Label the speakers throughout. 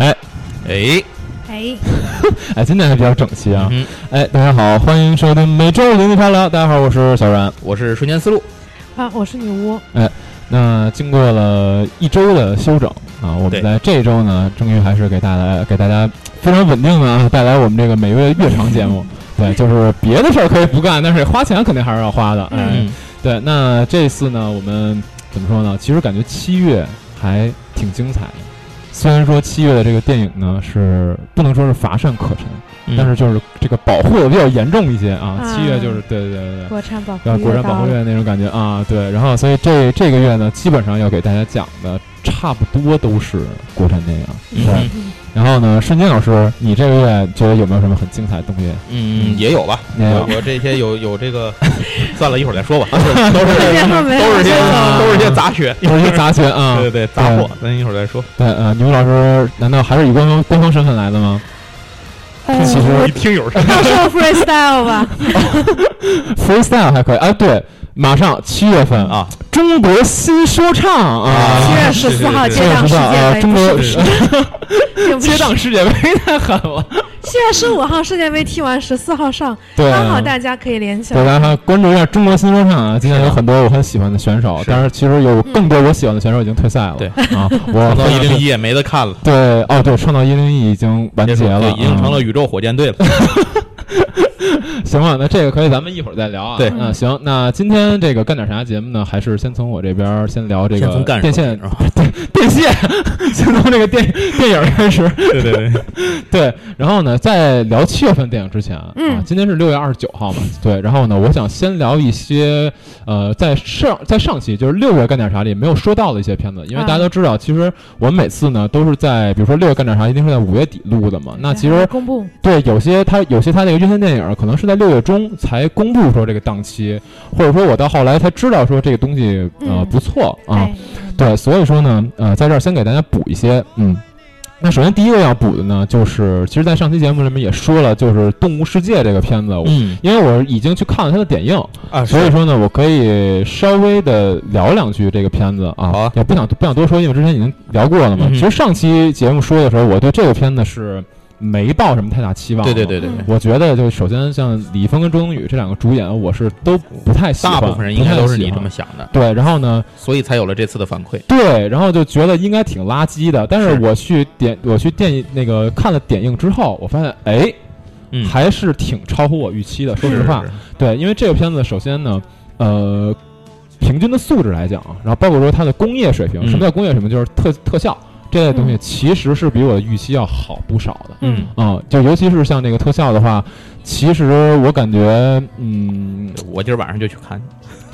Speaker 1: 哎，
Speaker 2: 哎，
Speaker 3: 哎，今天还比较整齐啊！
Speaker 1: 嗯，
Speaker 3: 哎，大家好，欢迎收听每周零零开聊。大家好，我是小然。
Speaker 1: 我是瞬间思路，
Speaker 2: 啊，我是女巫，
Speaker 3: 那经过了一周的休整啊，我
Speaker 1: 对
Speaker 3: 们在这周呢，终于还是给大家给大家非常稳定的啊，带来我们这个每月月长节目。
Speaker 1: 嗯
Speaker 3: 对，就是别的事儿可以不干，但是花钱肯定还是要花的。哎，
Speaker 1: 嗯，
Speaker 3: 对，那这次呢，我们怎么说呢？其实感觉七月还挺精彩的。虽然说七月的这个电影呢是不能说是乏善可陈，
Speaker 1: 嗯
Speaker 3: 但是就是这个保护的比较严重一些啊。
Speaker 2: 啊
Speaker 3: 七月就是对对对对对，
Speaker 2: 国产保护
Speaker 3: 然后啊国
Speaker 2: 月
Speaker 3: 产保护
Speaker 2: 到了
Speaker 3: 月那种感觉啊，对。然后所以这这个月呢，基本上要给大家讲的差不多都是国产电影。
Speaker 1: 嗯
Speaker 3: 对。然后呢，瞬间老师，你这个月觉得有没有什么很精彩的东西？
Speaker 1: 嗯也有吧，
Speaker 3: 也有
Speaker 1: 我我这些有有这 个，算了一会儿再说吧，都
Speaker 2: 别
Speaker 1: 是
Speaker 2: 说没
Speaker 1: 都
Speaker 2: 有
Speaker 1: 是些
Speaker 3: 啊
Speaker 1: 都是些杂学，嗯
Speaker 3: 有一些杂学啊，
Speaker 1: 对对对杂货，咱一会儿再说。
Speaker 3: 对呃，你们老师难道还是以官方官方身份来的吗
Speaker 2: 呃
Speaker 3: 其实
Speaker 1: 一听友是
Speaker 2: 到时候 freestyle 吧，
Speaker 3: ？freestyle 还可以，哎，对，马上七月份，
Speaker 1: 啊，
Speaker 3: 中国新说唱
Speaker 1: 啊
Speaker 3: 啊，
Speaker 2: 七月
Speaker 1: 是
Speaker 2: 十
Speaker 1: 是
Speaker 2: 四号
Speaker 1: 是
Speaker 2: 接档
Speaker 3: 是
Speaker 2: 世
Speaker 3: 是啊
Speaker 2: 界杯，
Speaker 3: 中国
Speaker 2: 不是
Speaker 1: 是
Speaker 2: 不是
Speaker 3: 接档世界杯太狠了，
Speaker 2: 七月十五号世界杯踢完，十四号上，
Speaker 3: 对，
Speaker 2: 刚好大家可以联想
Speaker 3: 对，，啊大家关注一下中国新说唱啊！今年有很多我很喜欢的选手，
Speaker 1: 是
Speaker 3: 但是其实有
Speaker 2: 嗯
Speaker 3: 更多我喜欢的选手已经退赛了。
Speaker 1: 对
Speaker 3: 啊，我
Speaker 1: 创造一零一也没得看了，
Speaker 3: 对哦对，创造一零一已经完结了，
Speaker 1: 对已经成了
Speaker 3: 嗯
Speaker 1: 宇宙火箭队了。
Speaker 3: 行吧？那这个可以咱们一会儿再聊啊。
Speaker 1: 对
Speaker 3: 嗯，行，那今天这个干点啥节目呢？还是先从我这边儿先聊这
Speaker 1: 先从
Speaker 3: 个
Speaker 1: 干
Speaker 3: 电线
Speaker 1: 啊，
Speaker 3: 电线， 先从这个电电影开始。
Speaker 1: 对对对，
Speaker 3: 对，然后呢，在聊七月份电影之前，啊
Speaker 2: 嗯，
Speaker 3: 今天是六月二十九号嘛，对，然后呢，我想先聊一些，呃，在上在上期就是六月干点啥里没有说到的一些片子，因为大家
Speaker 2: 啊
Speaker 3: 都知道，其实我们每次呢都是在，比如说六月干点啥，一定是在五月底录的嘛，那其
Speaker 2: 还有
Speaker 3: 实
Speaker 2: 公布
Speaker 3: 对有些它有些它那个院线电影可能是在六月中才公布说这个档期，或者说我到后来才知道说这个东西呃
Speaker 2: 嗯
Speaker 3: 不错啊，
Speaker 2: 哎，
Speaker 3: 对，所以说呢，呃，在这儿先给大家补一些，嗯。那首先第一个要补的呢，就是其实，在上期节目里面也说了，就是《动物世界》这个片子，我
Speaker 1: 嗯
Speaker 3: 因为我已经去看了它的点映，
Speaker 1: 啊，
Speaker 3: 所以说呢，我可以稍微的聊两句这个片子啊，
Speaker 1: 好啊
Speaker 3: 也不想不想多说，因为之前已经聊过了嘛。
Speaker 1: 嗯哼
Speaker 3: 其实上期节目说的时候，我对这个片子是没抱什么太大期望。
Speaker 1: 对对对对对，
Speaker 3: 我觉得就首先像李易峰跟周冬雨这两个主演，我是都不太喜
Speaker 1: 大
Speaker 3: 欢，
Speaker 1: 部分人应该
Speaker 3: 不太
Speaker 1: 都是
Speaker 3: 喜
Speaker 1: 你这
Speaker 3: 欢
Speaker 1: 么想的，
Speaker 3: 对，然后呢，
Speaker 1: 所以才有了这次的反馈。
Speaker 3: 对，然后就觉得应该挺垃圾的，但是
Speaker 1: 是
Speaker 3: 我去点我去电影那个看了点映之后，我发现哎，
Speaker 1: 嗯，
Speaker 3: 还是挺超乎我预期的。说
Speaker 1: 是
Speaker 3: 实话，，对，因为这个片子首先呢，呃，平均的素质来讲啊，然后包括说它的工业水平，
Speaker 1: 嗯
Speaker 3: 什么叫工业水平？就是特特效这类东西，其实是比我的预期要好不少的。
Speaker 1: 嗯，
Speaker 3: 啊、就尤其是像那个特效的话，其实我感觉，嗯，
Speaker 1: 我今儿晚上就去看，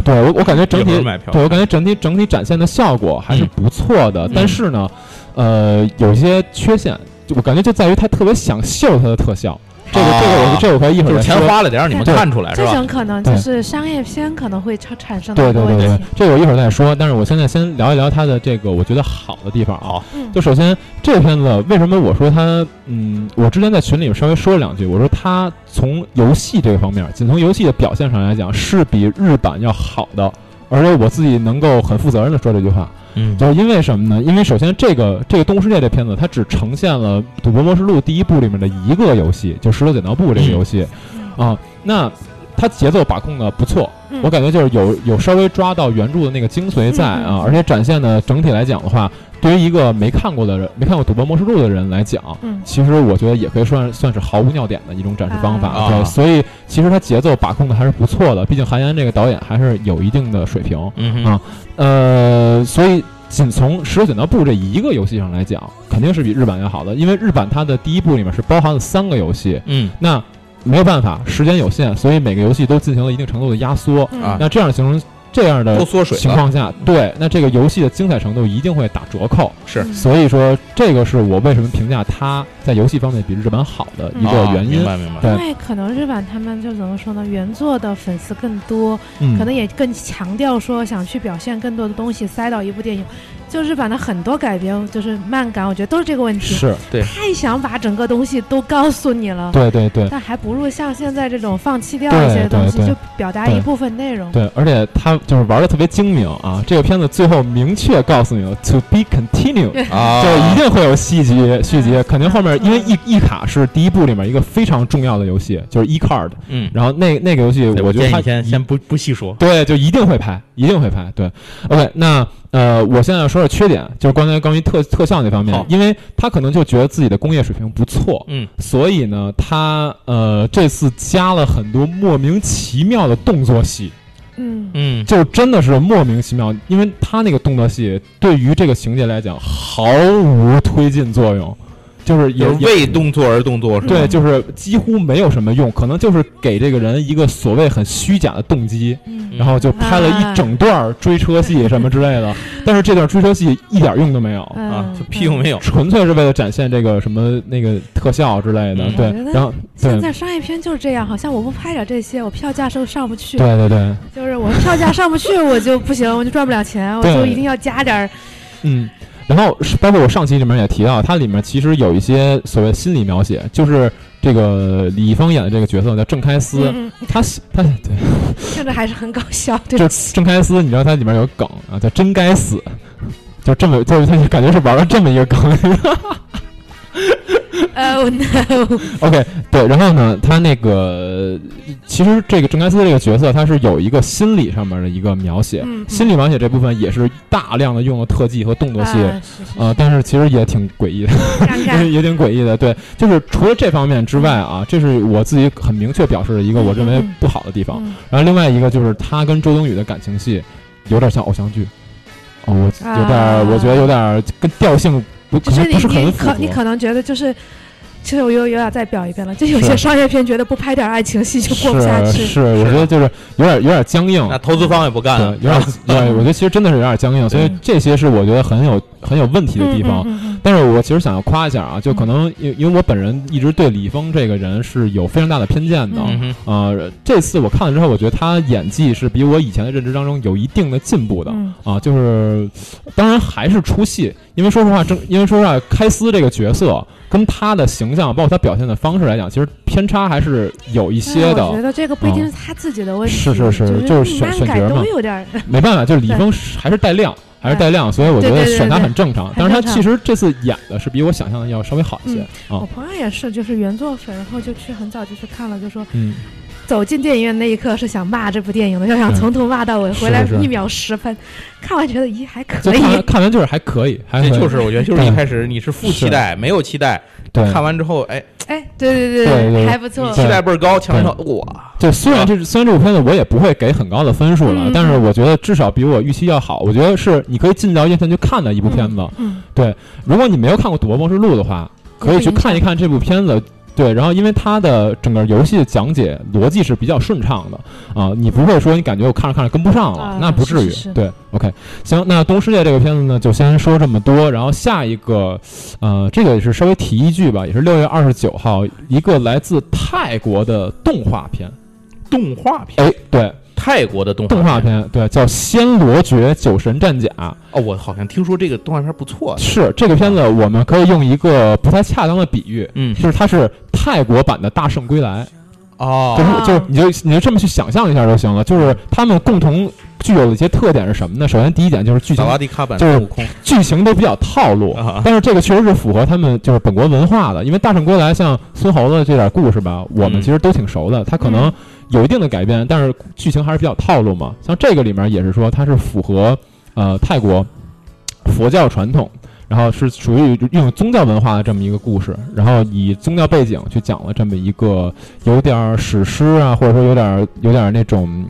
Speaker 3: 对我我感觉整
Speaker 1: 一会
Speaker 3: 体
Speaker 1: 儿买票。
Speaker 3: 对我感觉整体整体展现的效果还是
Speaker 1: 嗯
Speaker 3: 不错的，但是呢，呃，有一些缺陷，就我感觉就在于它特别想秀它的特效，这个、这个
Speaker 1: 啊
Speaker 3: 我这个我可以一会
Speaker 1: 就
Speaker 3: 儿
Speaker 1: 是
Speaker 3: 再
Speaker 1: 钱
Speaker 3: 说。
Speaker 1: 花了得让你们
Speaker 3: 对
Speaker 1: 看出来是
Speaker 2: 这
Speaker 1: 吧？
Speaker 2: 种可能就是商业片可能会产产生
Speaker 3: 对
Speaker 2: 的
Speaker 3: 对
Speaker 2: 问
Speaker 3: 对对
Speaker 2: 题，，
Speaker 3: 这个我一会儿再说。但是我现在先聊一聊它的这个我觉得好的地方啊。
Speaker 1: 好，
Speaker 2: 嗯
Speaker 3: 就首先这个片子为什么我说它，嗯，我之前在群里面稍微说了两句，我说它从游戏这个方面，仅从游戏的表现上来讲，是比日版要好的，而且我自己能够很负责任的说这句话。
Speaker 1: 嗯
Speaker 3: 就是因为什么呢？因为首先这个这个《动物世界》这片子，它只呈现了《赌博模式录》第一部里面的一个游戏，就石头剪刀布这个游戏、啊。那它节奏把控的不错，
Speaker 2: 嗯
Speaker 3: 我感觉就是有有稍微抓到原著的那个精髓在
Speaker 2: 嗯嗯
Speaker 3: 啊，
Speaker 2: 嗯
Speaker 3: 而且展现的整体来讲的话，对于一个没看过的人、没看过《赌博模式录》的人来讲，
Speaker 2: 嗯
Speaker 3: 其实我觉得也可以算算是毫无尿点的一种展示方法。
Speaker 2: 嗯
Speaker 1: 啊
Speaker 3: 对，所以其实它节奏把控的还是不错的，毕竟韩延这个导演还是有一定的水平。
Speaker 1: 嗯
Speaker 3: 啊呃，所以仅从《石头剪刀布》这一个游戏上来讲，肯定是比日版要好的，因为日版它的第一部里面是包含了三个游戏，
Speaker 1: 嗯
Speaker 3: 那没有办法，时间有限，所以每个游戏都进行了一定程度的压缩。
Speaker 2: 嗯
Speaker 1: 啊
Speaker 3: 那这样形成这样
Speaker 1: 都
Speaker 3: 的
Speaker 1: 缩水
Speaker 3: 呃情
Speaker 1: 了，
Speaker 3: 况下，对，那这个游戏的精彩程度一定会打折扣。
Speaker 1: 是
Speaker 2: 嗯
Speaker 3: 所以说，这个是我为什么评价它在游戏方面比日版好的一个
Speaker 2: 嗯
Speaker 1: 啊
Speaker 3: 原因
Speaker 1: 明。白明白。
Speaker 3: 对
Speaker 2: 因为可能日版他们就怎么说呢，原作的粉丝更多，
Speaker 3: 嗯
Speaker 2: 可能也更强调说想去表现更多的东西塞到一部电影，就日版的很多改编，就是漫改，我觉得都是这个问题，
Speaker 3: 是，
Speaker 2: 太想把整个东西都告诉你了，
Speaker 3: 对对对
Speaker 2: 但还不如像现在这种放弃掉
Speaker 3: 对
Speaker 2: 一些东西
Speaker 3: 对，对
Speaker 2: 就表达一部分内容。
Speaker 3: 对，而且他就是玩的特别精明啊！这个片子最后明确告诉你了，to be continued。
Speaker 1: 啊，
Speaker 3: 就一定会有续集，续集
Speaker 2: 嗯
Speaker 3: 肯定后面，
Speaker 2: 嗯
Speaker 3: 因为一一卡是第一部里面一个非常重要的游戏，就是 e card。
Speaker 1: 嗯，
Speaker 3: 然后那那个游戏，
Speaker 1: 对
Speaker 3: 我觉得
Speaker 1: 建
Speaker 3: 它
Speaker 1: 议先
Speaker 3: 一
Speaker 1: 先不不细说，
Speaker 3: 对，就一定会拍，一定会拍。对，OK，那呃，我现在要说说缺点，就是刚才关于特特效那方面
Speaker 1: 好，
Speaker 3: 因为他可能就觉得自己的工业水平不错，
Speaker 1: 嗯，
Speaker 3: 所以呢，他呃这次加了很多莫名其妙的动作戏，
Speaker 2: 嗯，
Speaker 1: 嗯，
Speaker 3: 就真的是莫名其妙，因为他那个动作戏对于这个情节来讲毫无推进作用，就是也
Speaker 1: 有
Speaker 3: 也
Speaker 1: 为动作而动作是吧？
Speaker 3: 对，就是几乎没有什么用，可能就是给这个人一个所谓很虚假的动机，
Speaker 2: 嗯
Speaker 3: 然后就拍了一整段追车戏什么之类 的，但是这段追车戏一点用都没有，
Speaker 2: 嗯
Speaker 1: 啊，就屁用没有，
Speaker 3: 纯粹是为了展现这个什么那个特效之类的。
Speaker 1: 嗯
Speaker 2: 我觉
Speaker 3: 对，
Speaker 2: 得
Speaker 3: 然后对
Speaker 2: 现在商业片就是这样，好像我不拍点这些，我票价就上不去。
Speaker 3: 对对对，
Speaker 2: 就是我票价上不去，我就不行，我就赚不了钱，我
Speaker 3: 对
Speaker 2: 就一定要加点儿。
Speaker 3: 嗯，然后是包括我上期里面也提到，它里面其实有一些所谓心理描写，就是这个李易峰演的这个角色叫郑开司，
Speaker 2: 嗯， 嗯
Speaker 3: 他他对，
Speaker 2: 看着还是很搞笑，对
Speaker 3: 就郑开司，你知道他里面有梗啊，叫真该死，就这么就是他就感觉是玩了这么一个梗。
Speaker 2: 呃，我 no，
Speaker 3: OK，对，然后呢，他那个其实这个郑开司这个角色，他是有一个心理上面的一个描写，
Speaker 2: 嗯嗯
Speaker 3: 心理描写这部分也是大量的用了特技和动作戏。
Speaker 2: 啊是是
Speaker 3: 呃，但是其实也挺诡异的，
Speaker 2: 尴尬，
Speaker 3: 也挺诡异的。对，就是除了这方面之外啊，这是我自己很明确表示的一个我认为
Speaker 2: 嗯嗯
Speaker 3: 不好的地方。
Speaker 2: 嗯
Speaker 3: 然后另外一个就是他跟周冬雨的感情戏有点像偶像剧，哦，我有点儿，
Speaker 2: 啊
Speaker 3: 我觉得有点儿跟调性不
Speaker 2: 就
Speaker 3: 啊可
Speaker 2: 是
Speaker 3: 能
Speaker 2: 你
Speaker 3: 不是很
Speaker 2: 你
Speaker 3: 符合
Speaker 2: 可。你可能觉得就是，其实我又有点再表一遍了，就有
Speaker 3: 是
Speaker 2: 些商业片觉得不拍点爱情戏就过不下
Speaker 3: 是
Speaker 2: 去。
Speaker 3: 是，我觉得就是有点有点僵硬。
Speaker 1: 那投资方也不干
Speaker 3: 对
Speaker 1: 了，
Speaker 3: 有 点有点，我觉得其实真的是有点僵硬，所以
Speaker 1: 对
Speaker 3: 这些是我觉得很有很有问题的
Speaker 2: 嗯
Speaker 3: 地方。
Speaker 2: 嗯嗯
Speaker 3: 但是我其实想要夸一下啊，就可能因因为我本人一直对李易峰这个人是有非常大的偏见的，
Speaker 1: 嗯哼，
Speaker 3: 呃，这次我看了之后，我觉得他演技是比我以前的认知当中有一定的进步的。
Speaker 2: 嗯
Speaker 3: 啊，就是，当然还是出戏，因为说实话，正因为说实话，开司这个角色跟他的形象，包括他表现的方式来讲，其实偏差还是有一
Speaker 2: 嗯但
Speaker 3: 些
Speaker 2: 是我觉
Speaker 3: 的。啊
Speaker 2: 得这个不一定是他自己的问题，
Speaker 3: 是是是就是
Speaker 2: 就
Speaker 3: 选
Speaker 2: 漫
Speaker 3: 选角
Speaker 2: 改
Speaker 3: 嘛啊
Speaker 2: 都有点儿，
Speaker 3: 没办法，就是李易峰是还是带量，还是带量，所以我觉
Speaker 2: 对
Speaker 3: 得
Speaker 2: 对对
Speaker 3: 选他
Speaker 2: 哎对
Speaker 3: 很正常。
Speaker 2: 很
Speaker 3: 但是他
Speaker 2: 正常
Speaker 3: 其实这次演的是比我想象的要稍微好一些啊
Speaker 2: 我，朋友也是，就是原作粉，然后就去很早就去看了，就说
Speaker 3: 嗯，
Speaker 2: 走进电影院那一刻是想骂这部电影的，就想
Speaker 3: 嗯
Speaker 2: 从头骂到尾，
Speaker 3: 是
Speaker 2: 回来
Speaker 3: 是
Speaker 2: 一秒十分，看完觉得咦还
Speaker 3: 就
Speaker 2: 可以，
Speaker 3: 看完看完就是还可以，还
Speaker 1: 这
Speaker 3: 可以
Speaker 1: 就是我觉得就是
Speaker 3: 对
Speaker 1: 一开始你是负期待，没有期待，
Speaker 3: 对。
Speaker 1: 看完之后，哎，
Speaker 2: 哎，对对
Speaker 3: 对对
Speaker 2: 还不错
Speaker 1: 你。期待倍儿高，强上哇，
Speaker 3: 就虽然这虽然这部片子我也不会给很高的分数了，
Speaker 2: 嗯嗯
Speaker 3: 但是我觉得至少比我预期要好。我觉得是你可以进到院线去看的一部片子。
Speaker 2: 嗯，
Speaker 3: 如果你没有看过《赌博默示录》的话，可以去看一看这部片子。对，然后因为它的整个游戏的讲解逻辑是比较顺畅的啊、你不会说你感觉我看着看着跟不上了，
Speaker 2: 啊
Speaker 3: 那不至于。
Speaker 2: 是是是
Speaker 3: 对，OK，行，那《东世界》这个片子呢，就先说这么多。然后下一个，呃，这个也是稍微提一句吧，也是六月二十九号，一个来自泰国的动画片。
Speaker 1: 动画片，
Speaker 3: 哎，对，
Speaker 1: 泰国的动
Speaker 3: 动画片，对，叫《暹罗爵酒神战甲》。
Speaker 1: 哦，我好像听说这个动画片不错，
Speaker 3: 是这个片子，我们可以用一个不太恰当的比喻，
Speaker 1: 嗯，
Speaker 3: 就是它是泰国版的《大圣归来》，就
Speaker 1: 哦，
Speaker 3: 是就是你就你就这么去想象一下就行了。就是他们共同具有的一些特点是什么呢？首先第一点就是剧
Speaker 1: 萨
Speaker 3: 情
Speaker 1: 瓦迪卡版
Speaker 3: 就是
Speaker 1: 孙悟空
Speaker 3: 剧情都比较套路，
Speaker 1: 啊，
Speaker 3: 但是这个确实是符合他们就是本国文化的，因为《大圣归来》像孙猴子这点故事吧，我们
Speaker 1: 嗯
Speaker 3: 其实都挺熟的。它可能有一定的改变，但是剧情还是比较套路嘛。像这个里面也是说，它是符合呃泰国佛教传统，然后是属于一种宗教文化的这么一个故事，然后以宗教背景去讲了这么一个有点儿史诗啊，或者说有点儿有点儿那种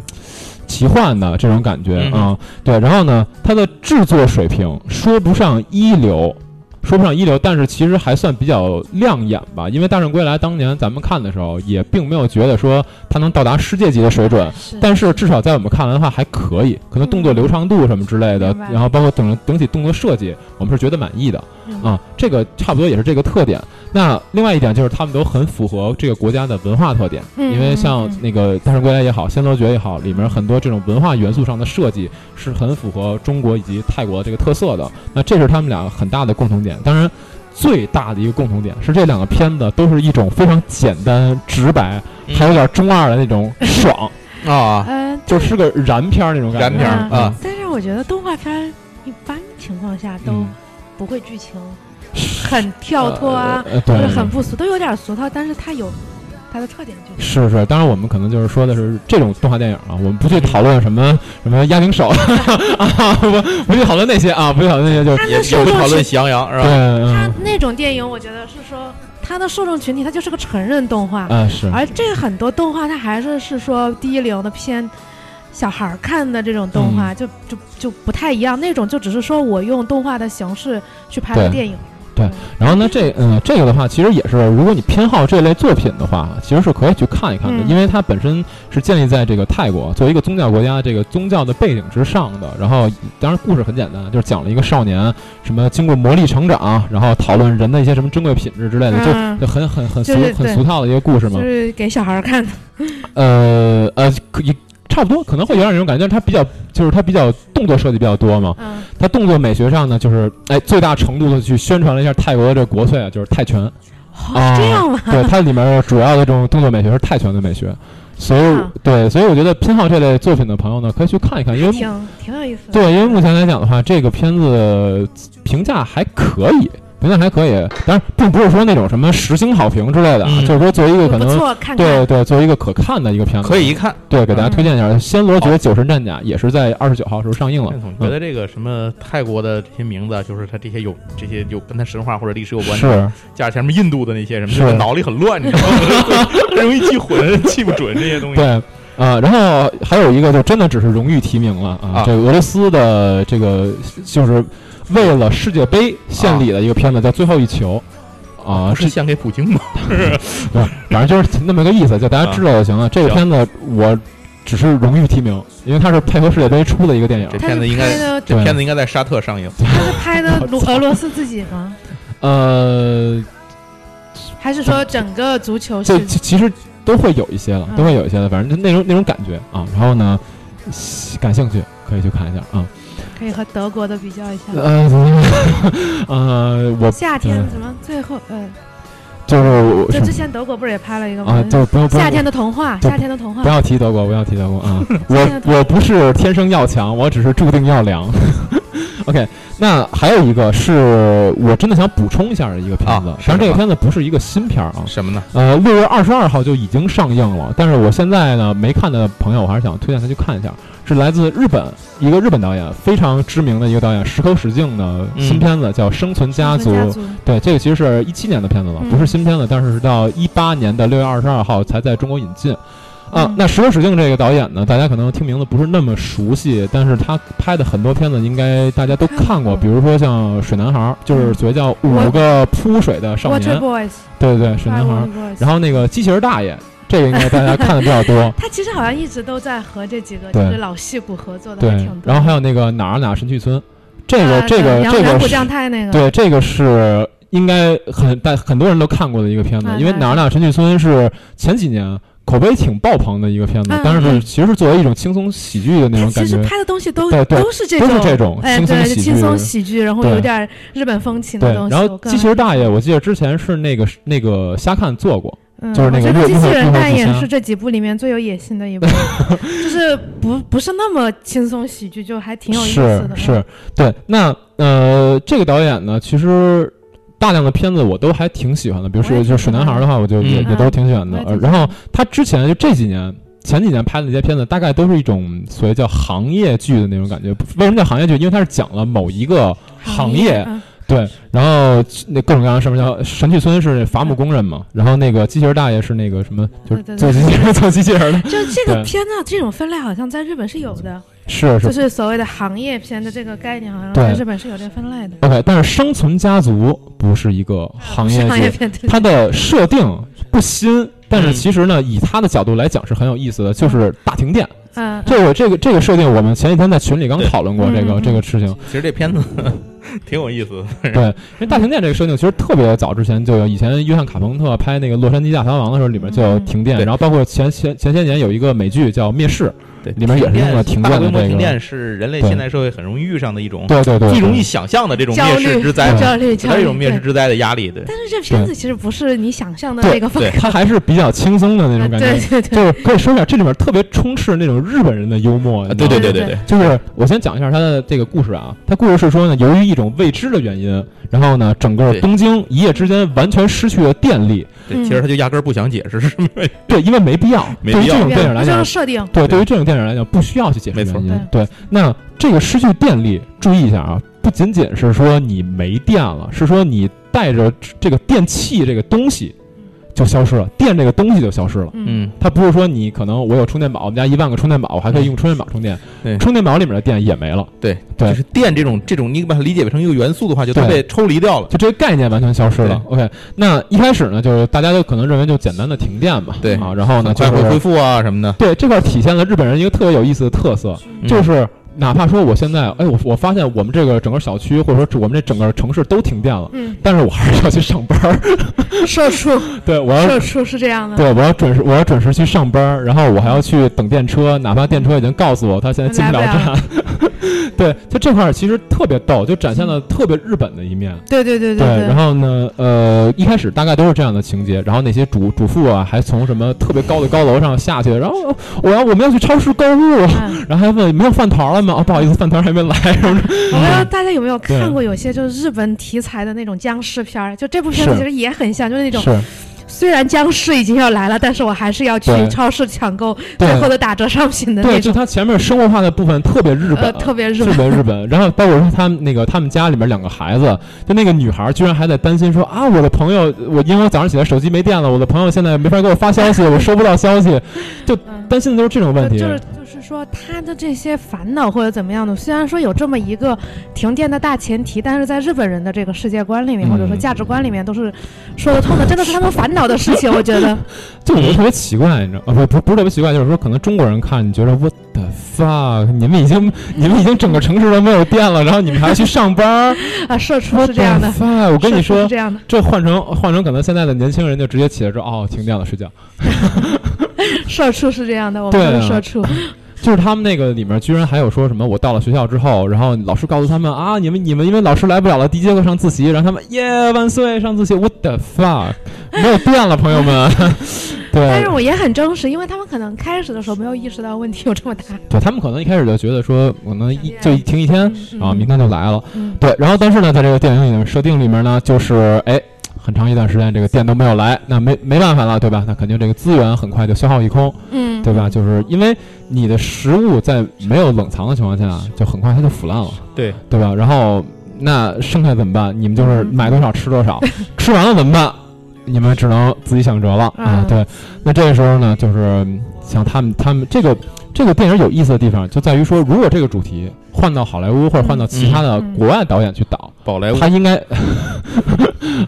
Speaker 3: 奇幻的这种感觉
Speaker 1: 嗯
Speaker 3: 啊、对，然后呢，它的制作水平说不上一流，说不上一流，但是其实还算比较亮眼吧。因为《大圣归来》当年咱们看的时候，也并没有觉得说它能到达世界级的水准，
Speaker 2: 是
Speaker 3: 但是至少在我们看来的话还可以，可能动作流畅度什么之类的
Speaker 2: 明，白
Speaker 3: 然后包括整整体动作设计，我们是觉得满意的
Speaker 2: 嗯
Speaker 3: 啊。这个差不多也是这个特点。那另外一点就是他们都很符合这个国家的文化特点，
Speaker 2: 嗯
Speaker 3: 因为像
Speaker 2: 嗯嗯
Speaker 3: 那个《大圣归来》也好，《仙罗诀》也好，里面很多这种文化元素上的设计是很符合中国以及泰国这个特色的。那这是他们俩很大的共同点。当然，最大的一个共同点是这两个片子都是一种非常简单、直白，
Speaker 1: 嗯
Speaker 3: 还有点中二的那 种爽。
Speaker 1: 啊，
Speaker 2: 嗯，
Speaker 3: 就
Speaker 2: 但
Speaker 3: 是个燃片儿那种感觉，嗯
Speaker 1: 燃
Speaker 2: 片儿
Speaker 1: 啊，
Speaker 2: 但是我觉得动画片儿一般情况下嗯都
Speaker 3: 嗯
Speaker 2: 不会剧情很跳脱啊，
Speaker 3: 呃，
Speaker 2: 或
Speaker 3: 对
Speaker 2: 者，很不俗，都有点俗套，但是它有它的特点就是
Speaker 3: 是是，当然我们可能就是说的是这种动画电影啊，我们不去讨论什么什么压灵手 啊，不不去讨论那些啊，不去讨论那些就是
Speaker 2: 它
Speaker 1: 也
Speaker 2: 的
Speaker 1: 也
Speaker 2: 受
Speaker 1: 不
Speaker 2: 众
Speaker 1: 讨论
Speaker 2: 群，
Speaker 1: 喜羊羊是
Speaker 3: 对，
Speaker 1: 吧？
Speaker 2: 它
Speaker 3: 嗯
Speaker 2: 那种电影，我觉得是说它的受众群体，它就是个成人动画，
Speaker 3: 啊是，
Speaker 2: 而这个很多动画它还是是说低龄的偏小孩儿看的这种动
Speaker 3: 嗯
Speaker 2: 画，就就就不太一样。那种就只是说我用动画的形式去拍的
Speaker 3: 对
Speaker 2: 电影，
Speaker 3: 然后呢，这嗯、这个的话，其实也是，如果你偏好这类作品的话，其实是可以去看一看的，
Speaker 2: 嗯
Speaker 3: 因为它本身是建立在这个泰国作为一个宗教国家这个宗教的背景之上的。然后，当然故事很简单，就是讲了一个少年什么经过磨砺成长，然后讨论人的一些什么珍贵品质之类的，就
Speaker 2: 嗯
Speaker 3: 就很很很俗、
Speaker 2: 就是
Speaker 3: 很
Speaker 2: 对
Speaker 3: 俗套的一个故事嘛
Speaker 2: 就。是给小孩儿看的。
Speaker 3: 呃呃，可以差不多，可能会有点那种感觉，但是它比较就是它比较动作设计比较多嘛。
Speaker 2: 嗯，
Speaker 3: 它动作美学上呢，就是哎最大程度的去宣传了一下泰国的这个国粹啊，就是泰 拳。
Speaker 2: 哦，
Speaker 3: 啊
Speaker 2: 是这样吗？
Speaker 3: 对，它里面主要的这种动作美学是泰拳的美学，所以、
Speaker 2: 啊
Speaker 3: 对，所以我觉得拼好这类作品的朋友呢，可以去看一看，因为
Speaker 2: 挺挺有意思的。
Speaker 3: 对，因为目前来讲的话，这个片子评价还可以，评价还可以，当然并不是说那种什么十星好评之类的啊，
Speaker 1: 嗯
Speaker 3: 就是说作为一个可
Speaker 2: 不
Speaker 3: 能。
Speaker 2: 错，看看
Speaker 3: 对对，作为一个可看的一个片子，
Speaker 1: 可以一看。
Speaker 3: 对给大家
Speaker 2: 嗯
Speaker 3: 推荐一下《暹罗爵酒神战甲》，也是在二十九号时候上映了
Speaker 1: 但。总觉
Speaker 3: 嗯
Speaker 1: 得这个什么泰国的这些名字啊，就是它这些有这些有跟它神话或者历史有关的，
Speaker 3: 是，
Speaker 1: 加上前面印度的那些什么，
Speaker 3: 是
Speaker 1: 就是脑里很乱，你知道吗？ 很容易记混，记不准这些东西。
Speaker 3: 对，呃，然后还有一个就真的只是荣誉提名了啊，
Speaker 1: 啊
Speaker 3: 这个俄罗斯的这个就是为了世界杯献礼的一个片子叫《最后一球》。啊
Speaker 1: 不，是
Speaker 3: 是，
Speaker 1: 献给普京吗？
Speaker 3: 反正就是那么个意思，就大家
Speaker 1: 啊
Speaker 3: 知道就行了。这个
Speaker 1: 行
Speaker 3: 片子我只是荣誉提名，因为它是配合世界杯出的一个电影
Speaker 1: 这。
Speaker 2: 他
Speaker 1: 片子
Speaker 2: 是
Speaker 1: 应
Speaker 2: 拍
Speaker 1: 该
Speaker 2: 的，
Speaker 1: 这片子应该在沙特上映。
Speaker 2: 他是拍的俄俄罗斯自己吗？
Speaker 3: 呃，
Speaker 2: 还是说整个足球
Speaker 3: 这
Speaker 2: 嗯是？
Speaker 3: 其其实都会有一些了，
Speaker 2: 嗯
Speaker 3: 都会有一些的，反正就那种那种感觉啊。然后呢，感兴趣可以去看一下啊。
Speaker 2: 可以和德国的比较一下。
Speaker 3: 呃，
Speaker 2: 嗯
Speaker 3: 呃， 我
Speaker 2: 夏天
Speaker 3: 嗯
Speaker 2: 什么最后呃，
Speaker 3: 就是我
Speaker 2: 就
Speaker 3: 什么
Speaker 2: 之前德国不是也拍了一个
Speaker 3: 啊
Speaker 2: 吗，？
Speaker 3: 就不用不用
Speaker 2: 夏天的童话，
Speaker 3: 就
Speaker 2: 夏天的童话
Speaker 3: 不。要提德国，不要提德国 啊！
Speaker 2: 夏
Speaker 3: 我
Speaker 2: 天的童话
Speaker 3: 我不是天生要强，我只是注定要凉。OK，那还有一个是我真的想补充一下的一个片子
Speaker 1: 啊，是
Speaker 3: 但是这个
Speaker 1: 什么
Speaker 3: 片子不是一个新片儿啊，
Speaker 1: 什么呢？
Speaker 3: 呃，六月二十二号就已经上映了，但是我现在呢没看的朋友，我还是想推荐他去看一下。是来自日本一个日本导演，非常知名的一个导演石口史静的新
Speaker 1: 嗯
Speaker 3: 片子，叫《生存家族》。
Speaker 2: 家族
Speaker 3: 对，这个其实是一七年的片子了，
Speaker 2: 嗯
Speaker 3: 不是新片子，但是是到一八年的六月二十二号才在中国引进。啊，
Speaker 2: 嗯
Speaker 3: 那石头史静这个导演呢，大家可能听名字不是那么熟悉，但是他拍的很多片子应该大家都看
Speaker 2: 看
Speaker 3: 过，嗯
Speaker 2: 过
Speaker 3: 比如说像《水男孩》，就是所谓叫五
Speaker 2: 我
Speaker 3: 个扑水的少年
Speaker 2: Water，Boys，
Speaker 3: 对对对，《水男孩》。
Speaker 2: Water Boys。，
Speaker 3: 然后那个机器人大爷，这个应该大家看的比较多
Speaker 2: 他其实好像一直都在和这几个就
Speaker 3: 对
Speaker 2: 是老戏骨合作的，还
Speaker 3: 对
Speaker 2: 挺。多。
Speaker 3: 然后还有那个哪儿哪儿神去村，这个
Speaker 2: 啊
Speaker 3: 这个
Speaker 2: 杨
Speaker 3: 这
Speaker 2: 杨
Speaker 3: 个
Speaker 2: 浦
Speaker 3: 是
Speaker 2: 将太那个，
Speaker 3: 对，这个是应该很大很多人都看过的一个片子，
Speaker 2: 嗯
Speaker 3: 因为《
Speaker 2: 嗯
Speaker 3: 哪儿哪儿神去村》是前几年口碑挺爆棚的一个片子
Speaker 2: 嗯，
Speaker 3: 但是
Speaker 1: 嗯
Speaker 3: 其实是作为一种轻松喜剧的那
Speaker 2: 他
Speaker 3: 种
Speaker 2: 其
Speaker 3: 感
Speaker 2: 实
Speaker 3: 觉，
Speaker 2: 拍的东西都
Speaker 3: 对对
Speaker 2: 都是这
Speaker 3: 都
Speaker 2: 种，
Speaker 3: 是这种
Speaker 2: 哎，
Speaker 3: 轻松
Speaker 2: 对，
Speaker 3: 喜
Speaker 2: 就
Speaker 3: 剧。
Speaker 2: 轻松喜剧，然后
Speaker 3: 对
Speaker 2: 有点日本风情
Speaker 3: 对
Speaker 2: 的东，西。
Speaker 3: 然后
Speaker 2: 我
Speaker 3: 机器人大爷，我记得之前是那个那个瞎看做过，
Speaker 2: 嗯，
Speaker 3: 就是那
Speaker 2: 我
Speaker 3: 个
Speaker 2: 觉得
Speaker 3: 日
Speaker 2: 机
Speaker 3: 日
Speaker 2: 器
Speaker 3: 本日
Speaker 2: 人
Speaker 3: 本
Speaker 2: 大
Speaker 3: 之
Speaker 2: 爷
Speaker 3: 星
Speaker 2: 是这几部里面最有野心的一部， 就是不不是那么轻松喜剧，就还挺有意思
Speaker 3: 是
Speaker 2: 的。
Speaker 3: 是，对。那呃，这个导演呢，其实大量的片子我都还挺喜欢的，比如
Speaker 2: 我
Speaker 3: 说
Speaker 2: 也
Speaker 3: 就是《水
Speaker 2: 挺
Speaker 3: 男
Speaker 2: 喜
Speaker 3: 孩》
Speaker 2: 欢
Speaker 3: 的话，我就也、
Speaker 1: 嗯
Speaker 3: 也都挺喜欢
Speaker 2: 我
Speaker 3: 的
Speaker 2: 也。挺
Speaker 3: 呃
Speaker 2: 喜
Speaker 3: 然
Speaker 2: 欢
Speaker 3: 后他之前就这几年。前几年拍的那些片子，大概都是一种所谓叫行业剧的那种感觉。为什么叫行业剧？因为它是讲了某一个行业，
Speaker 2: 嗯
Speaker 3: 对，然后那各种各样的什么叫神去村是伐木工人嘛，然后那个机器人大爷是那个什么，就是
Speaker 2: 嗯对对
Speaker 3: 做
Speaker 2: 对
Speaker 3: 机器人做机器人的，
Speaker 2: 就这个
Speaker 3: 对
Speaker 2: 片呢，这种分类好像在日本是有的，
Speaker 3: 是
Speaker 2: 就是是所谓的行业片的这个概念，好像
Speaker 3: 对
Speaker 2: 在日本是有这分类的。
Speaker 3: OK，但是生存家族不是一个行业
Speaker 2: 是行业
Speaker 3: 剧，
Speaker 2: 片对
Speaker 3: 它的设定不新，但是
Speaker 1: 嗯
Speaker 3: 其实呢，以他的角度来讲是很有意思的，就是大停电。
Speaker 2: 嗯，
Speaker 3: 这个这个这个设定，我们前几天在群里刚
Speaker 1: 对
Speaker 3: 讨论过这个
Speaker 2: 嗯嗯嗯
Speaker 3: 这个事情，
Speaker 1: 其实这片子 挺有意思的，
Speaker 3: 因为大停电这个设定其实特别早之前就有，以前约翰卡彭特拍那个《洛杉矶大逃亡》的时候，里面就有停电，
Speaker 1: 嗯对
Speaker 3: 然后包括前前前些年有一个美剧叫《灭世》，
Speaker 1: 对，
Speaker 3: 里面也是用了停电的
Speaker 1: 大规模
Speaker 3: 这个
Speaker 1: 停电是人类
Speaker 3: 对
Speaker 1: 现代社会很容易遇上的一种
Speaker 3: 对对对，
Speaker 1: 最嗯容易
Speaker 3: 对
Speaker 1: 想象的这种
Speaker 2: 焦
Speaker 1: 灭
Speaker 2: 虑嗯
Speaker 1: 世之灾，
Speaker 2: 焦虑
Speaker 1: 它
Speaker 2: 焦
Speaker 1: 是
Speaker 2: 虑
Speaker 1: 一种灭世之灾的压力，对
Speaker 2: 对。但是这片子其实不是你想象的
Speaker 3: 对
Speaker 2: 那个风
Speaker 1: 对
Speaker 2: 格，
Speaker 3: 它还是比较轻松的那种感
Speaker 2: 对
Speaker 3: 觉，
Speaker 2: 啊对对，
Speaker 3: 就是可以说一下，这里面特别充斥那种日本人的幽默，
Speaker 1: 啊
Speaker 3: 你知道吗
Speaker 1: 对
Speaker 2: 对
Speaker 1: 对对，
Speaker 3: 就是我先讲一下它的这个故事啊，它故事是说呢，由于一种未知的原因，然后呢，整个
Speaker 1: 对
Speaker 3: 东京一夜之间完全失去了电力，
Speaker 1: 对，其
Speaker 2: 嗯
Speaker 1: 实他就压根儿不想解释，是因为
Speaker 3: 对，因为没必要，
Speaker 1: 没
Speaker 3: 对于
Speaker 1: 必要
Speaker 3: 这种
Speaker 2: 对
Speaker 3: 电影来
Speaker 2: 这
Speaker 3: 讲
Speaker 2: 个，设定，
Speaker 3: 对，对于这种电影来讲，不需要去解释
Speaker 1: 没错
Speaker 3: 原因。对，那这个失去电力，注意一下啊，不仅仅是说你没电了，是说你带着这个电器这个东西就消失了，电这个东西就消失了。
Speaker 2: 嗯
Speaker 1: 嗯，
Speaker 3: 它不是说你可能我有充电宝，我们家一万个充电宝，我还可以用充电宝充电，
Speaker 1: 对
Speaker 3: 充电宝里面的电也没了，
Speaker 1: 对
Speaker 3: 对
Speaker 1: 就是电这种这种，你把它理解为成一个元素的话，就都
Speaker 3: 对
Speaker 1: 被抽离掉了。
Speaker 3: 就这个概念完全消失了。OK，那一开始呢，就是大家就可能认为就简单的停电嘛，
Speaker 1: 对
Speaker 3: 啊，然后呢
Speaker 1: 很
Speaker 3: 就
Speaker 1: 快会恢
Speaker 3: 是
Speaker 1: 复啊什么的，
Speaker 3: 对这块体现了日本人一个特别有意思的特色，
Speaker 1: 嗯
Speaker 3: 就是哪怕说我现在，哎，我我发现我们这个整个小区或者说我们这整个城市都停电了，
Speaker 2: 嗯，
Speaker 3: 但是我还是要去上 班儿。
Speaker 2: 社畜
Speaker 3: 对，我要
Speaker 2: 社畜是这样的，
Speaker 3: 对我要准时我要准时去上班儿，然后我还要去等电车，哪怕电车已经告诉我他现在进不了
Speaker 2: 来不
Speaker 3: 站。 对，就这块儿其实特别逗，就展现了特别日本的一面。
Speaker 2: 对对对对
Speaker 3: 然后呢，呃，一开始大概都是这样的情节，然后那些主主妇啊，还从什么特别高的高楼上下去，然后哦我要我们要去超市购物，啊
Speaker 2: 嗯，
Speaker 3: 然后还问没有饭团了吗？ 哦，不好意思，饭团还 没来，什么的
Speaker 2: 我不知道大家有没有
Speaker 3: 对
Speaker 2: 看过有些就是日本题材的那种僵尸片儿，就这部片子
Speaker 3: 是
Speaker 2: 其实也很像，就是那种
Speaker 3: 是。
Speaker 2: 虽然僵尸已经要来了，但是我还是要去
Speaker 3: 对
Speaker 2: 超市抢购
Speaker 3: 对
Speaker 2: 最后的打折商品的
Speaker 3: 对，
Speaker 2: 那
Speaker 3: 就
Speaker 2: 种，
Speaker 3: 它前面生活化的部分特别日本，
Speaker 2: 呃，特别日
Speaker 3: 特别
Speaker 2: 本，
Speaker 3: 日本。然后包括说他们那个他们家里面两个孩子，就那个女孩居然还在担心说啊，我的朋友，我因为我早上起来手机没电了，我的朋友现在没法给我发消息，我收不到消息，
Speaker 2: 嗯。
Speaker 3: 担心的都是这种问题。
Speaker 2: 就是就是说，他的这些烦恼或者怎么样的，虽然说有这么一个停电的大前提，但是在日本人的这个世界观里面，
Speaker 3: 嗯
Speaker 2: 或者说价值观里面，都是说得通的，真的是他们烦恼的事情。我觉得，
Speaker 3: 就我觉得特别奇怪，你知道啊？不不是特别奇怪，就是说可能中国人看你觉得 what the fuck，你们已经 你们已经整个城市都没有电了，然后你们还要去上班
Speaker 2: 啊，社畜
Speaker 3: ，what
Speaker 2: 是
Speaker 3: the
Speaker 2: 这 样的，
Speaker 3: fuck！我跟你
Speaker 2: 社畜
Speaker 3: 说
Speaker 2: 是，这样的，
Speaker 3: 这换成换成可能现在的年轻人就直接起来说哦停电了睡觉。
Speaker 2: 社畜是这样的，我们
Speaker 3: 对
Speaker 2: 都
Speaker 3: 啊
Speaker 2: 是社畜，
Speaker 3: 就是他们那个里面居然还有说什么，我到了学校之后，然后老师告诉他们啊，你们你们因为老师来不了了，第一节课上自习，然后他们耶万岁上自习，what the fuck，没有电了，朋友们。
Speaker 2: 但
Speaker 3: 对
Speaker 2: 是，我也很真实，因为他们可能开始的时候没有意识到问题有这么大。
Speaker 3: 对他们可能一开始就觉得说，可能一就停一天
Speaker 2: 嗯
Speaker 3: 啊，明天就来了。
Speaker 2: 嗯，
Speaker 3: 对，然后但是呢，在这个电影里面设定里面呢，就是哎。很长一段时间，这个电都没有来，那没没办法了，对吧？那肯定这个资源很快就消耗一空，
Speaker 2: 嗯，
Speaker 3: 对吧？就是因为你的食物在没有冷藏的情况下，就很快它就腐烂了。
Speaker 1: 对，
Speaker 3: 对吧？然后那剩下怎么办？你们就是买多少吃多少，吃完了怎么办？你们只能自己想辙了啊
Speaker 2: 嗯！
Speaker 3: 对，那这个时候呢，就是像他们他们这个这个电影有意思的地方就在于说，如果这个主题换到好莱坞或者换到其他的
Speaker 2: 嗯嗯
Speaker 3: 国外导演去导，
Speaker 1: 宝莱坞
Speaker 3: 他应该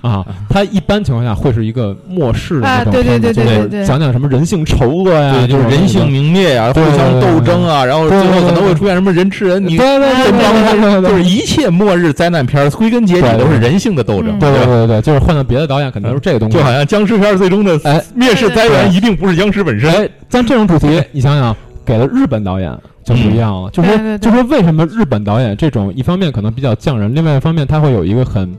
Speaker 3: 啊，他一般情况下会是一个末世的
Speaker 2: 啊
Speaker 3: 那种
Speaker 2: 对
Speaker 3: 片子，
Speaker 2: 对对对对
Speaker 3: 就
Speaker 2: 对
Speaker 3: 是讲讲什么人性丑恶呀，
Speaker 1: 对，
Speaker 3: 这
Speaker 1: 就是
Speaker 3: 种
Speaker 1: 人
Speaker 3: 东西
Speaker 1: 性明灭啊，互
Speaker 3: 对对
Speaker 1: 相
Speaker 3: 对
Speaker 1: 斗
Speaker 3: 对
Speaker 1: 争啊，然后最
Speaker 3: 对对
Speaker 1: 后可能
Speaker 3: 对
Speaker 1: 会出现什么人吃人，
Speaker 3: 对
Speaker 1: 你
Speaker 3: 对对
Speaker 1: 这帮
Speaker 3: 对对对
Speaker 1: 人
Speaker 3: 对
Speaker 1: 就是一切末日灾难片儿，归根结底
Speaker 3: 对对
Speaker 1: 都是人性的斗争，
Speaker 2: 嗯
Speaker 3: 对对
Speaker 1: 吧？
Speaker 3: 对对，就是换到别的导演肯定都是这个东西，
Speaker 1: 就好像僵尸片儿最终的
Speaker 3: 哎
Speaker 1: 灭世灾源一定不是僵尸本身，
Speaker 3: 哎，像这种主题，你想想，给了日本导演就不一样了。就
Speaker 2: 对
Speaker 3: 说
Speaker 2: 对对
Speaker 3: 就说为什么日本导演这种，一方面可能比较匠人，另外一方面他会有一个很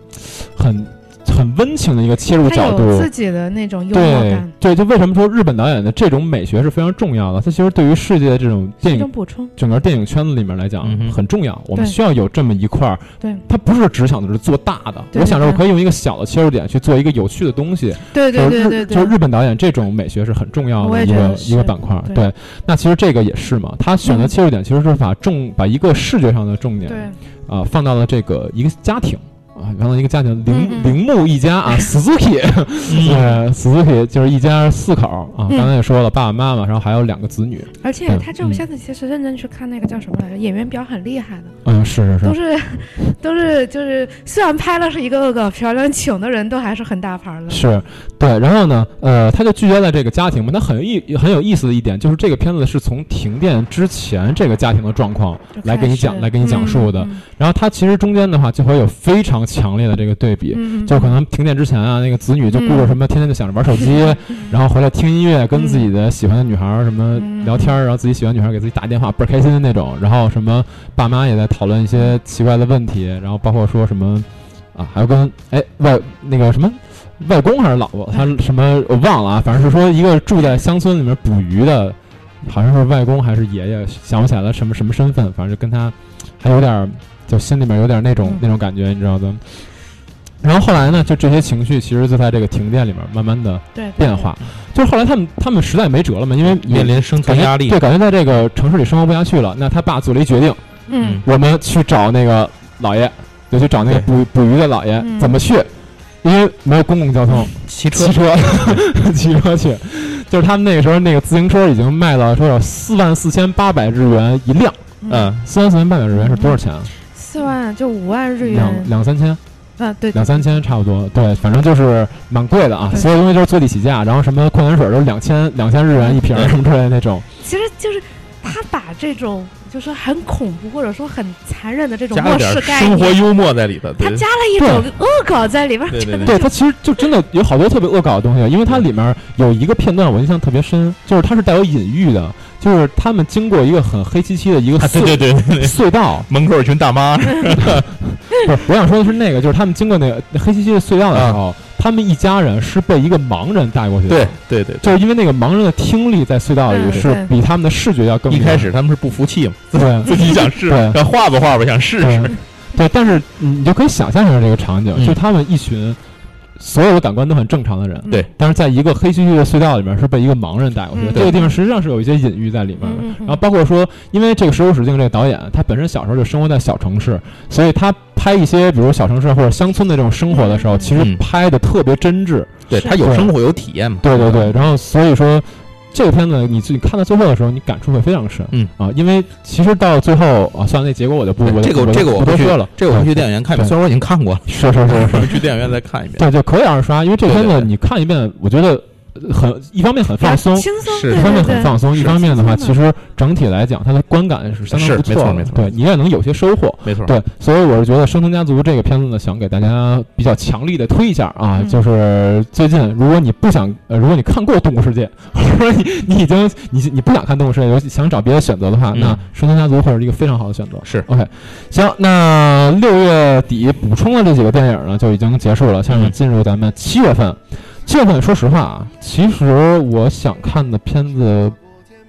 Speaker 3: 很很温情的一个切入
Speaker 2: 他
Speaker 3: 角
Speaker 2: 有
Speaker 3: 度
Speaker 2: 自。己的那种幽默
Speaker 3: 对
Speaker 2: 感，
Speaker 3: 对，就为什么说日本导演的这种美学是非常重要的？它其实对于世界这种
Speaker 2: 是
Speaker 3: 电
Speaker 2: 一种
Speaker 3: 影
Speaker 2: 补充。
Speaker 3: 整个电影圈子里面来讲
Speaker 1: 嗯哼
Speaker 3: 很重要。我们
Speaker 2: 对
Speaker 3: 需要有这么一块儿，
Speaker 2: 对
Speaker 3: 它不是只想着是做大的，
Speaker 2: 对
Speaker 3: 我想着
Speaker 2: 对
Speaker 3: 我可以用一个小的切入点去做一个有趣的东西。
Speaker 2: 对对对对
Speaker 3: 就是日
Speaker 2: 对
Speaker 3: 就是日本导演这种美学是很重要
Speaker 2: 我也
Speaker 3: 的一
Speaker 2: 觉
Speaker 3: 个
Speaker 2: 得是
Speaker 3: 一个板块。
Speaker 2: 对
Speaker 3: 对，那其实这个也是嘛，他选择
Speaker 2: 嗯
Speaker 3: 切入点其实是把重把一个视觉上的重点
Speaker 2: 对
Speaker 3: 啊、放到了这个一个家庭。啊，原来一个家庭
Speaker 2: 嗯
Speaker 3: 铃
Speaker 2: 嗯
Speaker 3: 铃木一家 啊，Suzuki，对，Suzuki 就是一家四口啊。
Speaker 2: 嗯
Speaker 3: 刚才也说了，爸爸妈妈，然后还有两个子女。
Speaker 2: 而且他这部
Speaker 3: 嗯
Speaker 2: 片子其实认真去看那个叫什么来着，演员表很厉害的，
Speaker 3: 嗯，是是
Speaker 2: 都
Speaker 3: 是，
Speaker 2: 是都是就是虽然拍了是一个恶搞片儿，但请的人都还是很大牌儿的。
Speaker 3: 是，对。然后呢，呃，他就聚焦在这个家庭嘛。他很有意很有意思的一点就是，这个片子是从停电之前这个家庭的状况
Speaker 2: 就
Speaker 3: 来给你讲
Speaker 2: 开始
Speaker 3: 来给你讲述的
Speaker 2: 嗯
Speaker 3: 然后它其实中间的话就会有非常强烈的这个对比，
Speaker 2: 嗯嗯
Speaker 3: 就可能停电之前啊，那个子女就顾着什么，天天就想着玩手机， 然后回来听音乐，跟自己的喜欢的女孩儿什么聊天儿，然后自己喜欢的女孩儿给自己打电话，倍儿开心的那种。然后什么爸妈也在讨论一些奇怪的问题，然后包括说什么啊，还有跟哎外那个什么。外公还是老婆，他什么我忘了啊，反正是说一个住在乡村里面捕鱼的，好像是外公还是爷爷，想不起来了什么什么身份，反正就跟他还有点儿，就心里面有点儿那种
Speaker 2: 嗯
Speaker 3: 那种感觉，你知道吗？然后后来呢，就这些情绪其实就在这个停电里面慢慢的
Speaker 2: 对对
Speaker 3: 变化，就是后来他们他们实在没辙了嘛，因为
Speaker 1: 面临生
Speaker 3: 感
Speaker 1: 存
Speaker 3: 觉
Speaker 1: 压力
Speaker 3: 对，，感觉在这个城市里生活不下去了。那他爸做了一决定，
Speaker 2: 嗯
Speaker 3: 我们去找那个老爷，就去找那个捕捕鱼的老爷，
Speaker 2: 嗯
Speaker 3: 怎么去？因为没有公共交通，
Speaker 1: 骑车
Speaker 3: 骑车骑车去，就是他们那个时候那个自行车已经卖到说有四万四千八百日元一辆，
Speaker 1: 嗯，
Speaker 3: 四万四千八百日元是多少钱啊？
Speaker 2: 四万就五万日
Speaker 3: 两
Speaker 2: 元
Speaker 3: 两三千。
Speaker 2: 啊，对，
Speaker 3: 两三千差不多，对，反正就是蛮贵的啊。
Speaker 2: 对
Speaker 3: 所有东西都是坐地起价，然后什么矿泉水都是两千两千日元一瓶儿什么之类的那种。
Speaker 2: 其实就是他把这种就是很恐怖或者说很残忍的这种
Speaker 1: 加了
Speaker 2: 末
Speaker 1: 点
Speaker 2: 世概
Speaker 1: 生活
Speaker 2: 念，
Speaker 1: 幽默在里头，
Speaker 2: 他
Speaker 1: 对，
Speaker 2: 加了一种恶搞在里边儿，
Speaker 1: 对对
Speaker 2: 真的
Speaker 3: 对，
Speaker 2: 就
Speaker 3: 它其实就真的有好多特别恶搞的东西，因为它里面有一个片段我印象特别深，就是它是带有隐喻的，就是他们经过一个很黑漆漆的一个
Speaker 1: 啊
Speaker 3: 隧、
Speaker 1: 对对对对对，
Speaker 3: 隧道，
Speaker 1: 门口有群大妈，
Speaker 3: 不是，我想说的是那个，就是他们经过那个黑漆漆的隧道的时候，他们一家人是被一个盲人带过去的。
Speaker 1: 对。对对
Speaker 3: 就是因为那个盲人的听力在隧道里
Speaker 2: 嗯
Speaker 3: 是
Speaker 2: 对
Speaker 3: 比他们的视觉要更
Speaker 1: 一
Speaker 3: 远
Speaker 1: 开始他们是不服气嘛，
Speaker 3: 啊 对
Speaker 1: 自己想试，
Speaker 3: 对
Speaker 1: 想画吧画吧，想试试，
Speaker 3: 对，对，但是你就可以想象一下这个场景，
Speaker 1: 嗯
Speaker 3: 就他们一群所有的感官都很正常的人，
Speaker 2: 嗯
Speaker 1: 对
Speaker 3: 但是在一个黑漆漆的隧道里面是被一个盲人带过去的，
Speaker 2: 嗯
Speaker 3: 这个地方实际上是有一些隐喻在里面的。
Speaker 2: 嗯嗯
Speaker 3: 然
Speaker 2: 嗯
Speaker 3: 后包括说，因为这个石头史境这个导演，他本身小时候就生活在小城市，所以他拍一些比如小城市或者乡村的这种生活的时候，
Speaker 2: 嗯
Speaker 3: 其实
Speaker 1: 嗯
Speaker 3: 拍的特别真挚。
Speaker 1: 对
Speaker 2: 是
Speaker 1: 他有生活有体验嘛，
Speaker 3: 对对对，然后所以说这个片子你自己看到最后的时候，你感触会非常深。
Speaker 1: 嗯
Speaker 3: 啊，因为其实到最后啊，算了，那结果我就不我就
Speaker 1: 这个
Speaker 3: 不
Speaker 1: 这个我
Speaker 3: 不多
Speaker 1: 会去
Speaker 3: 说了，
Speaker 1: 这个我会去
Speaker 3: 对
Speaker 1: 电影院看
Speaker 3: 对
Speaker 1: 一遍，虽然我已经看过了，
Speaker 3: 是是是
Speaker 1: 我
Speaker 3: 是，
Speaker 1: 会去电影院再看一遍。
Speaker 3: 对，就可以二刷，因为这片
Speaker 1: 对
Speaker 3: 子
Speaker 1: 对对
Speaker 3: 你看一遍，我觉得呃很一方面很放松，
Speaker 2: 轻松，
Speaker 1: 是
Speaker 2: 对
Speaker 3: 一方
Speaker 2: 对
Speaker 3: 面
Speaker 2: 对
Speaker 3: 很放松，一方面的话，
Speaker 2: 轻
Speaker 3: 其
Speaker 2: 松
Speaker 3: 实整体来讲，它的观感是相当
Speaker 1: 是
Speaker 3: 不错的，
Speaker 1: 没错没错
Speaker 3: 对你也能有些收获。
Speaker 1: 没错，
Speaker 3: 对，所以我是觉得《生存家族》这个片子呢，想给大家比较强力的推一下啊，
Speaker 2: 嗯
Speaker 3: 就是最近如果你不想，呃，如果你看过《动物世界》， 或者说你你已经你你不想看《动物世界》，尤其想找别的选择的话，
Speaker 1: 嗯
Speaker 3: 那《生存家族》会是一个非常好的选择。
Speaker 1: 是
Speaker 3: OK，行，那六月底补充的这几个电影呢，就已经结束了，下面
Speaker 1: 嗯
Speaker 3: 进入咱们七月份。七月份，说实话啊，其实我想看的片子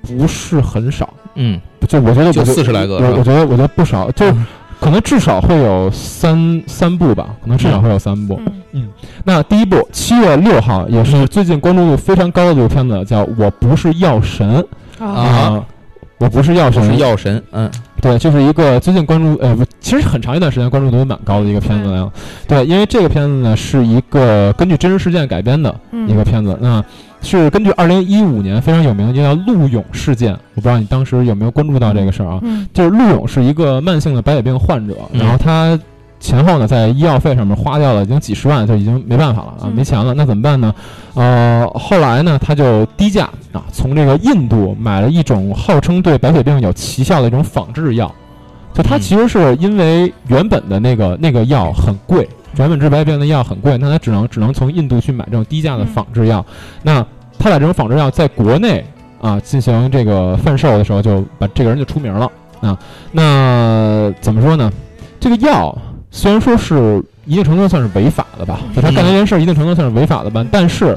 Speaker 3: 不是很少，
Speaker 1: 嗯，
Speaker 3: 就我觉得
Speaker 1: 就
Speaker 3: 我觉
Speaker 1: 40来个是吧
Speaker 3: 我我觉得我觉得不少，就
Speaker 1: 嗯
Speaker 3: 可能至少会有三三部吧，可能至少会有三部。
Speaker 2: 嗯
Speaker 3: 那第一部，七月六号，也
Speaker 1: 嗯
Speaker 3: 是最近关注度非常高的一部片子，叫《我不是药神》
Speaker 1: 啊
Speaker 2: 哦
Speaker 3: 我不是药
Speaker 1: 就
Speaker 3: 神，
Speaker 1: 是药神，嗯，
Speaker 3: 对，就是一个最近关注呃，不，其实很长一段时间关注度都蛮高的一个片子
Speaker 2: 嗯
Speaker 3: 了。对，因为这个片子呢是一个根据真实事件改编的
Speaker 2: 嗯
Speaker 3: 一个片子，那是根据二零一五年非常有名的一个叫陆勇事件，我不知道你当时有没有关注到这个事儿啊？
Speaker 2: 嗯
Speaker 3: 就是陆勇是一个慢性的白血病患者，
Speaker 1: 嗯
Speaker 3: 然后他前后呢在医药费上面花掉了已经几十万，就已经没办法了啊
Speaker 2: 嗯，
Speaker 3: 没钱了，那怎么办呢？呃，后来呢他就低价啊从这个印度买了一种号称对白血病有奇效的一种仿制药，就他
Speaker 1: 嗯
Speaker 3: 其实是因为原本的那个那个药很贵，原本治白血病的药很贵，那他只能只能从印度去买这种低价的
Speaker 2: 嗯
Speaker 3: 仿制药，那他把这种仿制药在国内啊进行这个贩售的时候，就把这个人就出名了啊。那怎么说呢？这个药虽然说是一定程度上算是违法的吧，就他干的这件事儿一定程度上算是违法的吧，但是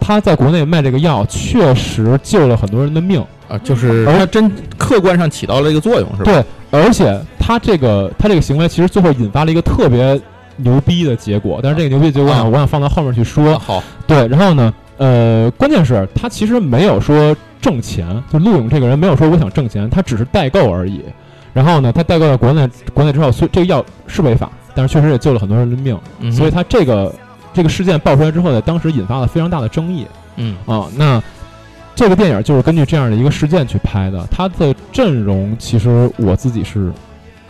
Speaker 3: 他在国内卖这个药确实救了很多人的命，
Speaker 1: 啊，就是
Speaker 3: 而
Speaker 1: 它真客观上起到了一个作用，是吧？
Speaker 3: 对，而且他这个他这个行为其实最后引发了一个特别牛逼的结果，但是这个牛逼的结果啊
Speaker 1: 啊
Speaker 3: 我想放到后面去说
Speaker 1: 啊。好，
Speaker 3: 对，然后呢，呃，关键是他其实没有说挣钱，就陆勇这个人没有说我想挣钱，他只是代购而已。然后呢，他代购到国内，国内之后，所以这个药是违法，但是确实也救了很多人的命。
Speaker 1: 嗯哼
Speaker 3: 所以它这个这个事件爆出来之后呢，当时引发了非常大的争议
Speaker 1: 嗯
Speaker 3: 啊。那这个电影就是根据这样的一个事件去拍的，它的阵容其实我自己是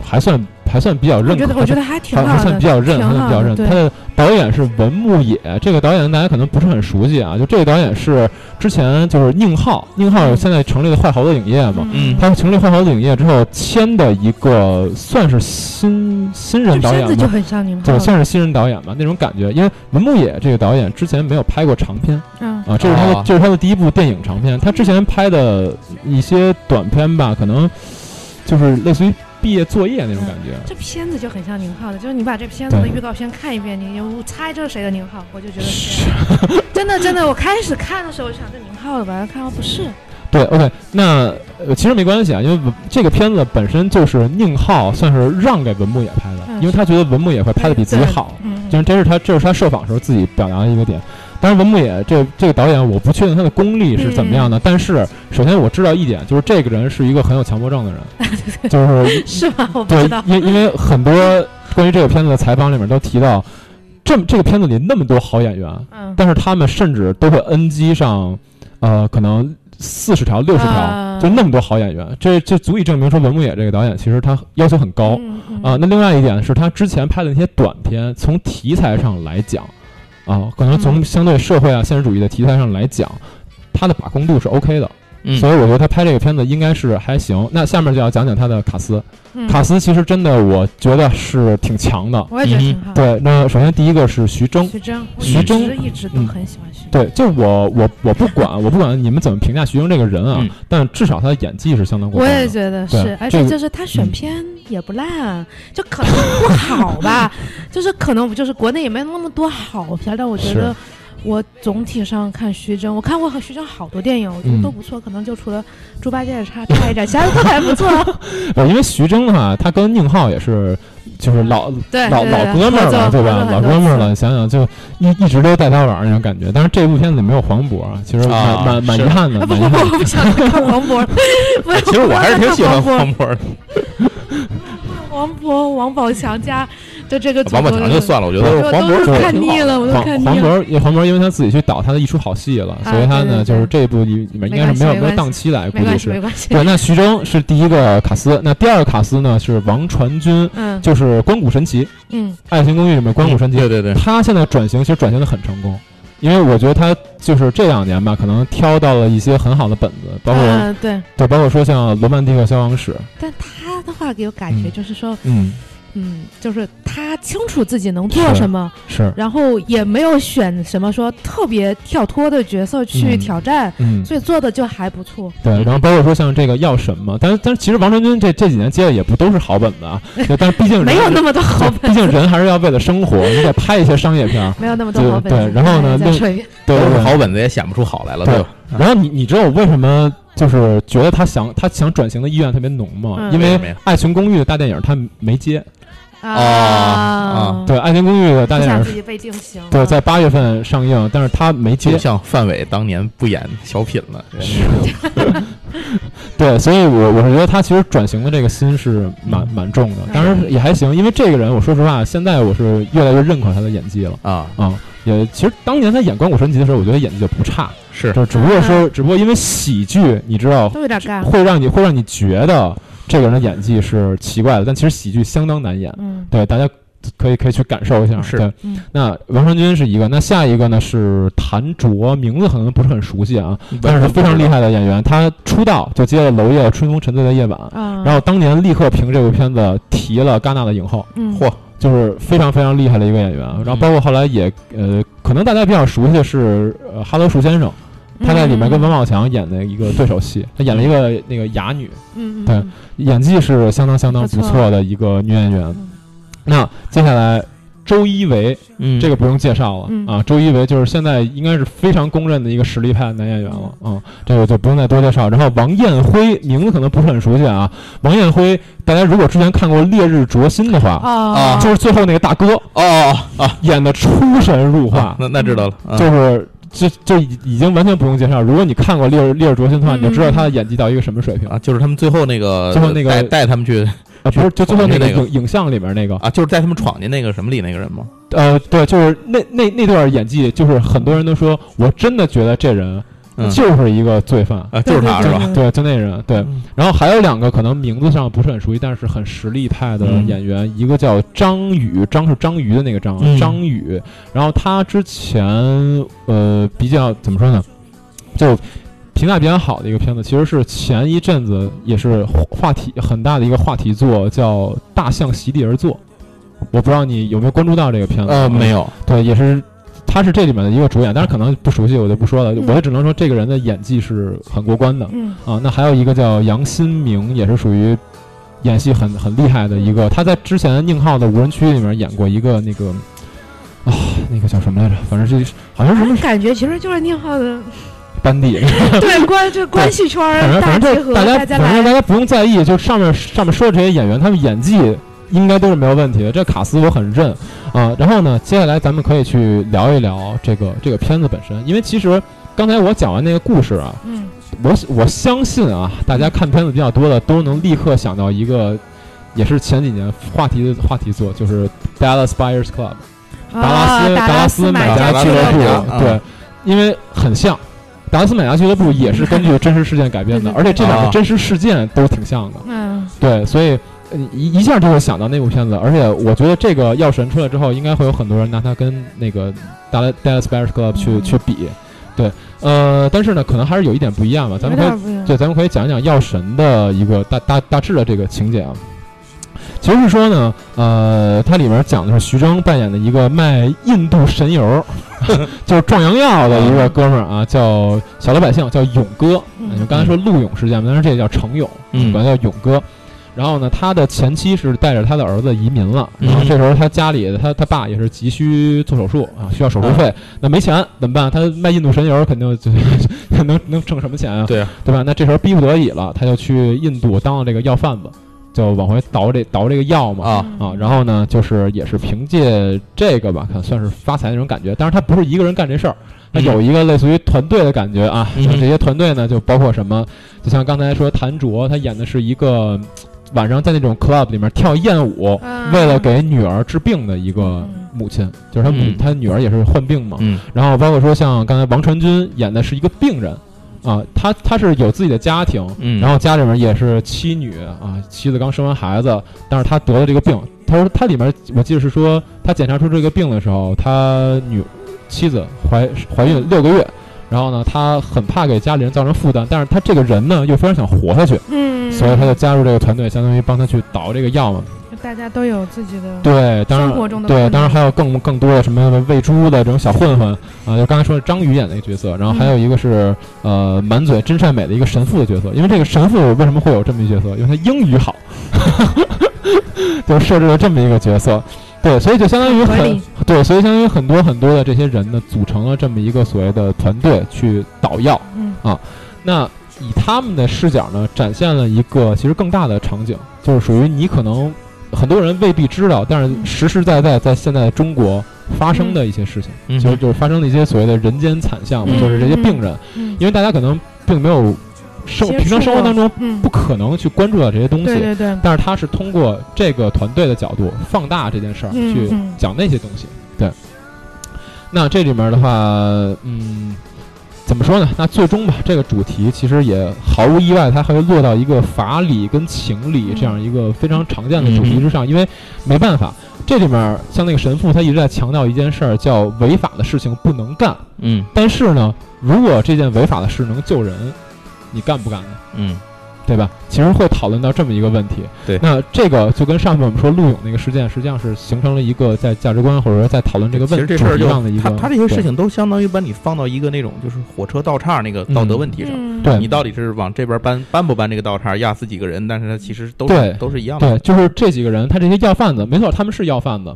Speaker 3: 还算还算比较
Speaker 2: 我
Speaker 3: 认
Speaker 2: 觉
Speaker 3: 可，
Speaker 2: 得我觉得还挺
Speaker 3: 还还
Speaker 2: 好
Speaker 3: 算
Speaker 2: 的，
Speaker 3: 比较认，
Speaker 2: 挺
Speaker 3: 还算
Speaker 2: 好
Speaker 3: 比较认。
Speaker 2: 对
Speaker 3: 他的导演是文牧野，这个导演大家可能不是很熟悉啊。就这个导演是之前就是宁浩，宁
Speaker 2: 嗯
Speaker 3: 浩现在成立了坏猴子影业嘛。
Speaker 1: 嗯
Speaker 3: 他成立坏猴子影业之后签的一个算是新新人
Speaker 2: 这
Speaker 3: 导演
Speaker 2: 片子就
Speaker 3: 吧，
Speaker 2: 很像宁浩
Speaker 3: 对，，算是新人导演吧那种感觉。因为文牧野这个导演之前没有拍过长片
Speaker 2: 嗯
Speaker 3: 啊，这是他的、
Speaker 1: 哦
Speaker 3: 这是他的第一部电影长片。他之前拍的一些短片吧，可能就是类似于毕业作业那种感觉。
Speaker 2: 这片子就很像宁浩的，就是你把这片子的
Speaker 3: 对
Speaker 2: 预告片看一遍，你就猜这是谁的宁浩，我就觉得是真的真的。我开始看的时候我就想这宁浩的吧，看到不是，
Speaker 3: 对，OK，那呃其实没关系啊，因为文这个片子本身就是宁浩算是让给文牧野拍的，
Speaker 2: 嗯
Speaker 3: 因为他觉得文牧野会拍的比自己好，
Speaker 2: 嗯，
Speaker 3: 就是这是他这是他受访时候自己表扬的一个点。当然，文牧野这这个导演，我不确定他的功力是怎么样的，
Speaker 2: 嗯
Speaker 3: 但是首先我知道一点，就是这个人是一个很有强迫症的 人，就是
Speaker 2: 是吗？我不
Speaker 3: 对
Speaker 2: 知道，，
Speaker 3: 因因为很多关于这个片子的采访里面都提到，这这个片子里那么多好演员，
Speaker 2: 嗯，
Speaker 3: 但是他们甚至都会 NG 上，呃，可能四十条、六十条，
Speaker 2: 啊
Speaker 3: 就那么多好演员，这这足以证明说文牧野这个导演其实他要求很高
Speaker 2: 嗯嗯
Speaker 3: 啊、那另外一点是他之前拍的那些短片，从题材上来讲，啊、可能从
Speaker 2: 嗯
Speaker 3: 相对社会啊、现实主义的题材上来讲，他的把控度是 OK 的，
Speaker 1: 嗯，
Speaker 3: 所以我觉得他拍这个片子应该是还行。那下面就要讲讲他的卡斯，
Speaker 2: 嗯
Speaker 3: 卡斯其实真的我觉得是挺强的。
Speaker 2: 我也觉得挺好。，
Speaker 3: 对，那首先第一个是徐峥，
Speaker 2: 徐峥，我
Speaker 3: 徐
Speaker 2: 一
Speaker 3: 峥
Speaker 2: 直一直都
Speaker 3: 嗯
Speaker 2: 很喜欢徐峥。
Speaker 3: 对，就我我我不管，我不管你们怎么评价徐峥这个人啊，
Speaker 1: 嗯
Speaker 3: 但至少他的演技是相当过
Speaker 2: 我
Speaker 3: 关的。
Speaker 2: 也觉得
Speaker 3: 对
Speaker 2: 是，而
Speaker 3: 这
Speaker 2: 且
Speaker 3: 个
Speaker 2: 就是他选
Speaker 3: 嗯
Speaker 2: 片也不烂啊，就可能不好 吧，就是可能就是国内也没有那么多好片，但我觉
Speaker 3: 是
Speaker 2: 得我总体上看徐峥，我看过和徐峥好多电影，我觉
Speaker 3: 嗯
Speaker 2: 得都不错，可能就除了《猪八戒》差差一点，其他的都还 不错。
Speaker 3: 呃，因为徐峥的话，他跟宁浩也是，就是老
Speaker 2: 对，
Speaker 3: 老
Speaker 2: 对
Speaker 3: 老哥们儿了，对吧？老哥们儿，
Speaker 2: 对合作合作很多次
Speaker 3: 了，想想就一一直都带他玩儿那种感觉。但是这部片子里没有黄渤啊，其实蛮、
Speaker 1: 啊
Speaker 3: 蛮蛮
Speaker 1: 是
Speaker 3: 遗憾
Speaker 2: 啊
Speaker 3: 的，
Speaker 2: 不
Speaker 3: 蛮
Speaker 2: 不
Speaker 3: 遗憾的。
Speaker 2: 不，我不想再看黄 渤了。不要
Speaker 1: 哎其实我还是挺喜 欢
Speaker 2: 不要再看
Speaker 1: 黄渤的，
Speaker 2: 黄渤、黄渤、王宝强加就这个组
Speaker 1: 王宝
Speaker 2: 合
Speaker 1: 强
Speaker 2: 的
Speaker 1: 就算了，我觉得
Speaker 3: 对
Speaker 2: 我
Speaker 1: 黄渤
Speaker 2: 都
Speaker 1: 是
Speaker 2: 看腻了，我都
Speaker 3: 黄
Speaker 2: 看
Speaker 3: 黄
Speaker 2: 腻了。啊
Speaker 3: 渤也黄渤，因为他自己去导他的一出好戏了，所以他
Speaker 2: 对
Speaker 3: 呢
Speaker 2: 对
Speaker 3: 就是
Speaker 2: 对
Speaker 3: 这部里面应该是没有没
Speaker 2: 没关系没
Speaker 3: 有
Speaker 2: 关
Speaker 3: 档期来，估
Speaker 2: 没
Speaker 3: 计
Speaker 2: 关系，
Speaker 3: 是
Speaker 2: 没。关系。
Speaker 3: 对，那徐峥是第一个卡斯，那第二个卡斯呢是王传君，
Speaker 2: 嗯
Speaker 3: 就是《关谷神奇》。
Speaker 2: 嗯
Speaker 3: 《爱情公寓》里面关谷神奇，
Speaker 1: 对对对，
Speaker 3: 他现在转型其实转型的很成功，因为我觉得他就是这两年吧，可能挑到了一些很好的本子，包括、
Speaker 2: 嗯，对，
Speaker 3: 对，包括说像《罗曼蒂克消亡史》，
Speaker 2: 但他的话给我感觉
Speaker 3: 嗯
Speaker 2: 就是说，
Speaker 3: 嗯，
Speaker 2: 嗯，就是他清楚自己能做
Speaker 3: 是
Speaker 2: 什么，
Speaker 3: 是，
Speaker 2: 然后也没有选什么说特别跳脱的角色去
Speaker 3: 嗯
Speaker 2: 挑战，
Speaker 3: 嗯，
Speaker 2: 所以做的就还不错。
Speaker 3: 对，然后包括说像这个《药神》嘛，但是但是其实王传君这这几年接的也不都是好本子 啊，对但是毕竟人
Speaker 2: 没有那么多好
Speaker 3: 对
Speaker 2: 本，
Speaker 3: 毕竟人还是要为了生 活，你得拍一些商业片儿，
Speaker 2: 没有那么多好本
Speaker 3: 对
Speaker 2: 子。
Speaker 3: 对然后呢
Speaker 2: 哎再
Speaker 3: 另
Speaker 2: 说一遍，
Speaker 3: 对
Speaker 1: 都
Speaker 3: 对
Speaker 1: 是
Speaker 3: 对
Speaker 1: 好本子也想不出好来了，对吧？
Speaker 3: 然后你你知道我为什么就是觉得他想他想转型的意愿特别浓吗？
Speaker 2: 嗯
Speaker 3: 哦因
Speaker 1: 为
Speaker 3: 为
Speaker 1: 什么
Speaker 3: 《
Speaker 1: 呀
Speaker 3: 爱情公寓》的大电影他没接，
Speaker 1: 啊
Speaker 3: 哦对，《爱情公寓》的大
Speaker 2: 哦不
Speaker 3: 电
Speaker 2: 想
Speaker 3: 影
Speaker 2: 自
Speaker 3: 是
Speaker 2: 己被定型了。
Speaker 3: 对在八月份上映，但是他没接
Speaker 1: 就，像范伟当年不演小品了，对
Speaker 3: 是 对，所以我我是觉得他其实转型的这个心是蛮蛮重的，
Speaker 2: 嗯
Speaker 3: 当然也还行，因为这个人我说实话，现在我是越来越认可他的演技了。
Speaker 1: 啊，
Speaker 2: 嗯
Speaker 3: 啊、也其实当年他演《关谷神奇》的时候，我觉得演技就不差，
Speaker 1: 是
Speaker 3: 就只不过说，只不过因为喜剧，你知道
Speaker 2: 都有点尬。
Speaker 3: 会让你会让你觉得这个人的演技是奇怪的，但其实喜剧相当难演。
Speaker 2: 嗯
Speaker 3: 对，大家可以可以去感受一下。
Speaker 1: 是
Speaker 3: 对，
Speaker 2: 嗯，
Speaker 3: 那王传君是一个，那下一个呢是谭卓，名字可能不是很熟悉啊，但是非常厉害的演员。他出道就接了娄烨《春风沉醉的夜晚》，
Speaker 2: 啊，
Speaker 3: 然后当年立刻凭这部片子提了戛纳的影后，
Speaker 2: 嗯
Speaker 1: 嚯，
Speaker 3: 就是非常非常厉害的一个演员。然后包括后来也呃，可能大家比较熟悉的是呃《哈喽树先生》。
Speaker 2: 嗯
Speaker 3: 他在里面跟王宝强演的一个对手戏，他演了一个那个哑女，
Speaker 2: 嗯嗯
Speaker 3: 对
Speaker 2: 嗯
Speaker 3: 演技是相当相当不错的一个女演员。
Speaker 2: 嗯
Speaker 3: 那接下来周一围，
Speaker 1: 嗯，
Speaker 3: 这个不用介绍了、
Speaker 2: 嗯
Speaker 3: 啊，周一围就是现在应该是非常公认的一个实力派男演员了
Speaker 2: 嗯
Speaker 3: 啊，这个就不用再多介绍。然后王彦辉名字可能不是很熟悉啊，王彦辉大家如果之前看过《烈日灼心》的话，
Speaker 2: 啊
Speaker 3: 就是最后那个大哥
Speaker 1: 哦哦哦啊
Speaker 3: 演的出神入化，
Speaker 1: 啊，那那知道了，啊
Speaker 3: 就是这这已已经完全不用介绍。如果你看过《烈日烈日灼心》的话，
Speaker 2: 嗯
Speaker 1: 啊
Speaker 3: 你就知道他的演技到一个什么水平。
Speaker 1: 啊，就是他们最后那个
Speaker 3: 最后那个
Speaker 1: 带带他们去
Speaker 3: 啊，不是，就最后那
Speaker 1: 那
Speaker 3: 个
Speaker 1: 个
Speaker 3: 影影像里面那个，
Speaker 1: 啊，就是带他们闯进那个什么里那个人吗？
Speaker 3: 呃，对，就是那那那段演技，就是很多人都说，我真的觉得这人
Speaker 1: 嗯
Speaker 3: 就是一个罪犯，
Speaker 1: 啊，就是他是吧？
Speaker 2: 嗯
Speaker 3: 对，就那人，对。
Speaker 1: 嗯
Speaker 3: 然后还有两个可能名字上不是很熟悉，但是很实力派的
Speaker 1: 嗯
Speaker 3: 演员，一个叫张宇，张是章鱼的那个张，啊
Speaker 1: 嗯
Speaker 3: 张宇。然后他之前呃比较怎么说呢，就评价比较好的一个片子，其实是前一阵子也是话题很大的一个话题作，叫《大象席地而坐》。我不知道你有没有关注到这个片子？
Speaker 1: 呃，没
Speaker 3: 有。
Speaker 1: 有，
Speaker 3: 对，也是。他是这里面的一个主演，但是可能不熟悉，我就不说了。
Speaker 2: 嗯
Speaker 3: 我就只能说这个人的演技是很过关的。
Speaker 2: 嗯
Speaker 3: 啊，那还有一个叫杨新明，也是属于演戏很很厉害的一个。他在之前宁浩的《无人区》里面演过一个那个啊，那个叫什么来着？反正是好像是什么
Speaker 2: 感觉其实就是宁 浩的
Speaker 3: 班底，
Speaker 2: 对关就关系圈
Speaker 3: 反正
Speaker 2: 儿大
Speaker 3: 反正
Speaker 2: 集
Speaker 3: 就
Speaker 2: 合，
Speaker 3: 是大
Speaker 2: 大
Speaker 3: 家
Speaker 2: 家
Speaker 3: 反正大家
Speaker 2: 来，
Speaker 3: 不用在意，就上面上面说的这些演员，他们演技应该都是没有问题的。这卡斯我很认啊。然后呢，接下来咱们可以去聊一聊这个这个片子本身，因为其实刚才我讲完那个故事啊，
Speaker 2: 嗯
Speaker 3: 我我相信啊，大家看片子比较多的都能立刻想到一个，也是前几年话题的话题作，就是 Dallas Buyers Club，、达拉
Speaker 2: 啊
Speaker 3: 斯
Speaker 2: 达
Speaker 3: 拉
Speaker 2: 斯
Speaker 3: 买
Speaker 1: 家
Speaker 3: 俱乐
Speaker 1: 俱乐
Speaker 3: 部，
Speaker 1: 部
Speaker 3: 对
Speaker 1: 啊，
Speaker 3: 因为很像。达拉斯买家俱乐部也是根据真实事件改编的，
Speaker 2: 对对对
Speaker 3: 而且这两个
Speaker 1: 啊
Speaker 3: 真实事件都挺像的，
Speaker 2: 嗯
Speaker 3: 对，所以呃一一下就会想到那部片子，而且我觉得这个《药神》出来之后，应该会有很多人拿它跟那个《Dallas Dallas Buyers Club 去》
Speaker 2: 嗯
Speaker 3: 去比，对，呃，但是呢，可能还是有一点不一样吧，咱
Speaker 2: 有
Speaker 3: 们可以
Speaker 2: 点不一样
Speaker 3: 对，咱们可以讲一讲药神的一个大大大致的这个情节啊。其实是说呢，呃，它里面讲的是徐峥扮演的一个卖印度神油儿， 就是壮阳药的一个哥们儿啊，叫小老百姓，叫勇哥。
Speaker 2: 嗯
Speaker 3: 你们刚才说陆勇事件，但是这也叫程勇，
Speaker 1: 嗯
Speaker 3: 管他叫勇哥。然后呢，他的前妻是带着他的儿子移民了，
Speaker 1: 嗯
Speaker 3: 然后这时候他家里他他爸也是急需做手术啊，需要手术费，那没钱怎么办？他卖印度神油肯定就 能能挣什么钱啊？
Speaker 1: 对啊，
Speaker 3: 对吧？那这时候逼不得已了，他就去印度当了这个药贩子，就往回倒这倒这个药嘛。
Speaker 1: 啊
Speaker 2: 嗯
Speaker 3: 啊，然后呢，就是也是凭借这个吧，看算是发财那种感觉。但是他不是一个人干这事儿，他
Speaker 1: 嗯
Speaker 3: 有一个类似于团队的感觉啊。
Speaker 1: 嗯
Speaker 3: 像这些团队呢，就包括什么，就像刚才说谭卓，他演的是一个嗯晚上在那种 club 里面跳艳舞，
Speaker 2: 啊
Speaker 3: 为了给女儿治病的一个
Speaker 2: 嗯
Speaker 3: 母亲，就是他母、
Speaker 1: 嗯
Speaker 3: 他女儿也是患病嘛。
Speaker 1: 嗯
Speaker 3: 然后包括说像刚才王传君演的是一个病人，啊，他他是有自己的家庭，
Speaker 1: 嗯，
Speaker 3: 然后家里面也是妻女啊，妻子刚生完孩子，但是他得了这个病，他说他里面我记得是说他检查出这个病的时候，他女妻子怀怀孕六个月。然后呢，他很怕给家里人造成负担，但是他这个人呢又非常想活下去，
Speaker 2: 嗯，
Speaker 3: 所以他就加入这个团队，相当于帮他去倒这个药嘛。
Speaker 2: 大家都有自己的
Speaker 3: 对，当然
Speaker 2: 生活中的
Speaker 3: 对，
Speaker 2: 困
Speaker 3: 当然
Speaker 2: 难
Speaker 3: 还有更更多的什么喂猪的这种小混混啊，就刚才说的张宇演的一个角色，然后还有
Speaker 2: 嗯
Speaker 3: 一个是、呃满嘴真善美的一个神父的角色，因为这个神父为什么会有这么一个角色？因为他英语好， 就设置了这么一个角色。对，所以就相当于
Speaker 2: 合
Speaker 3: 很
Speaker 2: 理
Speaker 3: 对，所以相当于很多很多的这些人呢，组成了这么一个所谓的团队去捣药。
Speaker 2: 嗯
Speaker 3: 那以他们的视角呢，展现了一个其实更大的场景，就是属于你可能很多人未必知道，但
Speaker 2: 嗯
Speaker 3: 是实实在在在现在的中国发生的一些事情，
Speaker 1: 嗯
Speaker 3: 其实就是发生的一些所谓的人间惨象嘛，
Speaker 2: 嗯
Speaker 3: 就是这些病人，
Speaker 2: 嗯
Speaker 3: 因为大家可能并没有生
Speaker 2: 接触
Speaker 3: 平常生活当中
Speaker 2: 嗯
Speaker 3: 不可能去关注到这些东西，
Speaker 2: 对对对
Speaker 3: 但是他啊是通过这个团队的角度放大这件事儿，
Speaker 2: 嗯
Speaker 3: 去
Speaker 2: 嗯
Speaker 3: 讲那些东西。对，那这里面的话，嗯，怎么说呢？那最终吧，这个主题其实也毫无意外，它还会落到一个法理跟情理这样一个非常常见的主题之上，因为没办法，这里面像那个神父他一直在强调一件事儿，叫违法的事情不能干，
Speaker 1: 嗯
Speaker 3: 但是呢，如果这件违法的事能救人，你干不干呢？
Speaker 1: 嗯
Speaker 3: 对吧？其实会讨论到这么一个问题。
Speaker 1: 对
Speaker 3: 那这个就跟上面我们说陆勇那个事件，实际上是形成了一个在价值观或者说在讨嗯论这个
Speaker 1: 其实
Speaker 3: 问
Speaker 1: 这
Speaker 3: 题
Speaker 1: 事儿就
Speaker 3: 上的一个
Speaker 1: 他他这些事
Speaker 3: 对
Speaker 1: 情都相当于把你放到一个那种就是火车道岔那个道德问题上，
Speaker 2: 嗯
Speaker 3: 对
Speaker 1: 你到底是往这边搬搬不搬这个道岔，压死几个人，但是它其实都
Speaker 3: 对
Speaker 1: 是都是一样的。
Speaker 3: 对，就是这几个人，他这些药贩子，没错，他们是药贩子。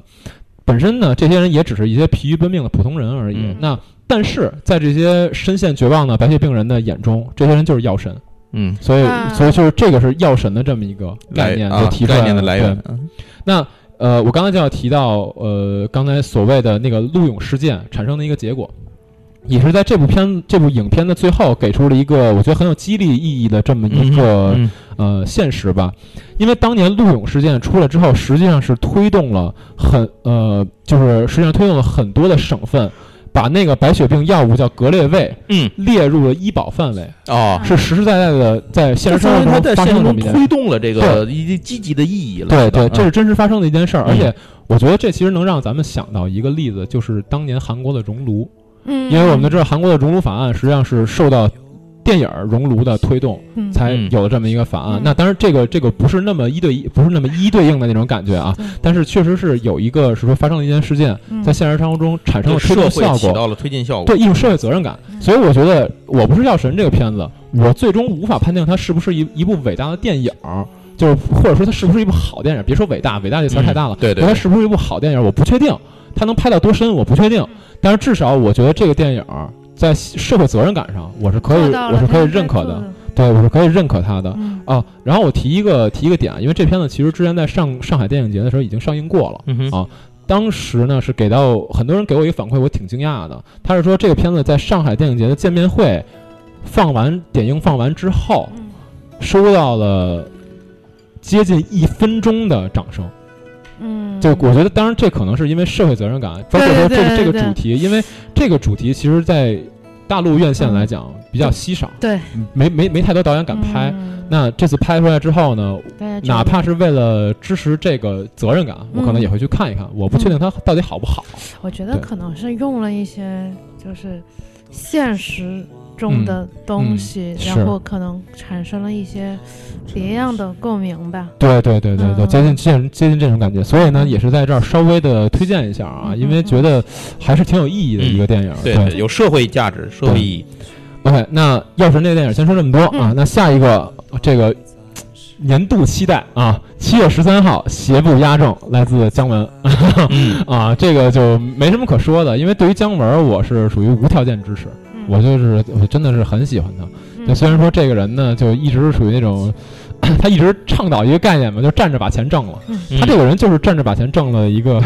Speaker 3: 本身呢，这些人也只是一些疲于奔命的普通人而已。
Speaker 1: 嗯
Speaker 3: 那但是在这些深陷绝望的白血病人的眼中，这些人就是药神。
Speaker 1: 嗯，
Speaker 3: 所以，
Speaker 2: 啊
Speaker 3: 所以就是这个是药神的这么一个
Speaker 1: 来
Speaker 3: 概念
Speaker 1: 啊
Speaker 3: 就提出来
Speaker 1: 概
Speaker 3: 了、
Speaker 1: 念的来
Speaker 3: 对
Speaker 1: 源，嗯
Speaker 3: 那呃，我刚才就要提到呃，刚才所谓的那个陆勇事件产生的一个结果，也是在这部片这部影片的最后给出了一个我觉得很有激励意义的这么一个、
Speaker 1: 嗯
Speaker 3: 呃现实吧，因为当年陆勇事件出来之后，实际上是推动了很呃，就是实际上推动了很多的省份，把那个白血病药物叫格列卫
Speaker 1: 嗯
Speaker 3: 列入了医保范围，
Speaker 1: 哦，
Speaker 3: 是实实在在的在现实
Speaker 1: 就
Speaker 3: 生
Speaker 1: 说
Speaker 3: 活
Speaker 1: 明他在
Speaker 3: 中发
Speaker 1: 现
Speaker 3: 生
Speaker 1: 实
Speaker 3: 了这
Speaker 1: 中
Speaker 3: 么一件
Speaker 1: 推动了这个一定积极的意义了。
Speaker 3: 对对，
Speaker 1: 嗯
Speaker 3: 这是真实发生的一件事儿，
Speaker 1: 嗯
Speaker 3: 而且我觉得这其实能让咱们想到一个例子，就是当年韩国的熔炉，
Speaker 2: 嗯，
Speaker 3: 因为我们都知道韩国的熔炉法案实际上是受到电影儿熔炉的推动，
Speaker 2: 嗯
Speaker 3: 才有了这么一个法案。
Speaker 2: 嗯
Speaker 3: 那当然，这个这个不是那么一对一，不是那么一对应的那种感觉啊
Speaker 2: 对。
Speaker 3: 但是确实是有一个是说发生了一件事件，
Speaker 2: 嗯
Speaker 3: 在现实生活中产生
Speaker 1: 对
Speaker 3: 了推
Speaker 1: 社
Speaker 3: 动
Speaker 1: 会
Speaker 3: 效
Speaker 1: 起
Speaker 3: 果，
Speaker 1: 到了推进效果。
Speaker 3: 对一种社会责任感。
Speaker 2: 嗯
Speaker 3: 所以我觉得《我不是药神》这个片子，我最终无法判定它是不是一一部伟大的电影儿，就是或者说它是不是一部好电影儿。别说伟大，伟大这词儿太大了
Speaker 1: 嗯，对对
Speaker 3: 它是不是一部好电影儿，我不确定。它能拍到多深，我不确
Speaker 2: 嗯
Speaker 3: 定。但是至少我觉得这个电影儿在社会责任感上，我是可
Speaker 2: 做
Speaker 3: 以，
Speaker 2: 到
Speaker 3: 我
Speaker 2: 了
Speaker 3: 是
Speaker 2: 他
Speaker 3: 可以
Speaker 2: 应该
Speaker 3: 认可
Speaker 2: 做
Speaker 3: 的。，啊对，我是可以认可它的。
Speaker 2: 嗯
Speaker 3: 哦，然后我提一个提一个点啊，因为这片子其实之前在上上海电影节的时候已经上映过了。
Speaker 1: 嗯哼
Speaker 3: 啊当时呢是给到很多人给我一个反馈，我挺惊讶的。他是说这个片子在上海电影节的见面会放完点映放完之后，
Speaker 2: 嗯
Speaker 3: 收到了接近一分钟的掌声。
Speaker 2: 嗯，
Speaker 3: 就我觉得，当然这可能是因为社会责任感，包括说这个这个主题，因为这个主题其实，在大陆院线来讲比较稀少，
Speaker 2: 对，
Speaker 3: 没没没太多导演敢拍。
Speaker 2: 嗯
Speaker 3: 那这次拍出来之后呢，
Speaker 2: 大家觉
Speaker 3: 哪
Speaker 2: 得
Speaker 3: 怕是为了支持这个责任感，我可
Speaker 2: 嗯
Speaker 3: 能也会去看一看。我不确定它到底好不好。
Speaker 2: 我觉得
Speaker 3: 对
Speaker 2: 可能是用了一些就是现实中的东西，
Speaker 3: 嗯是
Speaker 2: 然后可能产生了一些别样的共鸣吧。
Speaker 3: 对对对对对，
Speaker 2: 嗯
Speaker 3: 接近接近接近这种感觉。所以呢，也是在这儿稍微的推荐一下啊，
Speaker 2: 嗯
Speaker 3: 因为觉得还是挺有意义的一个电影。
Speaker 1: 对对，有社会价值、社会意义。
Speaker 3: ，OK，那药神这个电影先说这么多啊，
Speaker 2: 嗯
Speaker 3: 那下一个这个。年度期待啊！七月十三号，邪不压正，来自姜文
Speaker 2: 嗯
Speaker 3: 啊，这个就没什么可说的，因为对于姜文，我是属于无条件支持，
Speaker 2: 嗯
Speaker 3: 我就是我真的是很喜欢他。
Speaker 2: 嗯
Speaker 3: 就虽然说这个人呢，就一直是属于那种，他一直倡导一个概念嘛，就站着把钱挣了。
Speaker 1: 嗯
Speaker 3: 他这个人就是站着把钱挣了一个，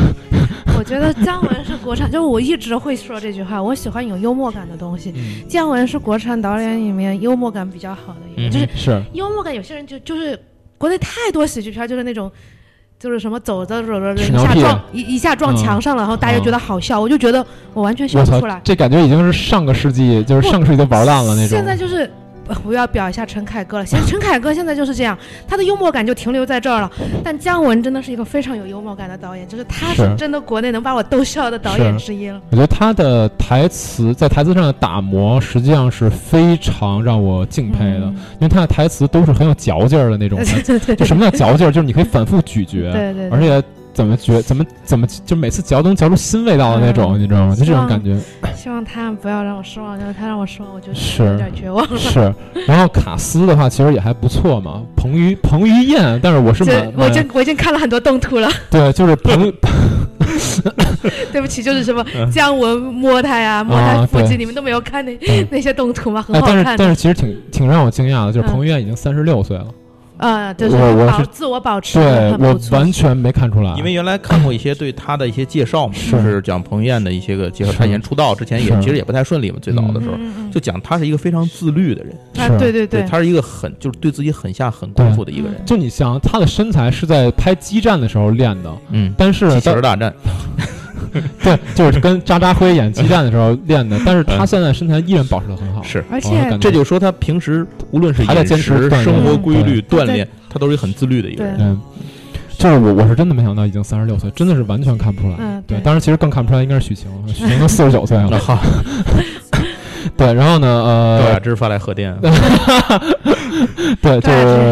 Speaker 2: 我觉得姜文是国产，就是我一直会说这句话，我喜欢有幽默感的东西。姜文是国产导演里面幽默感比较好的一个，
Speaker 1: 嗯
Speaker 2: 就是
Speaker 3: 是
Speaker 2: 幽默感，有些人就就是国内太多喜剧片儿就是那种。就是什么走着走着
Speaker 3: 屎
Speaker 2: 人一
Speaker 3: 尿
Speaker 2: 下
Speaker 3: 屁
Speaker 2: 撞一一下
Speaker 3: 嗯
Speaker 2: 撞墙上了，然后大家觉得好笑，我就觉得我完全笑
Speaker 3: 我
Speaker 2: 不
Speaker 3: 操
Speaker 2: 出来，。
Speaker 3: 这感觉已经是上个世纪，就是上个世纪都玩烂啊了那种
Speaker 2: 现。在就是。呃我要表一下陈凯歌了。现在陈凯歌现在就是这样，他的幽默感就停留在这儿了。但姜文真的是一个非常有幽默感的导演，就是他
Speaker 3: 是
Speaker 2: 是真的国内能把我逗笑的导演之一了。
Speaker 3: 我觉得他的台词在台词上的打磨，实际上是非常让我敬佩的，
Speaker 2: 嗯
Speaker 3: 因为他的台词都是很有嚼劲儿的那种
Speaker 2: 对
Speaker 3: 台词。
Speaker 2: 嗯对对
Speaker 3: 就
Speaker 2: 对
Speaker 3: 什么叫嚼劲儿？就是你可以反复咀嚼，
Speaker 2: 对对，
Speaker 3: 而且怎么嚼，怎么怎么，就每次嚼都能嚼出新味道的那种，
Speaker 2: 嗯
Speaker 3: 你知道吗？就这种感觉。
Speaker 2: 希望他不要让我失望，因为他让我失望，我就是有点绝望了。
Speaker 3: 是，然后卡斯的话其实也还不错嘛，彭于彭于晏，但是我是
Speaker 2: 这
Speaker 3: 蛮
Speaker 2: 我已
Speaker 3: 蛮
Speaker 2: 经我已经看了很多动图了，
Speaker 3: 对，就是彭于
Speaker 2: 对不起，就是什么姜文摸他呀，摸他
Speaker 3: 嗯啊
Speaker 2: 腹
Speaker 3: 对
Speaker 2: 肌，你们都没有看那
Speaker 3: 对
Speaker 2: 那些动图吗？很
Speaker 3: 哎，
Speaker 2: 好
Speaker 3: 但是
Speaker 2: 看的
Speaker 3: 但是其实挺挺让我惊讶的，就是
Speaker 2: 嗯
Speaker 3: 彭于晏已经三十六岁了，
Speaker 2: 啊，就是
Speaker 3: 我我
Speaker 2: 保
Speaker 3: 是
Speaker 2: 自我保持
Speaker 3: 对
Speaker 2: 得很
Speaker 3: 我
Speaker 2: 不错，
Speaker 3: 完全没看出来，
Speaker 1: 因为原来看过一些对他的一些介绍嘛，
Speaker 3: 啊是
Speaker 1: 就是讲彭于晏的一些个介绍。
Speaker 3: 是
Speaker 1: 他以前出道之前也
Speaker 3: 是
Speaker 1: 其实也不太顺利嘛，最早的
Speaker 2: 嗯
Speaker 1: 时候
Speaker 2: 嗯嗯
Speaker 1: 就讲他是一个非常自律的人，
Speaker 2: 啊
Speaker 3: 是
Speaker 2: 对对对，
Speaker 1: 他是一个很就是对自己很下狠功夫的一个人。
Speaker 3: 就你想他的身材是在拍激战的时候练的，
Speaker 1: 嗯，
Speaker 3: 但是
Speaker 1: 机器
Speaker 3: 当
Speaker 1: 人大战，
Speaker 3: 对，就是跟渣渣辉演激战的时候练的，但是他现在身材依然保持的很好，
Speaker 1: 嗯是
Speaker 2: 而
Speaker 3: 我哦感
Speaker 2: 且
Speaker 3: 觉
Speaker 1: 这就说他平时无论是
Speaker 3: 还在
Speaker 1: 饮
Speaker 3: 坚持
Speaker 1: 食、
Speaker 3: 锻炼
Speaker 1: 生活规律、
Speaker 2: 对
Speaker 1: 锻炼，他都是一个很自律的一个人。
Speaker 3: 嗯。就是我，我是真的没想到已经三十六岁，真的是完全看不出来。
Speaker 2: 嗯
Speaker 3: 对，
Speaker 2: 对
Speaker 3: 当然其实更看不出来应该是许 晴，许晴都四十九岁了。
Speaker 1: 好，
Speaker 3: 对，然后呢，
Speaker 1: 赵
Speaker 3: 呃
Speaker 1: 雅，啊芝发来贺电，
Speaker 3: 对，就
Speaker 2: 对，这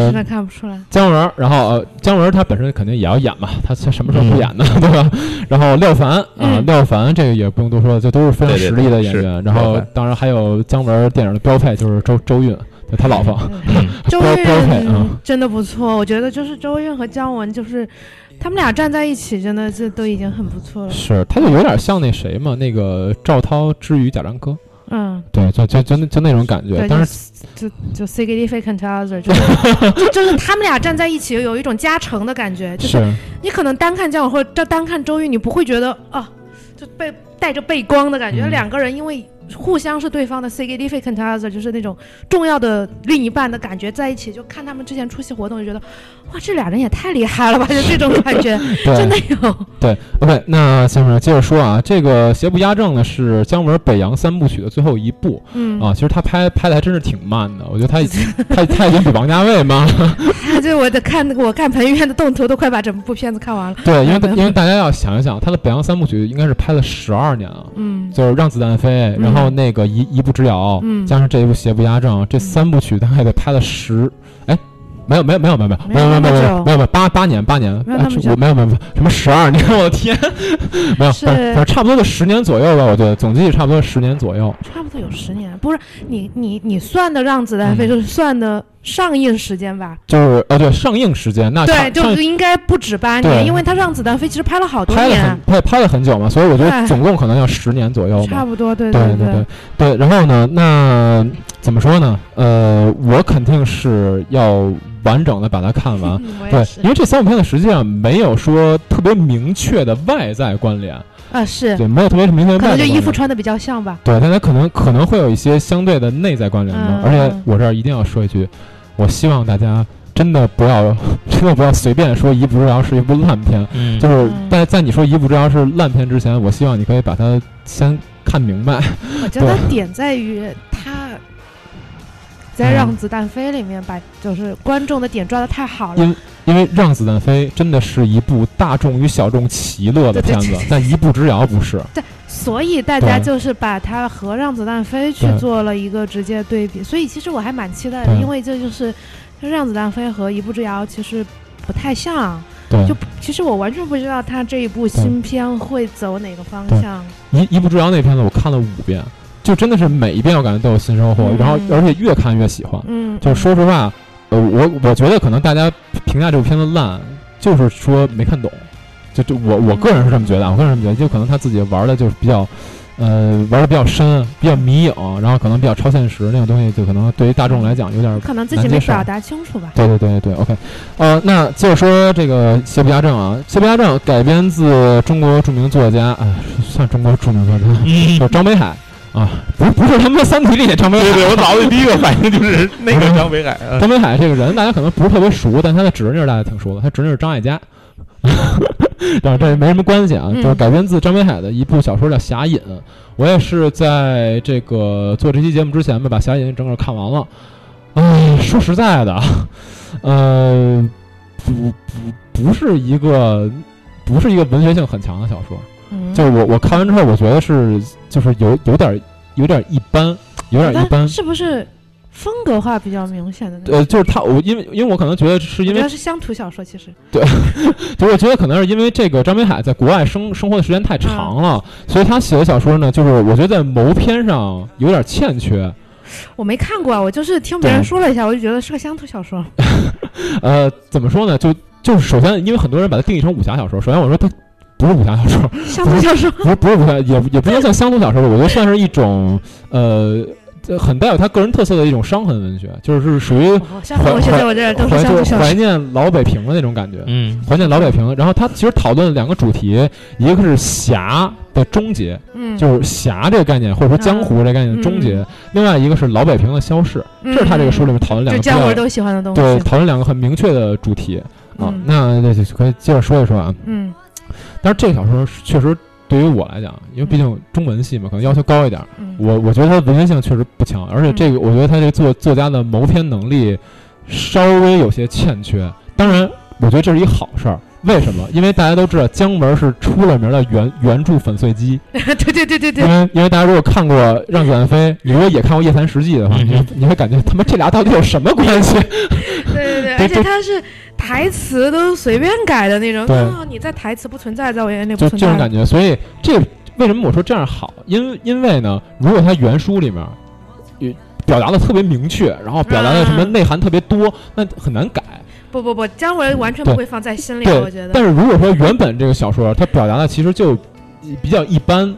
Speaker 3: 是
Speaker 2: 真的看不出来。
Speaker 3: 姜文儿，然后呃，姜文儿他本身肯定也要演嘛，他他什么时候不演呢？ 对吧？然后廖凡啊、
Speaker 2: 嗯
Speaker 3: 廖凡这个也不用多说了，就都是非常
Speaker 1: 对对
Speaker 3: 实
Speaker 1: 对
Speaker 3: 力的演
Speaker 1: 是
Speaker 3: 员。然后
Speaker 1: 廖凡
Speaker 3: 当然还有姜文儿电影的标配就是周周 韵，就他老婆。
Speaker 2: 周
Speaker 3: 嗯标标配
Speaker 2: 韵
Speaker 3: 嗯
Speaker 2: 真的不错，我觉得就是周韵和姜文，就是他们俩站在一起，真的这都已经很不错了。
Speaker 3: 是，他就有点像那谁嘛，那个赵涛之于贾樟柯，
Speaker 2: 嗯，
Speaker 3: 对，就就就那就那种感觉。
Speaker 2: 对，
Speaker 3: 但
Speaker 2: 就是就就 C G D f a k e n t other，就 是就就是他们俩站在一起，有一种加成的感觉。就是
Speaker 3: 是
Speaker 2: 你可能单看姜文或者单看周韵，你不会觉得啊，就被带着背光的感觉。
Speaker 3: 嗯
Speaker 2: 两个人因为互相是对方的 significant other，就是那种重要的另一半的感觉，在一起就看他们之前出席活动，就觉得哇，这俩人也太厉害了 吧，就这种感觉，
Speaker 3: 对
Speaker 2: 真的有。
Speaker 3: OK，那先生接着说啊，这个《邪不压正》呢是姜文《北洋三部曲》的最后一部
Speaker 2: 嗯，
Speaker 3: 啊。其实他拍拍的还真是挺慢的，我觉得他已 经他他已经比王家卫慢了。
Speaker 2: 啊，这我得看，我看彭于晏的动图都快把整部片子看完了。
Speaker 3: 对，因 为因为大家要想一想，他的《北洋三部曲》应该是拍了十二年啊，
Speaker 2: 嗯，
Speaker 3: 就是《让子弹飞》，然后那个一一步之遥，
Speaker 2: 嗯
Speaker 3: 加上这一部《邪不压正》，这三部曲大概得拍了十，哎，没有没有没有没有没有没有没有没有没有八八年八年，哎
Speaker 2: 没有那么久
Speaker 3: 我没有没有没有什么十二年， 我的天，没有，
Speaker 2: 是
Speaker 3: 反正反正差不多就十年左右吧，我觉得总计也差不多十年左右。
Speaker 2: 差不多有十年，不是你你你算的《让子弹飞》
Speaker 3: 嗯
Speaker 2: 就是算的上映时间吧？
Speaker 3: 就是呃对上映时间那
Speaker 2: 对，
Speaker 3: 差上
Speaker 2: 就应该不止八
Speaker 3: 对
Speaker 2: 年，因为他《让子弹飞》其实拍了好多
Speaker 3: 拍了
Speaker 2: 年啊
Speaker 3: 很，拍拍了很久嘛，所以我觉得
Speaker 2: 对
Speaker 3: 总共可能要十年左右吧
Speaker 2: 差。不多，对
Speaker 3: 哦对
Speaker 2: 对
Speaker 3: 对对，然后呢，那怎么说呢？呃，我肯定是要完整的把它看完，
Speaker 2: 嗯我也
Speaker 3: 对
Speaker 2: 是，
Speaker 3: 因为这三部片子实际上没有说特别明确的外在关联，
Speaker 2: 啊，是，
Speaker 3: 对，没有特别明确的
Speaker 2: 可
Speaker 3: 外在
Speaker 2: 能就
Speaker 3: 关
Speaker 2: 衣服
Speaker 3: 联。
Speaker 2: 穿的比较像吧。
Speaker 3: 对，但它可能可能会有一些相对的内在关联吧。
Speaker 2: 嗯
Speaker 3: 而且我这儿一定要说一句，我希望大家真的不要 真的不要随便说《一步之遥》是一部烂片，
Speaker 1: 嗯，
Speaker 3: 就是
Speaker 2: 嗯
Speaker 3: 在在你说《一步之遥》是烂片之前，我希望你可以把它先看明白。
Speaker 2: 我觉得点在于 他
Speaker 3: 嗯
Speaker 2: 在《让子弹飞》里面把就是观众的点抓的太好了。
Speaker 3: 因为《让子弹飞》真的是一部大众与小众齐乐的
Speaker 2: 对对
Speaker 3: 片子
Speaker 2: 对，
Speaker 3: 但《一步之遥》不是。
Speaker 2: 所以大家
Speaker 3: 对
Speaker 2: 就是把它和《让子弹飞》去
Speaker 3: 对
Speaker 2: 做了一个直接对比，所以其实我还蛮期待的，
Speaker 3: 对
Speaker 2: 因为这就是《让子弹飞》和《一步之遥》其实不太像，
Speaker 3: 对，
Speaker 2: 就其实我完全不知道他这一部新片会走哪个方向。
Speaker 3: 一一步之遥那片子我看了五遍，就真的是每一遍我感觉都有新收获，
Speaker 2: 嗯
Speaker 3: 然后而且越看越喜欢。
Speaker 2: 嗯，
Speaker 3: 就是说实话，呃，我我觉得可能大家评价这部片子烂，就是说没看懂，就就我我个人是这么觉得啊，我个人是这么觉得，就可能他自己玩的就是比较。呃，玩的比较深，比较迷影，然后可能比较超现实那种东西，就可能对于大众来讲有点儿
Speaker 2: 可能自己
Speaker 3: 难接
Speaker 2: 没
Speaker 3: 受
Speaker 2: 表达清楚吧。
Speaker 3: 对对对对，OK，呃，那接着说这个《邪不压正》啊，《邪不压正》改编自中国著名作家，哎，算中国著名作家，
Speaker 1: 嗯
Speaker 3: 就，张北海啊，不是不是他们《三体》里的张北
Speaker 1: 对
Speaker 3: 海，
Speaker 1: 对，我脑子里第一个反应就是那个张北海，啊
Speaker 3: 张北海这个人大家可能不是特别熟，但他的侄女大家挺熟的，他侄女是张艾嘉， 然后这没什么关系啊，
Speaker 2: 嗯
Speaker 3: 就是改编自张北海的一部小说叫《侠隐》，我也是在这个做这期节目之前吧，把《侠隐》整个看完了。哎，说实在的，呃，不不不是一个不是一个文学性很强的小说，
Speaker 2: 嗯，
Speaker 3: 就是我我看完之后，我觉得是就是有有点有点一般，有点一般
Speaker 2: 但。是不是风格化比较明显的那种？
Speaker 3: 呃，就是他，我因为因为我可能觉得是因
Speaker 2: 我觉
Speaker 3: 为
Speaker 2: 得是乡土小说，其实
Speaker 3: 对，我觉得可能是因为这个张北海在国外生生活的时间太长
Speaker 2: 嗯
Speaker 3: 了，所以他写的小说呢，就是我觉得在谋篇上有点欠缺。
Speaker 2: 我没看过啊，我就是听别人说了一下，我就觉得是个乡土 小说。
Speaker 3: 呃，怎么说呢？就就是首先，因为很多人把它定义成武侠小说，首先我说它不是武侠小说，
Speaker 2: 乡土小说，
Speaker 3: 不是不是武侠，也也不能算乡土小说，我觉得算是一种呃。这很带有他个人特色的一种伤痕文学，就是属于
Speaker 2: 哦乡土文学在我这儿都是
Speaker 3: 怀
Speaker 2: 乡
Speaker 3: 就
Speaker 2: 土
Speaker 3: 是
Speaker 2: 小
Speaker 3: 怀
Speaker 2: 说。
Speaker 3: 念老北平的那种感觉。
Speaker 1: 嗯
Speaker 3: 怀念老北平，然后他其实讨论了两个主题，一个是侠的终结，
Speaker 2: 嗯，
Speaker 3: 就是侠这个概念，或者说江湖这个概念的终结；另外一个是老北平的消逝，
Speaker 2: 这
Speaker 3: 这是他这个书里面讨论两
Speaker 2: 嗯就
Speaker 3: 个比
Speaker 2: 姜文
Speaker 3: 较
Speaker 2: 都喜欢的东
Speaker 3: 对
Speaker 2: 西。
Speaker 3: 讨论两个很明确的主题啊
Speaker 2: 嗯。
Speaker 3: 那那就可以接着说一说啊。
Speaker 2: 嗯，
Speaker 3: 但是这个小说确实对于我来讲，因为毕竟中文系嘛，可能要求高一点。
Speaker 2: 嗯
Speaker 3: 我我觉得它的文学性确实不强，而且这个我觉得他这个作作家的谋篇能力稍微有些欠缺。当然，我觉得这是一好事儿。为什么？因为大家都知道姜文是出了名的原原著粉碎机，
Speaker 2: 对对对对
Speaker 3: 因
Speaker 2: 对，
Speaker 3: 为因为大家如果看过《让子弹飞》，你如果也看过《夜残实记》的话，
Speaker 1: 嗯
Speaker 3: 你会你会感觉他妈这俩到底有什么关 系？
Speaker 2: 对对
Speaker 3: 对
Speaker 2: 对，而且他是台词都随便改的那种。
Speaker 3: 对
Speaker 2: 哦，你在台词不存在，在我眼里
Speaker 3: 就
Speaker 2: 不存
Speaker 3: 这种
Speaker 2: 在。
Speaker 3: 感觉。所以这为什么我说这样好？因为因为呢，如果他原书里面呃表达的特别明确，然后表达的什么
Speaker 2: 嗯
Speaker 3: 内涵特别多，那很难改。
Speaker 2: 不不不，姜文完全
Speaker 3: 对
Speaker 2: 不会放在心里，啊
Speaker 3: 对
Speaker 2: 我觉得。
Speaker 3: 但是如果说原本这个小说它表达的其实就比较一般，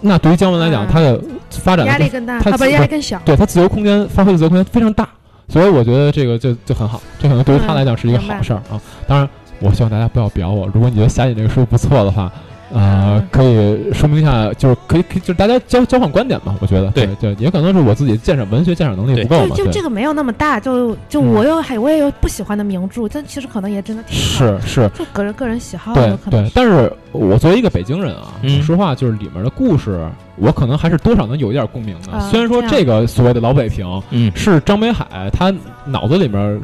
Speaker 3: 那对于姜文来讲，
Speaker 2: 嗯
Speaker 3: 他的发展的
Speaker 2: 压力
Speaker 3: 空
Speaker 2: 更大
Speaker 3: 他
Speaker 2: 啊，不，
Speaker 3: 自
Speaker 2: 压力更小。
Speaker 3: 对他自由空间发挥的自由空间非常大，所以我觉得这个就就很好，这可能对于他
Speaker 2: 嗯
Speaker 3: 来讲是一个
Speaker 2: 明白
Speaker 3: 好事儿啊。当然，我希望大家不要表我，如果你觉得《侠隐》这个书不错的话，
Speaker 2: 嗯
Speaker 3: 呃，可以说明一下，就是可以，可以就是大家交交换观点嘛，我觉得
Speaker 1: 对
Speaker 3: 对，也可能是我自己鉴赏文学鉴赏能力
Speaker 1: 对
Speaker 3: 不够嘛，
Speaker 2: 就就这
Speaker 3: 对，
Speaker 2: 个没有那么大，就就
Speaker 3: 嗯
Speaker 2: 我有还我也有不喜欢的名著，但其实可能也真的挺好的，
Speaker 3: 是是，
Speaker 2: 就个人个人喜好
Speaker 3: 对
Speaker 2: 哦有可能
Speaker 3: 对
Speaker 2: 是。。
Speaker 3: 但是我作为一个北京人啊，说
Speaker 1: 嗯
Speaker 3: 实话就是里面的故事，我可能还是多少能有一点共鸣的。
Speaker 2: 啊
Speaker 3: 虽然说
Speaker 2: 这样
Speaker 3: 这个所谓的老北平
Speaker 1: 嗯，
Speaker 3: 是张北海他脑子里 面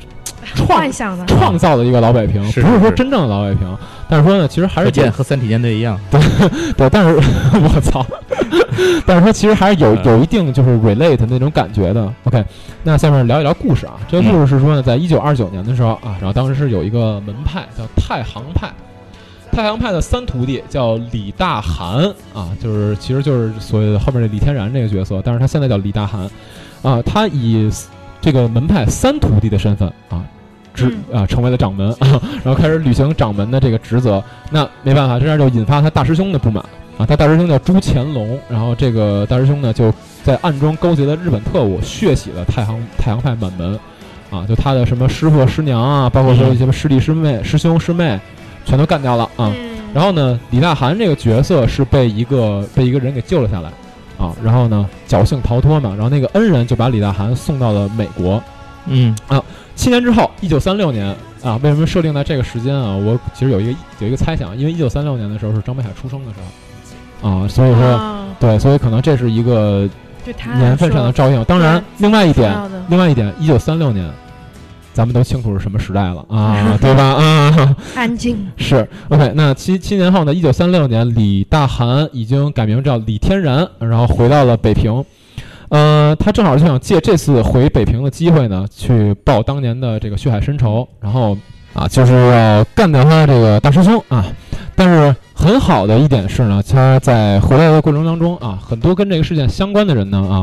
Speaker 3: 创
Speaker 2: 幻想的，
Speaker 3: 创造的一个老北平，
Speaker 1: 是
Speaker 3: 不是
Speaker 1: 是
Speaker 3: 说
Speaker 1: 是
Speaker 3: 真正的老北平，但是说呢，其实还
Speaker 1: 可
Speaker 3: 是
Speaker 1: 见和三体舰队一样，
Speaker 3: 对，但是 我操，但是说其实还是有
Speaker 1: 嗯
Speaker 3: 有一定就是 relate 那种感觉的。OK，那下面聊一聊故事啊。这个故事是说呢，在一九二九年的时候啊，然后当时是有一个门派叫太行派，太行派的三徒弟叫李大寒啊，就是其实就是所谓的后面的李天然这个角色，但是他现在叫李大寒啊，他以这个门派三徒弟的身份啊。职啊、成为了掌门、然后开始履行掌门的这个职责。那没办法，这样就引发他大师兄的不满啊。他大师兄叫朱乾隆，然后这个大师兄呢就在暗中勾结了日本特务，血洗了太行太行派满门啊，就他的什么师傅师娘啊，包括说一些师弟师妹、师兄师妹，全都干掉了啊。
Speaker 2: 嗯，
Speaker 3: 然后呢，李大寒这个角色是被一个被一个人给救了下来，啊，然后呢侥幸逃脱嘛，然后那个恩人就把李大寒送到了美国，
Speaker 1: 嗯
Speaker 3: 七年之后，一九三六年啊，为什么设定在这个时间啊？我其实有一个有一个猜想，因为一九三六年的时候是张北海出生的时候啊，所以说、
Speaker 2: 啊
Speaker 3: 对，所以可能这是一个
Speaker 2: 对他来
Speaker 3: 年份上的
Speaker 2: 说
Speaker 3: 照应。当然
Speaker 2: 对，
Speaker 3: 另外一点
Speaker 2: 重要的，
Speaker 3: 另外一点，一九三六年，咱们都清楚是什么时代了 啊，对吧？啊，
Speaker 2: 安静，
Speaker 3: 是 OK。那七七年后呢？一九三六年，李大寒已经改名叫李天然，然后回到了北平。呃，他正好就想借这次回北平的机会呢，去报当年的这个血海深仇，然后啊，就是要干掉他这个大师兄啊。但是很好的一点是呢，他在回来的过程当中啊，很多跟这个事件相关的人呢啊，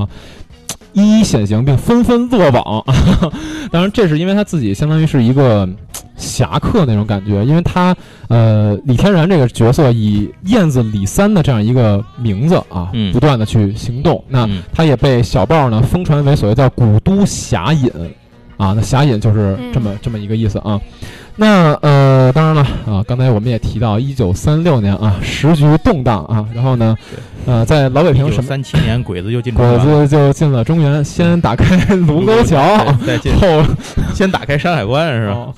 Speaker 3: 一一显形并纷纷落网。啊 哈哈当然，这是因为他自己相当于是一个嗯侠客那种感觉，因为他呃李天然这个角色以燕子李三的这样一个名字啊，
Speaker 1: 嗯
Speaker 3: 不断的去行动。那
Speaker 1: 嗯
Speaker 3: 他也被小报呢疯传为所谓叫古都侠隐啊，那侠隐就是这么、这么一个意思啊。那呃，当然了啊，刚才我们也提到，一九三六年啊，时局动荡啊，然后呢，呃，在老北
Speaker 1: 一
Speaker 3: 平
Speaker 1: 九
Speaker 3: 什么
Speaker 1: 三七年鬼子就进中
Speaker 3: 果
Speaker 1: 原了，
Speaker 3: 子就进了中原，先打开 卢沟桥，
Speaker 1: 对啊再进，
Speaker 3: 后
Speaker 1: 先打开山海关是吧？
Speaker 3: 哦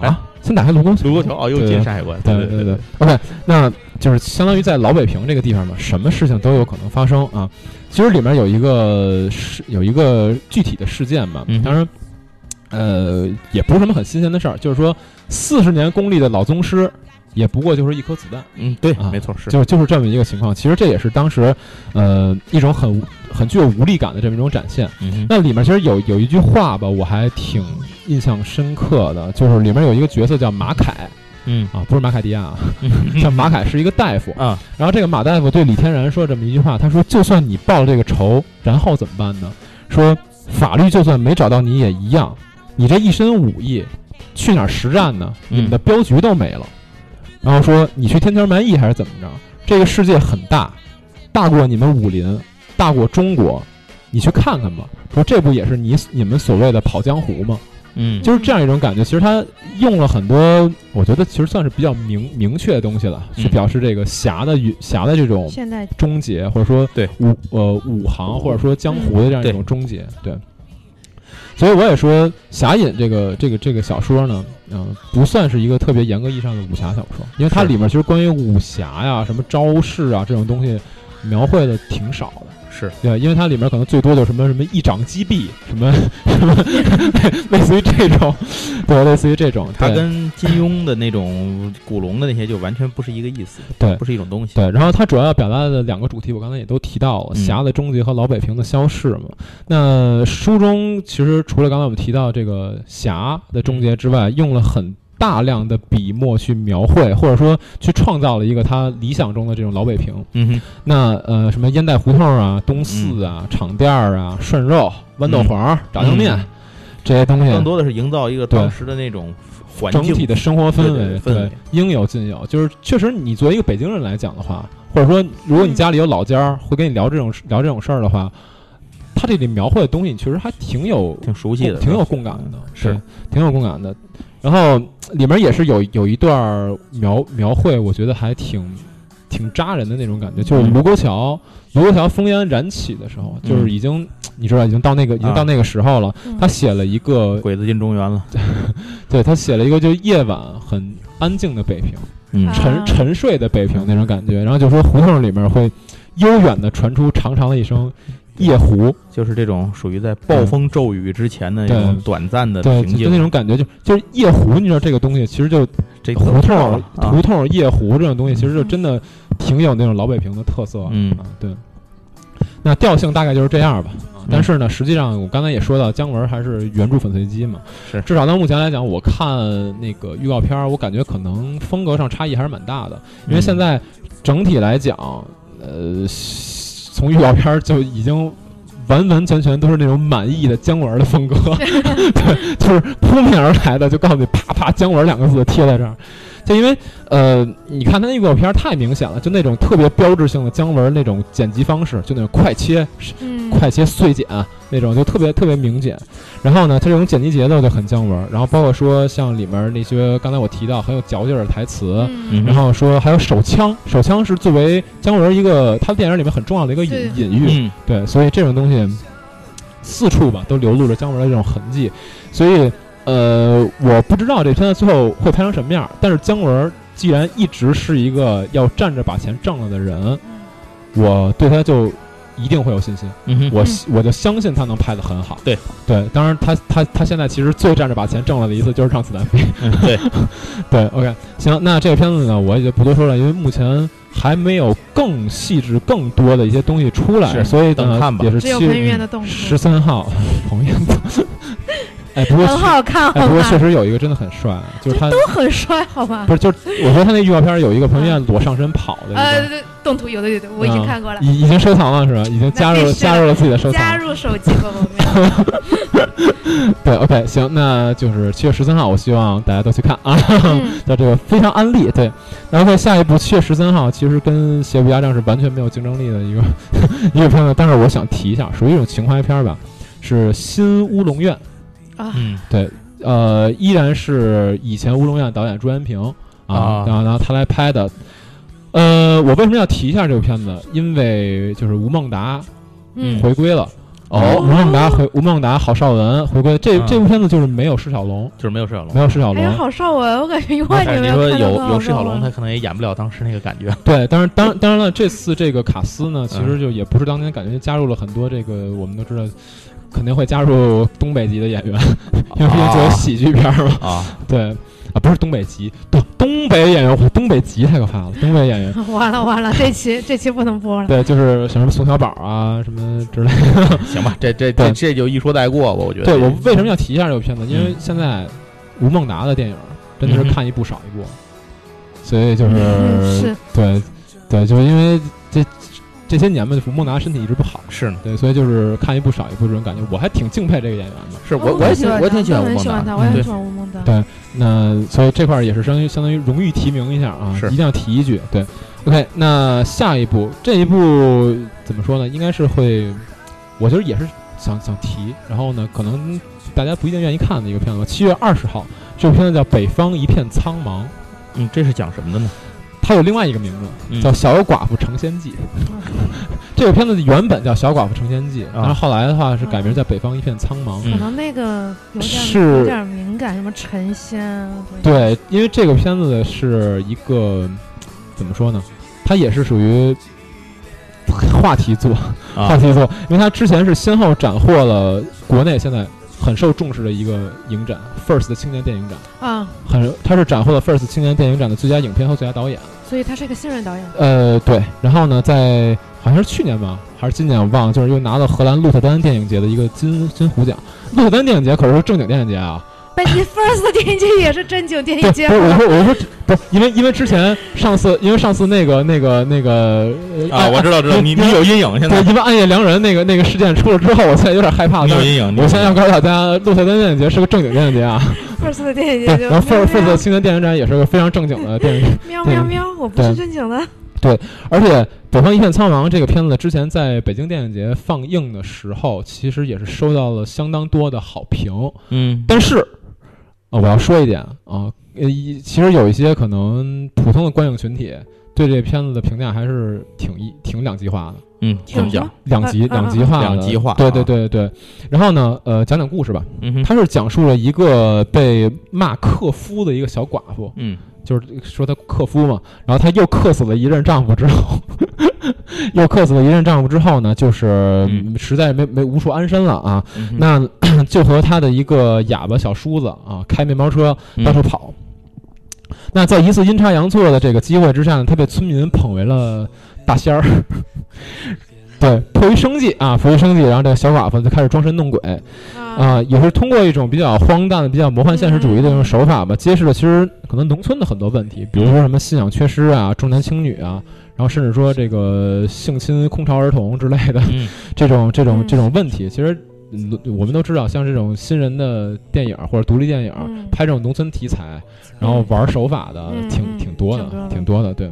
Speaker 3: 啊，先打开卢沟
Speaker 1: 卢沟桥哦，又
Speaker 3: 对
Speaker 1: 进山海关，
Speaker 3: 对
Speaker 1: 对
Speaker 3: 对对，OK，那就是相当于在老北平这个地方嘛，什么事情都有可能发生啊。其实里面有一个事，有一个具体的事件嘛，
Speaker 1: 嗯哼
Speaker 3: 当然，呃，也不是什么很新鲜的事儿，就是说四十年功力的老宗师，也不过就是一颗子弹，
Speaker 1: 嗯对
Speaker 3: 啊，
Speaker 1: 没错是，
Speaker 3: 就就是这么一个情况。其实这也是当时，呃，一种很很具有无力感的这么一种展现。
Speaker 1: 嗯哼
Speaker 3: 那里面其实有有一句话吧，我还挺印象深刻的，就是里面有一个角色叫马凯
Speaker 1: 嗯
Speaker 3: 啊，不是马凯迪亚啊，
Speaker 1: 嗯
Speaker 3: 叫马凯是一个大夫。
Speaker 1: 啊
Speaker 3: 然后这个马大夫对李天然说这么一句话，他说：“就算你报了这个仇，然后怎么办呢？说法律就算没找到你也一样，你这一身武艺去哪儿实战呢？
Speaker 1: 嗯
Speaker 3: 你们的镖局都没了。然后说你去天桥蛮夷还是怎么着？这个世界很大，大过你们武林，大过中国，你去看看吧。说这不也是你你们所谓的跑江湖吗？
Speaker 1: 嗯
Speaker 3: 就是这样一种感觉。其实他用了很多，我觉得其实算是比较明明确的东西了，去
Speaker 1: 嗯
Speaker 3: 表示这个侠的与侠的这种
Speaker 2: 现在
Speaker 3: 终结，或者说
Speaker 1: 对嗯
Speaker 3: 武呃武行或者说江湖的这样一
Speaker 1: 对
Speaker 3: 种终结，对。所以我也说，《侠隐》这个这个这个小说呢，嗯、不算是一个特别严格意义上的武侠小说，因为它
Speaker 1: 是
Speaker 3: 里面其实关于武侠呀、什么招式啊这种东西描绘的挺少的。
Speaker 1: 是
Speaker 3: 对，因为它里面可能最多就什么什么一掌击毙，什么什么 类类似于这种，对，类似于这种。
Speaker 1: 他
Speaker 3: 对
Speaker 1: 跟金庸的那种古龙的那些就完全不是一个意思，
Speaker 3: 对
Speaker 1: 不是一种东西，
Speaker 3: 对，然后它主要表达的两个主题，我刚才也都提到了，
Speaker 1: 嗯
Speaker 3: 侠的终结和老北平的消逝嘛。那书中其实除了刚才我们提到这个侠的终结之外，用了很大量的笔墨去描绘，或者说去创造了一个他理想中的这种老北平。
Speaker 1: 嗯哼，
Speaker 3: 那呃，什么烟袋胡同啊、
Speaker 1: 嗯
Speaker 3: 东四啊、厂店儿啊、涮肉、豌豆黄儿、炸酱面、
Speaker 1: 嗯
Speaker 3: 这些东西，
Speaker 1: 更多的是营造一个
Speaker 3: 对
Speaker 1: 当时的那种环
Speaker 3: 整
Speaker 1: 境
Speaker 3: 体的生活氛围
Speaker 1: 对对对氛围
Speaker 3: 应有尽有。就是确实，你作为一个北京人来讲的话，或者说如果你家里有老家儿，会跟你聊这种聊这种事儿的话，他这里描绘的东西，你确实还挺有
Speaker 1: 哦挺熟悉的，
Speaker 3: 哦
Speaker 1: 嗯
Speaker 3: 挺有共感的，
Speaker 1: 是
Speaker 3: 对挺有共感的。然后里面也是有有一段儿描描绘，我觉得还挺挺扎人的那种感觉，就是卢沟桥，卢沟桥烽烟燃起的时候，
Speaker 1: 嗯
Speaker 3: 就是已经你知道已经到那个已经到那个时候了。
Speaker 2: 嗯
Speaker 3: 他写了一个，
Speaker 1: 鬼子进中原了，
Speaker 3: 对他写了一个，就夜晚很安静的北平，
Speaker 1: 嗯
Speaker 2: 啊
Speaker 3: 沉沉睡的北平那种感觉。然后就说胡同里面会悠远的传出长长的一声夜壶，
Speaker 1: 就是这种属于在暴风骤雨之前的
Speaker 3: 嗯
Speaker 1: 一
Speaker 3: 对
Speaker 1: 种短暂的
Speaker 3: 对，
Speaker 1: 平
Speaker 3: 就就那
Speaker 1: 静。
Speaker 3: 种感觉，就就是夜壶，你知道这个东西其实就
Speaker 1: 这
Speaker 3: 胡
Speaker 1: 都
Speaker 3: 同
Speaker 1: 到
Speaker 3: 儿、
Speaker 1: 了啊
Speaker 3: 胡同儿夜壶这种东西，其实就真的挺有那种老北平的特色。
Speaker 1: 嗯
Speaker 3: 啊，对。那调性大概就是这样吧。
Speaker 1: 嗯
Speaker 3: 啊但是呢，实际上我刚才也说到，姜文还是原著粉碎机嘛。
Speaker 1: 是
Speaker 3: 至少到目前来讲，我看那个预告片儿，我感觉可能风格上差异还是蛮大的，因为
Speaker 1: 嗯
Speaker 3: 现在整体来讲，呃，从预告片儿就已经。完完全全都是那种满意的姜文的风格，对，就是扑面而来的，就告诉你啪啪“姜文”两个字贴在这儿，就因为呃，你看他那预告片儿太明显了，就那种特别标志性的姜文那种剪辑方式，就那种快切、
Speaker 2: 嗯
Speaker 3: 快切碎剪啊那种，就特别特别明显。然后呢，他这种剪辑节奏就很姜文，然后包括说像里面那些刚才我提到很有嚼劲儿的台词。
Speaker 1: 嗯
Speaker 2: 嗯
Speaker 3: 然后说还有手枪，手枪是作为姜文一个他电影里面很重要的一个
Speaker 2: 对
Speaker 3: 隐隐喻，
Speaker 1: 嗯
Speaker 3: 对，所以这种东西四处吧都流露着姜文的这种痕迹，所以呃，我不知道这片子最后会拍成什么样儿。但是姜文既然一直是一个要站着把钱挣了的人，
Speaker 2: 嗯
Speaker 3: 我对他就一定会有信心，
Speaker 1: 嗯哼，
Speaker 3: 我希我就相信他能拍得很好。
Speaker 1: 对
Speaker 3: 对，当然他他他现在其实最站着把钱挣了的一次就是让子弹飞。
Speaker 1: 嗯 对，
Speaker 3: 对，OK，行，那这个片子呢，我也就不多说了，因为目前还没有更细致、更多的一些东西出来，
Speaker 1: 是
Speaker 3: 所以
Speaker 1: 等
Speaker 3: 呢
Speaker 1: 看，吧
Speaker 3: 也是
Speaker 2: 只有
Speaker 3: 七
Speaker 2: 彭于晏的动
Speaker 3: 十
Speaker 2: 作，
Speaker 3: 三号， 彭于晏， 哎，不过
Speaker 2: 很好看，
Speaker 3: 哎，
Speaker 2: 好
Speaker 3: 不过
Speaker 2: 吧？
Speaker 3: 确实有一个真的很帅，啊就是他
Speaker 2: 都很帅，好吧
Speaker 3: 不？是就是我说他那预告片有一个彭于晏裸上身跑的一
Speaker 2: 呃
Speaker 3: 个，，嗯
Speaker 2: 对动图有的有的，我已经看过了，
Speaker 3: 已已经收藏了是吧？已经加入
Speaker 2: 那必须的
Speaker 3: 加入了自己的收
Speaker 2: 加
Speaker 3: 藏。
Speaker 2: 入手机吧，我 没有。
Speaker 3: 对，OK，行，那就是七月十三号，我希望大家都去看啊。
Speaker 2: 嗯
Speaker 3: 的这个非常安利，对。然后在下一部七月十三号，其实跟《邪不压正》是完全没有竞争力的一个 一个片子，但是我想提一下，属于一种情怀片儿吧，是《新乌龙院》，
Speaker 2: 啊，
Speaker 1: 嗯
Speaker 3: 呃，依然是以前乌龙院导演朱延平啊
Speaker 1: 啊，
Speaker 3: 然后然后他来拍的。呃，我为什么要提一下这部片子？因为就是吴孟达
Speaker 2: 嗯
Speaker 3: 回归了。
Speaker 1: 哦
Speaker 3: 吴孟达回吴孟达、郝邵文回归，这
Speaker 1: 啊
Speaker 3: 这部片子就是没有释小龙，
Speaker 1: 就是没有释小龙
Speaker 3: 没。有释小
Speaker 2: 哎呀，
Speaker 3: 龙，
Speaker 2: 郝邵文，我感觉永
Speaker 1: 但
Speaker 2: 远
Speaker 3: 哎
Speaker 1: 是
Speaker 2: 你没
Speaker 1: 哎你说
Speaker 2: 看到啊
Speaker 1: 有
Speaker 2: 过
Speaker 1: 有
Speaker 2: 郝
Speaker 1: 释小
Speaker 2: 邵
Speaker 1: 龙，他
Speaker 2: 文。
Speaker 1: 可能也演不了当时那个感觉。
Speaker 3: 对，当然，当当然了，这次这个卡斯呢，其
Speaker 1: 嗯
Speaker 3: 实就也不是当年感觉加入了很多这个我们都知道，肯定会加入东北籍的演员， 因为毕竟
Speaker 1: 哦
Speaker 3: 作为喜剧片儿嘛。
Speaker 1: 啊，
Speaker 3: 对，啊，不是东北籍，对，东北演员，我东北籍太可怕了，东北演员。
Speaker 2: 完了完了，这期这期不能播了。
Speaker 3: 对，就是像什么宋小宝啊，什么之类的。
Speaker 1: 行吧，这这
Speaker 3: 对
Speaker 1: 这这就一说带过吧，我觉得。
Speaker 3: 对我为什么要提一下这部片子？因为
Speaker 1: 嗯
Speaker 3: 现在吴孟达的电影真的是
Speaker 1: 嗯哼
Speaker 3: 看一部少一部，所以就是
Speaker 2: 嗯是
Speaker 3: 对对，就是因为这这些年嘛，就是吴孟达身体一直不好。
Speaker 1: 是呢？
Speaker 3: 对，所以就是看一部少一部这种感觉，我还挺敬佩这个演员的。
Speaker 1: 是
Speaker 2: 哦
Speaker 1: 我我也挺
Speaker 2: 很喜欢
Speaker 1: 我
Speaker 2: 他
Speaker 1: 挺喜欢吴
Speaker 2: 很
Speaker 1: 孟
Speaker 2: 喜欢
Speaker 1: 达
Speaker 2: 他，
Speaker 1: 的，
Speaker 2: 我也很
Speaker 1: 对
Speaker 2: 喜欢吴孟达。
Speaker 3: 嗯对那所以这块儿也是相当于相当于荣誉提名一下啊，
Speaker 1: 是
Speaker 3: 一定要提一句。对，OK，那下一部这一部怎么说呢？应该是会，我觉得也是想想提，然后呢，可能大家不一定愿意看的一个片子吧。七月二十号，这部片子叫《北方一片苍茫》，
Speaker 1: 嗯，这是讲 什么的呢？
Speaker 3: 它有另外一个名字，
Speaker 1: 嗯
Speaker 3: 叫《小寡妇成仙记》。 这个片子原本叫《小寡妇成仙记》，
Speaker 1: 啊嗯
Speaker 3: 但是后来的话是改名叫《北方一片苍茫》。
Speaker 2: 可能那个有点
Speaker 3: 是
Speaker 2: 有点敏感，什么陈仙啊，
Speaker 3: 对，因为这个片子是一个怎么说呢？它也是属于话题作，话
Speaker 1: 啊，
Speaker 3: 题作，因为它之前是先后斩获了国内现在很受重视的一个影展 FIRST 的青年电影展，
Speaker 2: 啊，
Speaker 3: 很它是斩获了 FIRST 青年电影展的最佳影片和最佳导演。
Speaker 2: 所以他是一个新人导演。
Speaker 3: 呃，对，然后呢，在好像是去年吧，还是今年我忘了，就是又拿了荷兰鹿特丹电影节的一个金金虎奖。鹿特丹电影节可是正经电影节啊，
Speaker 2: 本季 first 电影节也是正经电
Speaker 3: 对，
Speaker 2: 影
Speaker 3: 不
Speaker 2: 节
Speaker 3: 是，我说，我说，不是，因为因为之前上次，因为上次那个那个那个呃
Speaker 1: 啊，
Speaker 3: 暗
Speaker 1: 我知道知道，你
Speaker 3: 因为
Speaker 1: 你有阴影现在
Speaker 3: 对，，因为暗夜良人那个那个事件出了之后，我现在有点害怕了。
Speaker 1: 你
Speaker 3: 但
Speaker 1: 有
Speaker 3: 是
Speaker 1: 阴影。你有
Speaker 3: 我现在
Speaker 1: 阴
Speaker 3: 要
Speaker 1: 影
Speaker 3: 告诉大家，鹿特丹电影节是个正经电影节啊，
Speaker 2: first 电影
Speaker 3: 对
Speaker 2: 节，就
Speaker 3: 然后
Speaker 2: 喵
Speaker 3: First First 青年电影展也是个非常正经的电影，
Speaker 2: 喵喵喵，我不是正经的。
Speaker 3: 而且《北方一片苍茫》这个片子之前在北京电影节放映的时候，其实也是收到了相当多的好评，
Speaker 1: 嗯，
Speaker 3: 但是，呃，我要说一点啊，呃，一其实有一些可能普通的观影群体，对这片子的评价还是挺一挺两极化的，
Speaker 1: 嗯，
Speaker 2: 挺
Speaker 1: 怎么讲？
Speaker 3: 两极
Speaker 2: 啊啊啊
Speaker 3: 两极化的
Speaker 1: 两极化啊
Speaker 3: 对对对对。然后呢，呃，讲讲故事吧。
Speaker 1: 嗯哼，
Speaker 3: 它是讲述了一个被骂克夫的一个小寡妇，
Speaker 1: 嗯
Speaker 3: 就是说她克夫嘛，然后她又克死了一任丈夫之后， 又克死了一任丈夫之后呢，就是、
Speaker 1: 嗯
Speaker 3: 实在没没无处安身了啊，
Speaker 1: 嗯哼，
Speaker 3: 那 就和她的一个哑巴小叔子啊开面包车
Speaker 1: 嗯
Speaker 3: 到处跑。那在一次阴差阳错的这个机会之下呢，他被村民捧为了大仙儿，对，迫于生计啊，迫于生计，然后这个小寡妇就开始装神弄鬼，啊、也是通过一种比较荒诞的、比较魔幻现实主义的这种手法吧，揭示了其实可能农村的很多问题，比如说什么信仰缺失啊、重男轻女啊，然后甚至说这个性侵空巢儿童之类的
Speaker 1: 嗯
Speaker 3: 这种、这种
Speaker 2: 嗯、
Speaker 3: 这种问题，其实。嗯我们都知道，像这种新人的电影或者独立电影，
Speaker 2: 嗯
Speaker 3: 啊拍这种农村题材，然后玩手法的
Speaker 2: 嗯
Speaker 3: 挺、
Speaker 2: 嗯
Speaker 3: 挺多的
Speaker 2: 挺多，的
Speaker 3: 挺多的，对。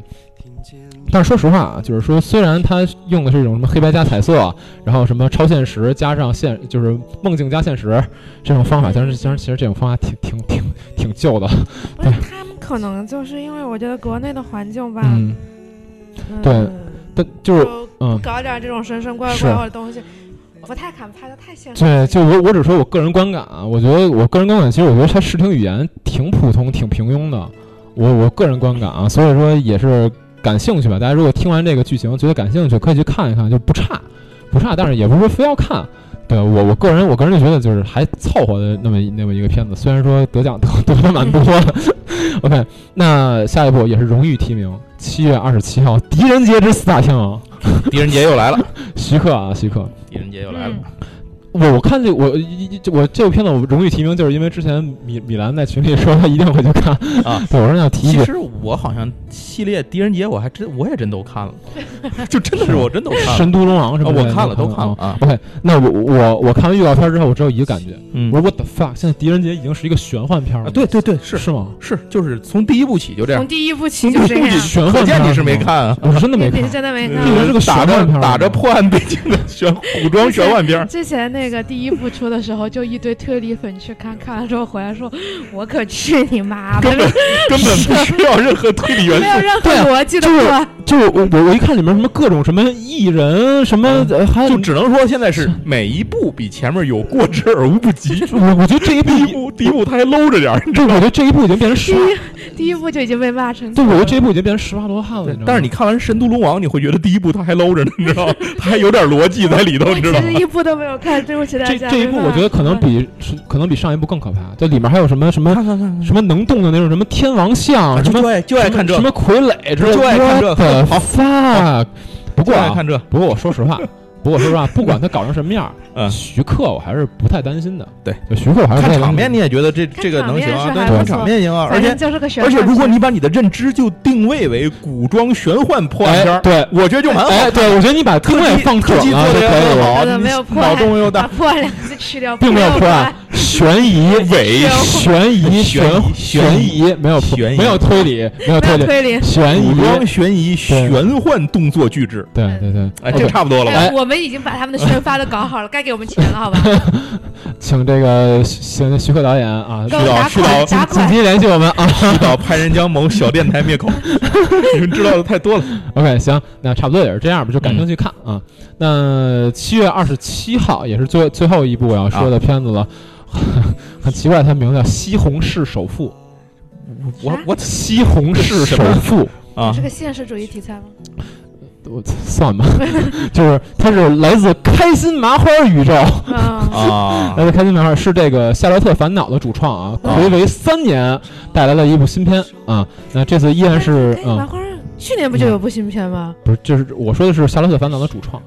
Speaker 3: 但是说实话啊，就是说，虽然它用的是一种什么黑白加彩色，然后什么超现实加上现，就是梦境加现实这种方法，但是其实其实这种方法挺挺挺挺旧的，
Speaker 2: 不嗯是他们可能就是因为我觉得国内的环境吧，
Speaker 3: 嗯，
Speaker 2: 嗯
Speaker 3: 对但就是
Speaker 2: 就
Speaker 3: 嗯，
Speaker 2: 搞点这种神神怪
Speaker 3: 是
Speaker 2: 怪的东西，不太敢拍的太现实
Speaker 3: 对，
Speaker 2: 了。
Speaker 3: 就我我只说我个人观感啊，我觉得我个人观感，其实我觉得它视听语言挺普通、挺平庸的，我我个人观感啊，所以说也是感兴趣吧。大家如果听完这个剧情觉得感兴趣，可以去看一看，就不差，不差，但是也不是说非要看。对我我个人我个人就觉得就是还凑合的那么一那么一个片子，虽然说得奖得得了蛮多的。OK，那下一部也是荣誉提名，七月二十七号《狄仁杰之四大天王》，
Speaker 1: 狄仁杰又来了，
Speaker 3: 徐克啊，徐克。
Speaker 1: 狄仁杰又来
Speaker 2: 嗯
Speaker 1: 了，
Speaker 3: 我我看这我一一这我这部片子我荣誉提名，就是因为之前米米兰在群里说他一定会去看
Speaker 1: 啊。
Speaker 3: 对，我说那要提一
Speaker 1: 其
Speaker 3: 句，
Speaker 1: 实我好像系列狄仁杰我还真我也真都 看了，就真的是我真都看了，
Speaker 3: 神都龙王什
Speaker 1: 啊
Speaker 3: 么之
Speaker 1: 我
Speaker 3: 类的
Speaker 1: 看了
Speaker 2: 嗯
Speaker 1: 都看
Speaker 3: 看
Speaker 1: 了
Speaker 3: 了。
Speaker 1: 啊，
Speaker 3: OK，那我我我看完预告片之后，我只有一个感觉，
Speaker 1: 嗯
Speaker 3: 我说 What the fuck！现在狄仁杰已经是一个玄幻片了
Speaker 1: 啊，对对对，是
Speaker 3: 是吗？
Speaker 1: 是，就是从第一部起就这样
Speaker 2: 从，第一部起就这样，
Speaker 3: 玄幻
Speaker 1: 可
Speaker 3: 片
Speaker 1: 见
Speaker 3: 儿
Speaker 1: 你是
Speaker 2: 嗯
Speaker 1: 没，看啊。
Speaker 3: 我是真的
Speaker 2: 你
Speaker 3: 没看
Speaker 2: 你是。真的没
Speaker 1: 这
Speaker 2: 看
Speaker 3: 这个是
Speaker 2: 吗。
Speaker 3: 个
Speaker 1: 打
Speaker 3: 玄幻片
Speaker 1: 着
Speaker 3: 儿
Speaker 1: 打着破案背景的玄古装玄幻片 儿，
Speaker 2: 之前那个第一部出的时候，就一堆推理粉去看，看完之后回来说：“ 我可去你妈的，
Speaker 1: 根本不需要任何推理元
Speaker 2: 没有
Speaker 1: 素。
Speaker 2: 任何
Speaker 3: 对啊
Speaker 2: 逻辑的
Speaker 3: 就是
Speaker 2: 破。
Speaker 3: 就是我我我一看里面什么各种什么艺人什么，呃还
Speaker 1: 嗯就只能说现在是每一步比前面有过之而无不及。
Speaker 3: 我我觉得这一部
Speaker 1: 第一部第一部他还搂着点儿，
Speaker 3: 这我觉得这一部已经变成十
Speaker 2: 第，一第一部就已经被骂成
Speaker 3: 对，我觉得这一部已经变成十八罗汉了。知道吗
Speaker 1: 但哦是你看完《神都龙王》，你会觉得第一部他还搂着呢，你知道吗？他还有点逻辑在里头，
Speaker 2: 我
Speaker 1: 你知道
Speaker 2: 其实
Speaker 1: 吗？
Speaker 2: 一部都没有看，对不起大
Speaker 3: 这
Speaker 2: 家。嗯
Speaker 3: 这一部我觉得可能比是可能比上一部更可怕，就里面还有什么什么
Speaker 1: 看看
Speaker 3: 什么能动的那种什么天王像，什
Speaker 1: 啊就
Speaker 3: 么
Speaker 1: 就爱就爱看这
Speaker 3: 什
Speaker 1: 个，
Speaker 3: 么傀儡之类的，
Speaker 1: 就爱看这个
Speaker 3: What the fuck！不
Speaker 1: 就
Speaker 3: 过
Speaker 1: 爱
Speaker 3: 啊
Speaker 1: 看这。
Speaker 3: 不过我说实 话，不过我说实话，不管他搞成什么样，
Speaker 1: 嗯
Speaker 3: 徐克我还是不太担心的。
Speaker 1: 对，
Speaker 3: 就徐克我还是不太
Speaker 1: 看
Speaker 3: 担
Speaker 1: 场
Speaker 3: 心
Speaker 1: 面你也觉得这
Speaker 2: 看
Speaker 1: 这个能行啊？
Speaker 2: 场面是
Speaker 1: 对
Speaker 2: 还
Speaker 3: 不
Speaker 1: 看
Speaker 3: 错
Speaker 1: 场面行啊，而
Speaker 2: 反
Speaker 1: 且
Speaker 2: 正就是个玄
Speaker 1: 而
Speaker 2: 幻
Speaker 1: 且
Speaker 2: 片。
Speaker 1: 如果你把你的认知就定位为古装玄幻破案片
Speaker 3: 哎
Speaker 1: 儿，
Speaker 3: 对。
Speaker 1: 我觉得就蛮好。
Speaker 3: 哎，对，我觉得你把定位放准
Speaker 1: 科技做
Speaker 3: 了
Speaker 1: 的
Speaker 3: 就
Speaker 1: 也
Speaker 3: 可以
Speaker 1: 很
Speaker 3: 了，
Speaker 1: 好，
Speaker 2: 对对
Speaker 1: 你
Speaker 2: 没有破
Speaker 1: 脑
Speaker 2: 案
Speaker 1: 洞又
Speaker 2: 把
Speaker 1: 大，
Speaker 2: 破两个字去掉，
Speaker 3: 并没有破案
Speaker 2: 案。，
Speaker 3: 悬疑、
Speaker 1: 伪
Speaker 3: 悬疑、
Speaker 1: 悬疑
Speaker 3: 悬疑，没有破
Speaker 1: 悬疑
Speaker 3: 没有推理，没有
Speaker 2: 没
Speaker 3: 推
Speaker 2: 有
Speaker 3: 理，
Speaker 2: 推理。
Speaker 3: 悬疑
Speaker 1: 古，装悬疑玄幻动作巨制，
Speaker 2: 嗯
Speaker 3: 对对对，
Speaker 1: 哎，这差不多了吧？
Speaker 2: 哎我们已经把他们的宣发都搞好了，该给我们钱了，好吧？
Speaker 3: 请这个徐徐克导演啊，
Speaker 2: 给
Speaker 1: 是
Speaker 2: 我
Speaker 1: 的
Speaker 2: 打
Speaker 1: 是的
Speaker 2: 款，打
Speaker 3: 紧
Speaker 2: 款。
Speaker 3: 急联系我们啊。
Speaker 1: 知道拍人江某小电台灭口， 你们知道的太多了。
Speaker 3: OK，行，那差不多也是这样吧，就感兴趣看啊。那七月二十七号也是最最后一部我要说的片子了，
Speaker 1: 啊
Speaker 3: 很奇怪，它名字叫《西红柿首富》。
Speaker 1: 我我
Speaker 3: 西红柿首富，
Speaker 1: 啊
Speaker 2: 是，个现实主义题材吗？
Speaker 3: 我算吧， 就是它是来自开心麻花宇宙，
Speaker 2: 嗯，
Speaker 1: 啊
Speaker 3: 来自开心麻花是这个《夏洛特烦恼》的主创啊，
Speaker 1: 啊
Speaker 3: 暌违三年带来了一部新片啊。那这次依然是
Speaker 2: 可以哎麻
Speaker 3: 嗯，
Speaker 2: 花儿去年不就有部新片吗？
Speaker 3: 不是，就是我说的是《夏洛特烦恼》的主创，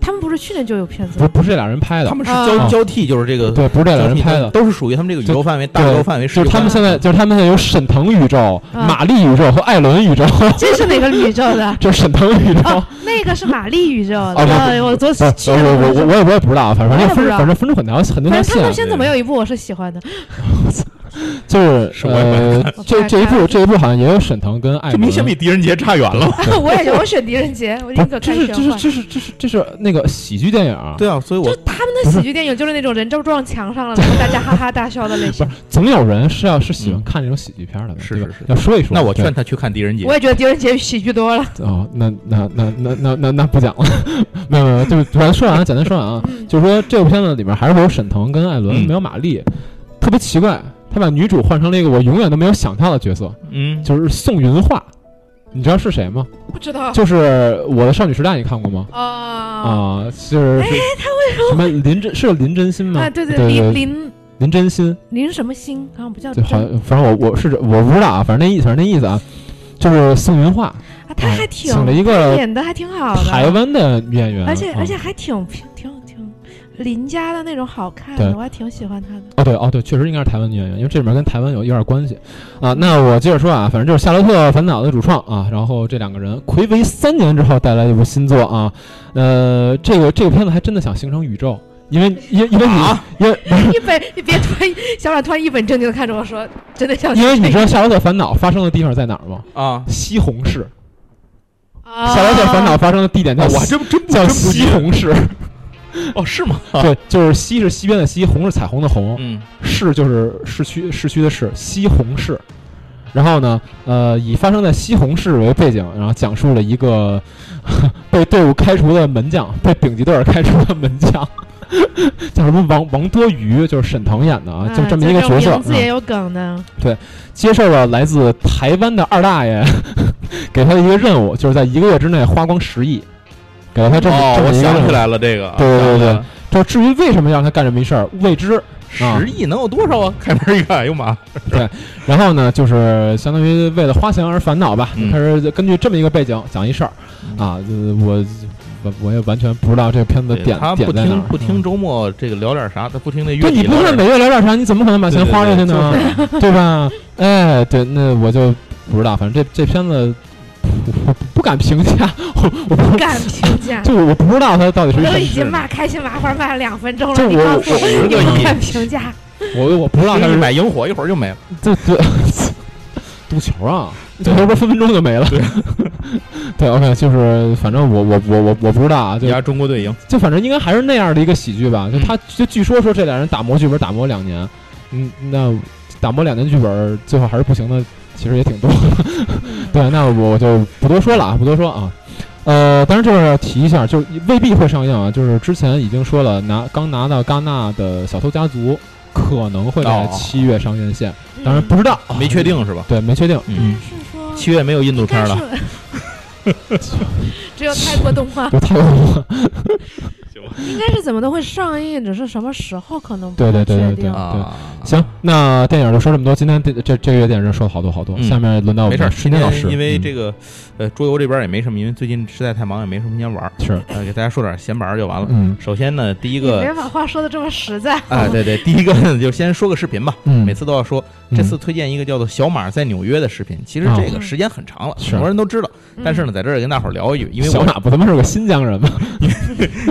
Speaker 2: 他们不是去年就有片子
Speaker 3: 不是
Speaker 2: 吗？
Speaker 3: 不是这俩人拍的
Speaker 1: 他，们是
Speaker 2: 啊
Speaker 1: 交交替，就是这个
Speaker 3: 对，不是这俩
Speaker 1: 交
Speaker 3: 人
Speaker 1: 替
Speaker 3: 拍的。
Speaker 1: 都是属于他们这个宇宙范围、大宇宙范围，
Speaker 3: 就是他们现在，就是他们现在有沈腾宇宙、
Speaker 2: 啊
Speaker 3: 马丽宇宙和艾伦宇宙，？
Speaker 2: 这是哪个宇宙 的
Speaker 3: 就是沈腾宇宙。
Speaker 2: 哦， 那个是玛丽宇宙的。
Speaker 3: 哦不不
Speaker 2: 呃我昨
Speaker 3: 不
Speaker 2: 去
Speaker 3: 是，我
Speaker 2: 年
Speaker 3: 我我我也我也不知道，反正
Speaker 2: 我
Speaker 3: 反正
Speaker 2: 也不
Speaker 3: 分
Speaker 2: 知道
Speaker 3: 反正分出很多很多条
Speaker 2: 反正他
Speaker 3: 线
Speaker 2: 们。片总没有一部我是喜欢的，
Speaker 3: 啊就是
Speaker 1: 是我也没
Speaker 3: 呃，
Speaker 2: 我
Speaker 3: 这
Speaker 2: 看
Speaker 3: 这一部
Speaker 2: 看
Speaker 3: 这一部好像也有沈腾跟艾
Speaker 1: 这
Speaker 3: 伦，
Speaker 1: 明显比狄仁杰差远 了。
Speaker 3: 对
Speaker 2: 我也觉得我选狄仁杰，我
Speaker 3: 不
Speaker 2: 宁
Speaker 3: 是
Speaker 2: 可
Speaker 3: 这
Speaker 2: 看
Speaker 3: 是
Speaker 2: 玄
Speaker 3: 这是
Speaker 2: 幻。
Speaker 3: 这是这是这是那个喜剧电影啊，
Speaker 1: 对啊，所以我
Speaker 2: 就他们的喜剧电影就是那种人都撞 墙上了，然后大家哈哈大笑的类
Speaker 3: 不
Speaker 2: 型
Speaker 3: 是。总有人是要是喜欢
Speaker 1: 嗯
Speaker 3: 看这种喜剧片儿的吧，
Speaker 1: 是
Speaker 3: 对吧
Speaker 1: 是是
Speaker 3: 要说一说。
Speaker 1: 那我
Speaker 3: 对
Speaker 1: 劝他去看狄仁杰
Speaker 2: 我。也觉得狄仁杰喜 剧多了。
Speaker 3: 哦，那那那那那那那不讲了， 没有没有，就是简单说完啊，简单说完啊，
Speaker 2: 嗯，
Speaker 3: 就是说这部片子里面还是会有沈腾跟艾伦，
Speaker 1: 嗯
Speaker 3: 没有马丽，特别奇怪，他把女主换成了一个我永远都没有想到的角色，
Speaker 1: 嗯，
Speaker 3: 就是宋云画，你知道是谁吗？
Speaker 2: 不知道
Speaker 3: 就是《我的少女时代》，你看过吗？
Speaker 2: 啊
Speaker 3: 啊，就是
Speaker 2: 哎
Speaker 3: 他为什么什么林真是林真心吗？
Speaker 2: 啊，对
Speaker 3: 对
Speaker 2: 对，
Speaker 3: 林
Speaker 2: 林林
Speaker 3: 林真心，
Speaker 2: 林什么星好像不叫
Speaker 3: 就
Speaker 2: 哦真
Speaker 3: 好像反正我我是我不知道啊，反正那意思反正那意思啊，就是宋云画
Speaker 2: 啊，他还挺
Speaker 3: 哎请了一个
Speaker 2: 演的还挺好的，
Speaker 3: 台湾的女演员，
Speaker 2: 而且
Speaker 3: 啊
Speaker 2: 而且还挺挺挺挺邻家的那种好看
Speaker 3: 对
Speaker 2: 的，我还挺喜欢他的。
Speaker 3: 哦对哦对，确实应该是台湾女演员，因为这里面跟台湾有有点关系啊。那我接着说啊，反正就是《夏洛特烦恼》的主创啊，然后这两个人暌违三年之后带来一部新作啊，呃，这个这个片子还真的想形成宇宙，因为因为因为你、
Speaker 1: 啊
Speaker 3: 因 为
Speaker 2: 一本，你别突然，小冉突然一本正经的看着我说，真的想
Speaker 3: 因为你知道《夏洛特烦恼》发生的地方在哪儿吗？
Speaker 1: 啊，
Speaker 3: 西红柿，
Speaker 2: 啊
Speaker 3: 《夏洛特烦恼》发生的地点叫
Speaker 1: 哦我还
Speaker 3: 西
Speaker 1: 真真不
Speaker 3: 叫
Speaker 1: 真不记
Speaker 3: 西
Speaker 1: 得
Speaker 3: 红柿。
Speaker 1: 哦，是吗？
Speaker 3: 对，就是西是西边的西，红是彩虹的红，
Speaker 1: 嗯，
Speaker 3: 市就是市区市区的市，西红市。然后呢，呃，以发生在西红柿为背景，然后讲述了一个 被队伍开除的门将，被丙级队儿开除的门将， 叫什么王王多鱼，就是沈腾演的
Speaker 2: 哎
Speaker 3: 啊，就这么一个角色。
Speaker 2: 名字
Speaker 3: 嗯
Speaker 2: 也有梗的，
Speaker 3: 接受了来自台湾的二大爷 给他的一个任务，就是在一个月之内花光十亿，给了他这么、
Speaker 1: 哦
Speaker 3: 这，么
Speaker 1: 我
Speaker 3: 一个任
Speaker 1: 想
Speaker 3: 务
Speaker 1: 起。来了，这个，啊
Speaker 3: 对对对对
Speaker 1: 想
Speaker 3: 就至于为什么要让他干这么一事儿，未知。
Speaker 1: 起来了，十亿能有多少啊？开门一看，哎呦妈，
Speaker 3: 然后呢，就是相当于为了花钱而烦恼吧。
Speaker 1: 嗯
Speaker 3: 他是根据这么一个背景讲一事儿
Speaker 1: 嗯
Speaker 3: 啊，就是我我我也完全不知道这个片子的点
Speaker 1: 他不
Speaker 3: 点在哪
Speaker 1: 听
Speaker 3: 儿。
Speaker 1: 不听
Speaker 3: 嗯，
Speaker 1: 周末这个聊点啥，他不听那乐
Speaker 3: 对
Speaker 1: 理
Speaker 3: 你
Speaker 1: 聊点
Speaker 3: 不
Speaker 1: 啥。
Speaker 3: 是每月聊点啥，你怎么可能把
Speaker 1: 对
Speaker 3: 钱
Speaker 1: 对
Speaker 3: 花出去
Speaker 1: 对
Speaker 3: 呢？ 对吧？哎，对，那我就不知道，反正这这片子我我不敢评价，我我
Speaker 2: 不
Speaker 3: 不
Speaker 2: 敢评 价。
Speaker 3: 就我不知道它到底是
Speaker 2: 我
Speaker 3: 一
Speaker 2: 都
Speaker 3: 什
Speaker 2: 已
Speaker 3: 么。
Speaker 2: 经骂开心麻花骂了两分钟
Speaker 3: 这
Speaker 2: 了，你
Speaker 3: 我
Speaker 2: 告诉
Speaker 1: 我我
Speaker 2: 我，你
Speaker 1: 觉得
Speaker 2: 不
Speaker 1: 也
Speaker 2: 敢评价，
Speaker 3: 我我不知道它
Speaker 1: 一
Speaker 3: 是
Speaker 1: 买萤火，一会儿就没了。
Speaker 3: 这 这赌球 啊，
Speaker 1: 对
Speaker 3: 赌球不是分分钟就没了。
Speaker 1: 对
Speaker 3: 对，OK，就是反正我我我我我不知道啊，就
Speaker 1: 你嗯家中国队赢，
Speaker 3: 就反正应该还是那样的一个喜剧吧。就他就据说说这俩人打磨剧本打磨两年，嗯，那打磨两年剧本最后还是不行的，其实也挺多。 对，那我就不多说了啊，不多说啊。呃，当然这块儿要提一下，就是未必会上映啊。就是之前已经说了，拿刚拿到戛纳的《小偷家族》可能会在
Speaker 1: 哦
Speaker 3: 七月上院线，当然不知道，
Speaker 1: 没确定是吧？
Speaker 3: 嗯对，没确定。
Speaker 2: 嗯。
Speaker 1: 嗯，
Speaker 2: 是说
Speaker 1: 七月没有印度片了。
Speaker 2: 应该是 只有泰国动 画，
Speaker 3: 就太恐 怖了。
Speaker 2: 应该是怎么都会上映，只是什么时候可能不
Speaker 3: 对对
Speaker 2: 太
Speaker 3: 对对
Speaker 2: 确
Speaker 3: 对
Speaker 2: 定。
Speaker 1: 啊，
Speaker 3: 行，那电影就说这么多。今天这这这个月电影说了好多好多，
Speaker 1: 嗯
Speaker 3: 下面轮到我
Speaker 1: 没
Speaker 3: 们
Speaker 1: 事儿，
Speaker 3: 的石天老师，
Speaker 1: 因为
Speaker 3: 嗯
Speaker 1: 这个呃桌游这边也没什么，因为最近实在太忙，也没什么时间玩儿，
Speaker 3: 是
Speaker 1: 呃，给大家说点闲玩儿就完了。
Speaker 3: 嗯
Speaker 1: 首先呢，第一
Speaker 2: 你别
Speaker 1: 个。
Speaker 2: 把话说的这嗯么实在。
Speaker 1: 哎，对对，第一个呢就先说个视频吧，
Speaker 3: 嗯，
Speaker 1: 每次都要说。
Speaker 3: 嗯哦
Speaker 1: 这次推荐一个叫做《小马在纽约》的视频，其实这个时间很长了，
Speaker 3: 是
Speaker 1: 很多人都知道。
Speaker 2: 嗯
Speaker 1: 但是呢，在这儿也跟大伙儿聊一句，因为
Speaker 3: 小
Speaker 1: 我
Speaker 3: 马不他妈是个新疆人吗？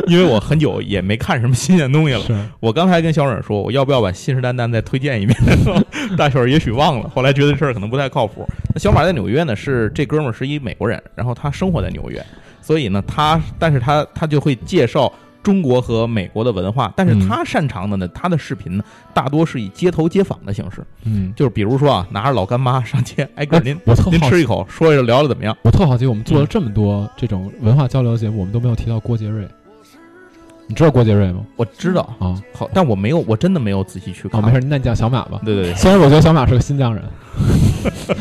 Speaker 1: 因为我很久也 没看什么新鲜东西了，
Speaker 3: 是
Speaker 1: 我刚才跟小沈说，我要不要把信誓旦旦再推荐一遍？ 大婶儿也许忘了，后来觉得这事儿可能不太靠谱。那小马在纽约呢，是这哥们儿是一美国人，然后他生活在纽约，所以呢，他但是他他就会介绍中国和美国的文化，但是
Speaker 3: 嗯
Speaker 1: 他擅长的呢，他的视频呢，大多是以街头街访的形式，
Speaker 3: 嗯，
Speaker 1: 就是比如说啊，拿着老干妈上街，哎哥
Speaker 3: 哎
Speaker 1: 您
Speaker 3: 我特
Speaker 1: 您
Speaker 3: 好
Speaker 1: 吃一
Speaker 3: 奇，
Speaker 1: 口，说一聊聊怎么样？
Speaker 3: 我特好奇，我们做了这么多这种文化交流节目，我们都没有提到郭杰瑞。你知道郭杰瑞吗？
Speaker 1: 我知道，
Speaker 3: 啊
Speaker 1: 好，但我没有，我真的没有仔细去
Speaker 3: 啊，
Speaker 1: 看。
Speaker 3: 没事，那你讲小马吧。
Speaker 1: 对对对，
Speaker 3: 虽然我觉得小马是个新疆 人，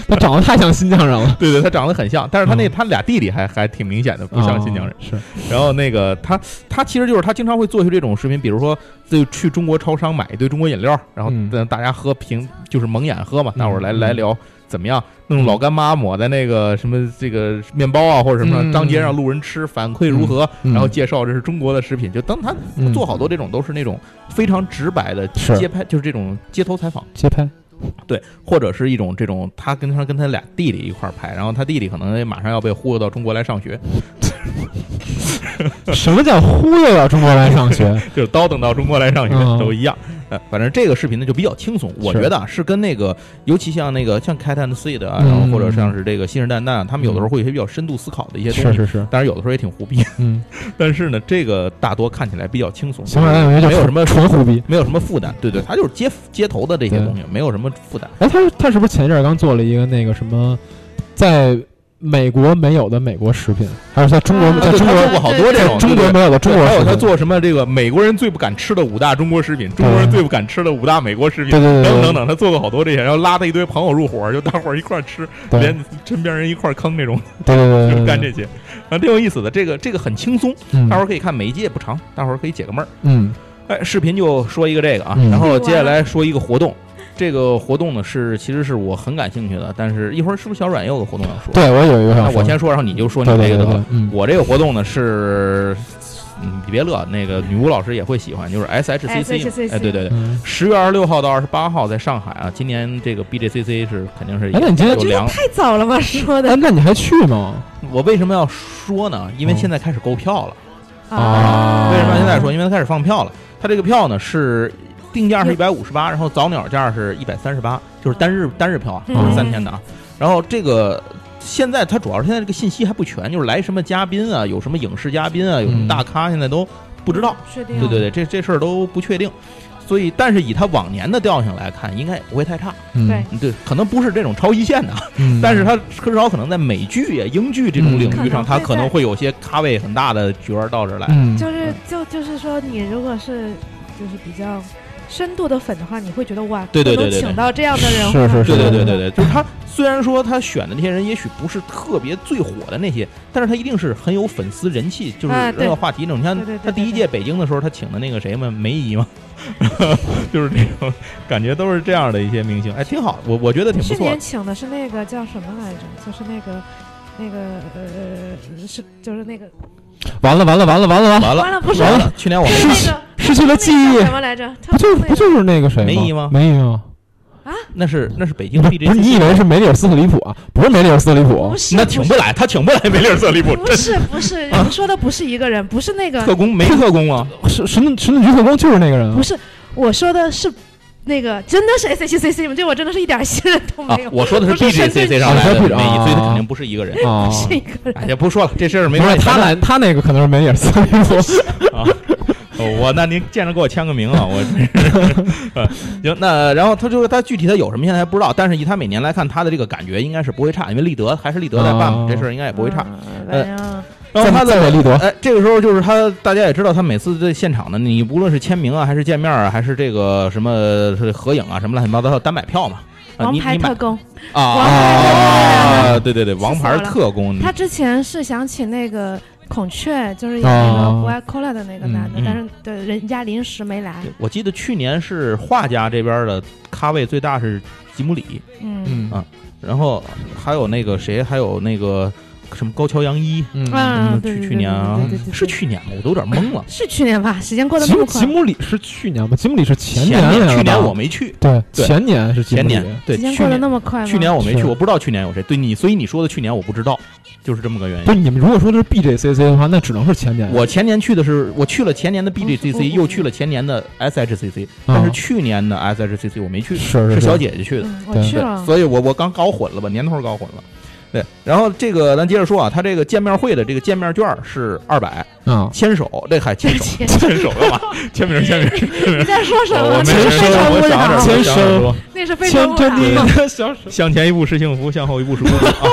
Speaker 3: 他长得太像新疆人了，
Speaker 1: 对对，他长得很像，但是他那
Speaker 3: 嗯
Speaker 1: 他俩弟弟还还挺明显的，不像新疆人。
Speaker 3: 啊是
Speaker 1: 然后那个他他其实就是他经常会做一些这种视频，比如说就去中国超商买一堆中国饮料，然后
Speaker 3: 嗯
Speaker 1: 让大家喝平就是蒙眼喝嘛，
Speaker 3: 嗯
Speaker 1: 大伙儿来来
Speaker 3: 嗯
Speaker 1: 聊怎么样弄老干妈抹在那个什么这个面包啊或者什么
Speaker 3: 嗯
Speaker 1: 上当街让路人吃，反馈如何？
Speaker 3: 嗯
Speaker 1: 然后介绍这是中国的食品，就当他
Speaker 3: 嗯
Speaker 1: 做好多这种都是那种非常直白的
Speaker 3: 是
Speaker 1: 街拍，就是这种街头采访。
Speaker 3: 街拍，
Speaker 1: 对，或者是一种这种他跟他跟他俩弟弟一块儿拍，然后他弟弟可能也马上要被忽悠到中国来上学，
Speaker 3: 什么叫忽悠到中国来上学？
Speaker 1: 就是叨叨到中国来上学、
Speaker 3: 嗯
Speaker 1: 都一样。呃，反正这个视频呢就比较轻松，我
Speaker 3: 是
Speaker 1: 觉得啊是跟那个，尤其像那个像《Cat and Seed》啊，
Speaker 3: 嗯
Speaker 1: 然后或者像是这个《信誓旦旦》，他们有的时候会有一些比较深度思考的一些东
Speaker 3: 是
Speaker 1: 西，
Speaker 3: 是是，
Speaker 1: 当然有的时候也挺胡逼，
Speaker 3: 嗯，
Speaker 1: 但是呢，这个大多看起来比较轻松，
Speaker 3: 小马大同学就
Speaker 1: 没有什么
Speaker 3: 纯胡逼。
Speaker 1: 没有什么负担，对对，他就是街街头的这些
Speaker 3: 对
Speaker 1: 东西，没有什么负担。
Speaker 3: 哎，他是他是不是前一阵儿刚做了一个那个什么，在美国没有的美国食品，还是在中国、
Speaker 2: 啊
Speaker 3: 在
Speaker 1: 对
Speaker 3: 中
Speaker 1: 他
Speaker 3: 国
Speaker 1: 做过好多这种，
Speaker 3: 中
Speaker 1: 对
Speaker 3: 国
Speaker 1: 对
Speaker 3: 没有的中国
Speaker 1: 还
Speaker 3: 食
Speaker 1: 有
Speaker 3: 品？
Speaker 1: 他做什么这个美国人最不敢吃的五大中国食品，中国人
Speaker 3: 对
Speaker 1: 最不敢吃的五大美国食品
Speaker 3: 对，对对
Speaker 1: 等
Speaker 3: 对
Speaker 1: 等等，他做过好多这些，然后拉他一堆朋友入伙，就大伙儿一块儿吃，
Speaker 3: 对对
Speaker 1: 连身边人一块儿坑那种，
Speaker 3: 对对
Speaker 1: 就
Speaker 3: 对
Speaker 1: 是
Speaker 3: 对
Speaker 1: 干这些，啊，挺有意思的。这个这个很轻松，
Speaker 3: 嗯
Speaker 1: 大伙儿可以看，每一集也不长，大伙儿可以解个闷儿。
Speaker 3: 嗯
Speaker 1: 哎，视频就说一个这个啊，
Speaker 3: 嗯
Speaker 1: 然后接下来说一个活动。这个活动呢是其实是我很感兴趣的，但是一会儿是不是小软也有个活动要说？，
Speaker 3: 对我有一个
Speaker 1: 那
Speaker 3: 想
Speaker 1: 我
Speaker 3: 说
Speaker 1: 先说，然后你就说你
Speaker 3: 对
Speaker 1: 这
Speaker 3: 对
Speaker 1: 个得
Speaker 3: 对
Speaker 1: 了
Speaker 3: 对。，嗯，
Speaker 1: 我这个活动呢是，嗯，你别乐，那个女巫老师也会喜欢，就是 SHCC，
Speaker 2: SHCC
Speaker 1: 哎，对对对，
Speaker 3: 嗯
Speaker 1: 十月二十六号到二十八号在上海啊，今年这个 BJCC 是肯定是
Speaker 3: 哎，那你今天
Speaker 1: 有
Speaker 2: 这
Speaker 1: 良
Speaker 2: 个。太早了吧说
Speaker 3: 哎
Speaker 2: 的，
Speaker 3: 那你还去吗？
Speaker 1: 我为什么要说呢？因为
Speaker 3: 嗯
Speaker 1: 现在开始购票了。
Speaker 2: 嗯
Speaker 3: 啊
Speaker 1: 为什么要现在
Speaker 3: 啊
Speaker 1: 说？？因为它开始放票了。它这个票呢是定价是
Speaker 2: 嗯
Speaker 1: 一百五十八，然后早鸟价是一百三十八，就是单日单日票啊，不
Speaker 2: 嗯
Speaker 1: 是三天的啊。然后这个现在它主要是现在这个信息还不全，就是来什么嘉宾啊，有什么影视嘉宾啊，有什么大咖，现在都不知道。
Speaker 2: 确定？
Speaker 1: 对对对，这这事儿都不确定。所以，但是以它往年的调性来看，应该也不会太差。
Speaker 3: 嗯
Speaker 2: 对，
Speaker 1: 对，可能不是这种超一线的啊，
Speaker 3: 嗯
Speaker 1: 但是他至少可能在美剧啊、英剧这种领域上，
Speaker 2: 嗯
Speaker 1: 他可能会有些咖位很大的角儿到这儿来。
Speaker 3: 嗯，
Speaker 2: 就是就就是说，你如果是就是比较深度的粉的话，你会觉得哇，
Speaker 1: 对对
Speaker 2: 都
Speaker 1: 对
Speaker 2: 能
Speaker 1: 对对
Speaker 2: 请到这样的人，
Speaker 3: 是是是
Speaker 1: 对对对
Speaker 3: 嗯
Speaker 1: 对对，就是他虽然说他选的那些人也许不是特别最火的那些，但是他一定是很有粉丝人气，就是
Speaker 2: 啊对
Speaker 1: 热话题那种。你看
Speaker 2: 对对对
Speaker 1: 他第一
Speaker 2: 对对
Speaker 1: 届北京的时候，他请的那个谁嘛，梅姨嘛， 就是这种感觉都是这样的一些明星，哎，挺好，我我觉得挺不
Speaker 2: 去
Speaker 1: 错
Speaker 2: 年
Speaker 1: 的。
Speaker 2: 请的是那个叫什么来着？就是那个那个呃是就是那个
Speaker 1: 哦
Speaker 3: 完了完了完了完了完了，
Speaker 1: 完了
Speaker 2: 完了不是
Speaker 1: 完了，去年我
Speaker 2: 就
Speaker 1: 们
Speaker 2: 是
Speaker 1: 看
Speaker 2: 那个
Speaker 3: 失去了记
Speaker 2: 那个
Speaker 3: 忆
Speaker 2: 叫，什么来着？他
Speaker 3: 不就是
Speaker 2: 那
Speaker 3: 不
Speaker 2: 个
Speaker 3: 就是那个谁
Speaker 1: 梅姨吗
Speaker 3: 梅姨吗？
Speaker 1: 那是那是北京
Speaker 3: 不
Speaker 1: B
Speaker 3: 是不是，你
Speaker 1: J，
Speaker 3: 以为是梅里尔斯特里普啊？不是梅里尔斯特里普
Speaker 2: 不，是
Speaker 1: 那请不来，他请不来梅丽尔·瑟利普，
Speaker 2: 不
Speaker 1: 真
Speaker 2: 是不是，
Speaker 1: 啊
Speaker 2: 你说的不是一个人，不是那个
Speaker 1: 特工没特工啊。
Speaker 3: 神神神盾局特工就是那个人啊
Speaker 1: 嗯
Speaker 2: 不。是，我说的是那个真的是 S H C C 吗？对我真的是一点信任都
Speaker 1: 啊
Speaker 2: 没有，，
Speaker 1: 我说的
Speaker 2: 不是
Speaker 1: B J C
Speaker 2: 神
Speaker 1: C
Speaker 2: 盾
Speaker 1: 上来的
Speaker 3: 啊
Speaker 1: 梅姨，
Speaker 3: 对不起
Speaker 1: 所以他
Speaker 3: 啊
Speaker 1: 肯定不是一个人。
Speaker 3: 啊
Speaker 2: 不，是一个人。
Speaker 1: 哎呀，不说了，这事儿没
Speaker 3: 不是
Speaker 1: 关系。
Speaker 3: 他
Speaker 1: 咱们
Speaker 3: 来，他那个可能是梅里尔斯特里普。
Speaker 1: 哦我那您见着给我签个名 啊，我 真是呃行。那然后他就是他具体他有什么现在还不知道，但是以他每年来看，他的这个感觉应该是不会差，因为立德还是立德在办嘛，
Speaker 3: 哦
Speaker 1: 这事儿应该也不会差。
Speaker 2: 嗯
Speaker 1: 呃
Speaker 2: 反正
Speaker 1: 然后他
Speaker 3: 赞美
Speaker 1: 的
Speaker 3: 利德
Speaker 1: 哎，这个时候就是他，大家也知道，他每次在现场的，你无论是签名啊，还是见面啊，还是这个什么是合影啊，什么乱七八糟，他单买票嘛。啊，
Speaker 2: 王
Speaker 1: 你
Speaker 2: 牌
Speaker 1: 你买
Speaker 2: 特工，
Speaker 1: 啊
Speaker 2: 王牌特工
Speaker 1: 啊！对对对，王牌
Speaker 2: 气死我
Speaker 1: 特
Speaker 2: 了
Speaker 1: 工，
Speaker 2: 他之前是想请那个孔雀，就是演那
Speaker 3: 哦
Speaker 2: 个 Black Cola 的那个男的
Speaker 1: 嗯嗯，
Speaker 2: 但是对人家临时没来
Speaker 1: 对。我记得去年是画家这边的咖位最大是吉姆里，
Speaker 2: 嗯
Speaker 3: 嗯
Speaker 1: 啊然后还有那个谁，还有那个什么高桥洋一，
Speaker 3: 嗯，
Speaker 2: 啊，
Speaker 1: 嗯
Speaker 2: 对
Speaker 1: 去
Speaker 2: 对
Speaker 1: 去
Speaker 2: 对
Speaker 1: 年啊
Speaker 2: 对对对对
Speaker 1: 是
Speaker 2: 对
Speaker 1: 去年吗？我都有点懵了。
Speaker 2: 是去年吧？时间过得
Speaker 3: 吉
Speaker 2: 那
Speaker 3: 姆
Speaker 2: 么
Speaker 3: 吉
Speaker 2: 快，
Speaker 3: 姆里是去年吧？吉姆里是前
Speaker 1: 前
Speaker 3: 年
Speaker 1: 年
Speaker 3: 来了
Speaker 1: 去年
Speaker 3: 吧
Speaker 1: 我没去，
Speaker 3: 对
Speaker 1: 对
Speaker 3: 前年是吉姆
Speaker 1: 前
Speaker 3: 里
Speaker 1: 年对
Speaker 2: 时间
Speaker 1: 去
Speaker 2: 过得那
Speaker 1: 年
Speaker 2: 么快吗？
Speaker 1: 去年我没去，
Speaker 3: 是
Speaker 1: 我不知道去年有谁。对你，所以你说的去年我不知道，就是这么个原
Speaker 3: 不
Speaker 1: 因。
Speaker 3: 是你们如果说的是 BJCC 的话，那只能是前年。
Speaker 1: 我前年去的是，我去了前年的 BJCC，
Speaker 2: 嗯
Speaker 1: 又去了前年的 SHCC，但是去年的 SHCC 我没去，
Speaker 3: 啊是
Speaker 1: 是
Speaker 3: 是
Speaker 1: 小姐姐去的。
Speaker 2: 嗯，我
Speaker 3: 对
Speaker 2: 去
Speaker 1: 对，
Speaker 2: 了。
Speaker 1: 所以我我刚搞混了吧，年头搞混了。对，然后这个咱接着说啊，他这个见面会的这个见面券是二百，
Speaker 3: 啊，
Speaker 1: 牵手这还牵手牵手干嘛？签名签名，
Speaker 2: 你在说什
Speaker 1: 我
Speaker 2: 么？
Speaker 1: 没
Speaker 2: 那
Speaker 1: 人
Speaker 2: 是非
Speaker 1: 说
Speaker 2: 诚
Speaker 1: 我
Speaker 2: 勿
Speaker 1: 想
Speaker 2: 扰
Speaker 1: 着，
Speaker 3: 牵
Speaker 1: 我想着
Speaker 3: 手
Speaker 1: 说
Speaker 2: 那是非
Speaker 3: 牵
Speaker 2: 诚勿
Speaker 3: 着你
Speaker 2: 扰。
Speaker 1: 啊
Speaker 3: 的啊 小手。
Speaker 1: 向前一步是幸福，向后一步是孤独啊。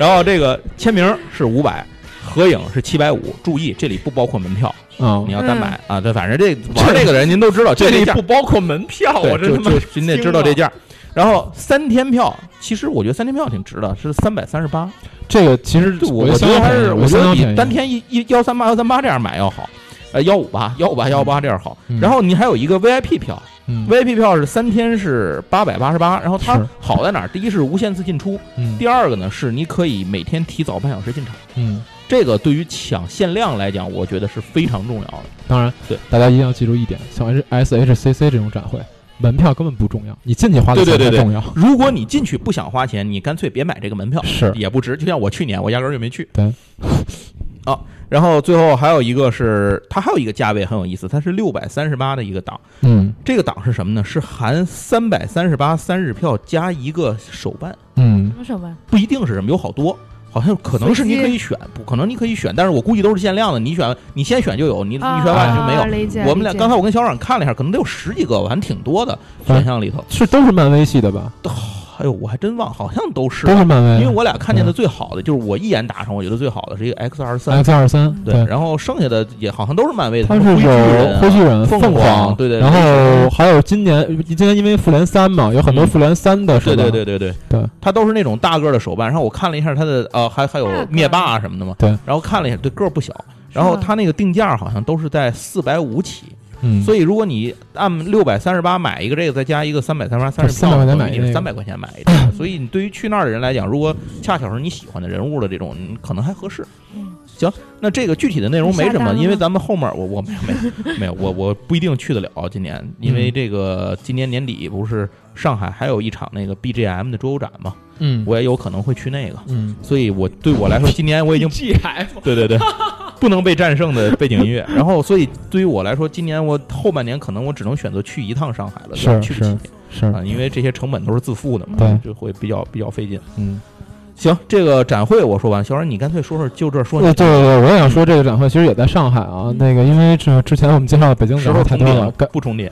Speaker 1: 然后这个签名是五百。合影是七百五，注意这里不包括门票，
Speaker 3: 啊
Speaker 1: 你，要单买、
Speaker 4: 嗯
Speaker 1: 啊。对，反正这玩这个人您都知道，这价
Speaker 4: 包括门票啊
Speaker 1: 对，就就就您得知道这价。然后三天票，其实我觉得三天票挺值的，是三百三十八。
Speaker 3: 这个其实
Speaker 1: 对我
Speaker 3: 觉得
Speaker 1: 我觉
Speaker 3: 相当
Speaker 1: 得还
Speaker 3: 便宜
Speaker 1: 是我觉
Speaker 3: 相
Speaker 1: 得
Speaker 3: 当
Speaker 1: 比
Speaker 3: 便宜
Speaker 1: 单天一一幺三八幺三八这样买要好，呃幺五八幺五八幺八这样好。
Speaker 3: 嗯
Speaker 1: 然后你还有一个 VIP 票
Speaker 3: 嗯
Speaker 1: ，VIP 票是三天是八百八十八，然后它
Speaker 3: 是
Speaker 1: 好在哪儿？第一是无限次进出，
Speaker 3: 嗯
Speaker 1: 第二个呢是你可以每天提早半小时进场。
Speaker 3: 嗯，
Speaker 1: 这个对于抢限量来讲，我觉得是非常重要的。
Speaker 3: 当然，
Speaker 1: 对
Speaker 3: 大家一定要记住一点，像 S SHCC 这种展会，门票根本不重要，你进去花的钱
Speaker 1: 对对对
Speaker 3: 才
Speaker 1: 对
Speaker 3: 重要。
Speaker 1: 如果你进去不想花钱，你干脆别买这个门票，
Speaker 3: 是
Speaker 1: 也不值。就像我去年，我压根儿就没去。
Speaker 3: 对，
Speaker 1: 啊。然后最后还有一个是它还有一个价位很有意思，它是六百三十八的一个档，
Speaker 3: 嗯
Speaker 1: 这个档是什么呢？是含三百三十八三日票加一个手办，
Speaker 3: 嗯
Speaker 2: 什么什么？
Speaker 1: 不一定是什么，有好多。好像可能是你可
Speaker 2: 随
Speaker 1: 以选，不可能你可以选，但是我估计都是限量的。你选，你先选就有，你你选完就没有。
Speaker 2: 啊理解
Speaker 1: 我们俩
Speaker 2: 理解
Speaker 1: 刚才我跟小冉看了一下，可能得有十几个吧，还挺多的选项里头。
Speaker 3: 是都是漫威系的吧？
Speaker 1: 哎呦，我还真忘，好像都是，
Speaker 3: 都是漫威，
Speaker 1: 因为我俩看见的最好的就是我一眼打上，我觉得最好的是一个 X 二三，
Speaker 3: X 二三
Speaker 1: 对，然后剩下的也好像都是漫威的，
Speaker 3: 它是
Speaker 1: 什么
Speaker 3: 有
Speaker 1: 灰
Speaker 3: 灰
Speaker 1: 巨
Speaker 3: 巨
Speaker 1: 人啊
Speaker 3: 人、
Speaker 1: 凤
Speaker 3: 凤
Speaker 1: 凰对对
Speaker 3: 然
Speaker 1: 对
Speaker 3: 后还有今年，今年因为复联三嘛，有很多
Speaker 1: 嗯
Speaker 3: 复联三的
Speaker 1: 啊，
Speaker 3: 是
Speaker 1: 对
Speaker 3: 吧，
Speaker 1: 对对对对
Speaker 3: 对，
Speaker 1: 它都是那种大个儿的手办。然后我看了一下它的，呃，还还有
Speaker 2: 大个儿
Speaker 1: 灭霸啊什么的嘛，
Speaker 3: 对，
Speaker 1: 然后看了一下，对个儿不小。
Speaker 2: 是
Speaker 1: 然后
Speaker 2: 吗
Speaker 1: 它那个定价好像都是在四百五起，
Speaker 3: 嗯，
Speaker 1: 所以如果你按六百三十八买一个这个，再加一个三百三十八三十
Speaker 3: 300块钱买一
Speaker 1: 你
Speaker 3: 个
Speaker 1: 三百块钱买一个。所以你对于去那儿的人来讲，如果恰巧是你喜欢的人物的这种，你可能还合适。
Speaker 2: 嗯
Speaker 1: 行，那这个具体的内容没什
Speaker 2: 下单
Speaker 1: 么，
Speaker 2: 了吗
Speaker 1: 因为咱们后面我我没有没有没有我我不一定去得了啊 今年，因
Speaker 3: 嗯
Speaker 1: 为这个今年年底不是上海还有一场那个 BGM 的桌游展嘛，
Speaker 3: 嗯
Speaker 1: 我也有可能会去那个，
Speaker 3: 嗯
Speaker 1: 所以我对我来说今年我已经
Speaker 3: G F
Speaker 1: 对对对，不能被战胜的背景音乐。然后，所以对于我来说，今年我后半年可能我只能选择去一趟上海了，
Speaker 3: 是
Speaker 1: 对吧去不
Speaker 3: 是
Speaker 1: 起
Speaker 3: 是
Speaker 1: 啊，因为这些成本都是自负的嘛，
Speaker 3: 对
Speaker 1: 就会比较比较费劲。
Speaker 3: 嗯，
Speaker 1: 行，这个展会我说完，小冉你干脆说说，就这说你
Speaker 3: 对呃对对，我也想说这个展会其实也在上海啊，
Speaker 1: 嗯
Speaker 3: 那个因为这之前我们介绍的北京
Speaker 1: 时
Speaker 3: 展
Speaker 1: 候
Speaker 3: 会
Speaker 1: 重
Speaker 3: 太多
Speaker 1: 叠
Speaker 3: 了，
Speaker 1: 吗
Speaker 3: 跟
Speaker 1: 不重叠？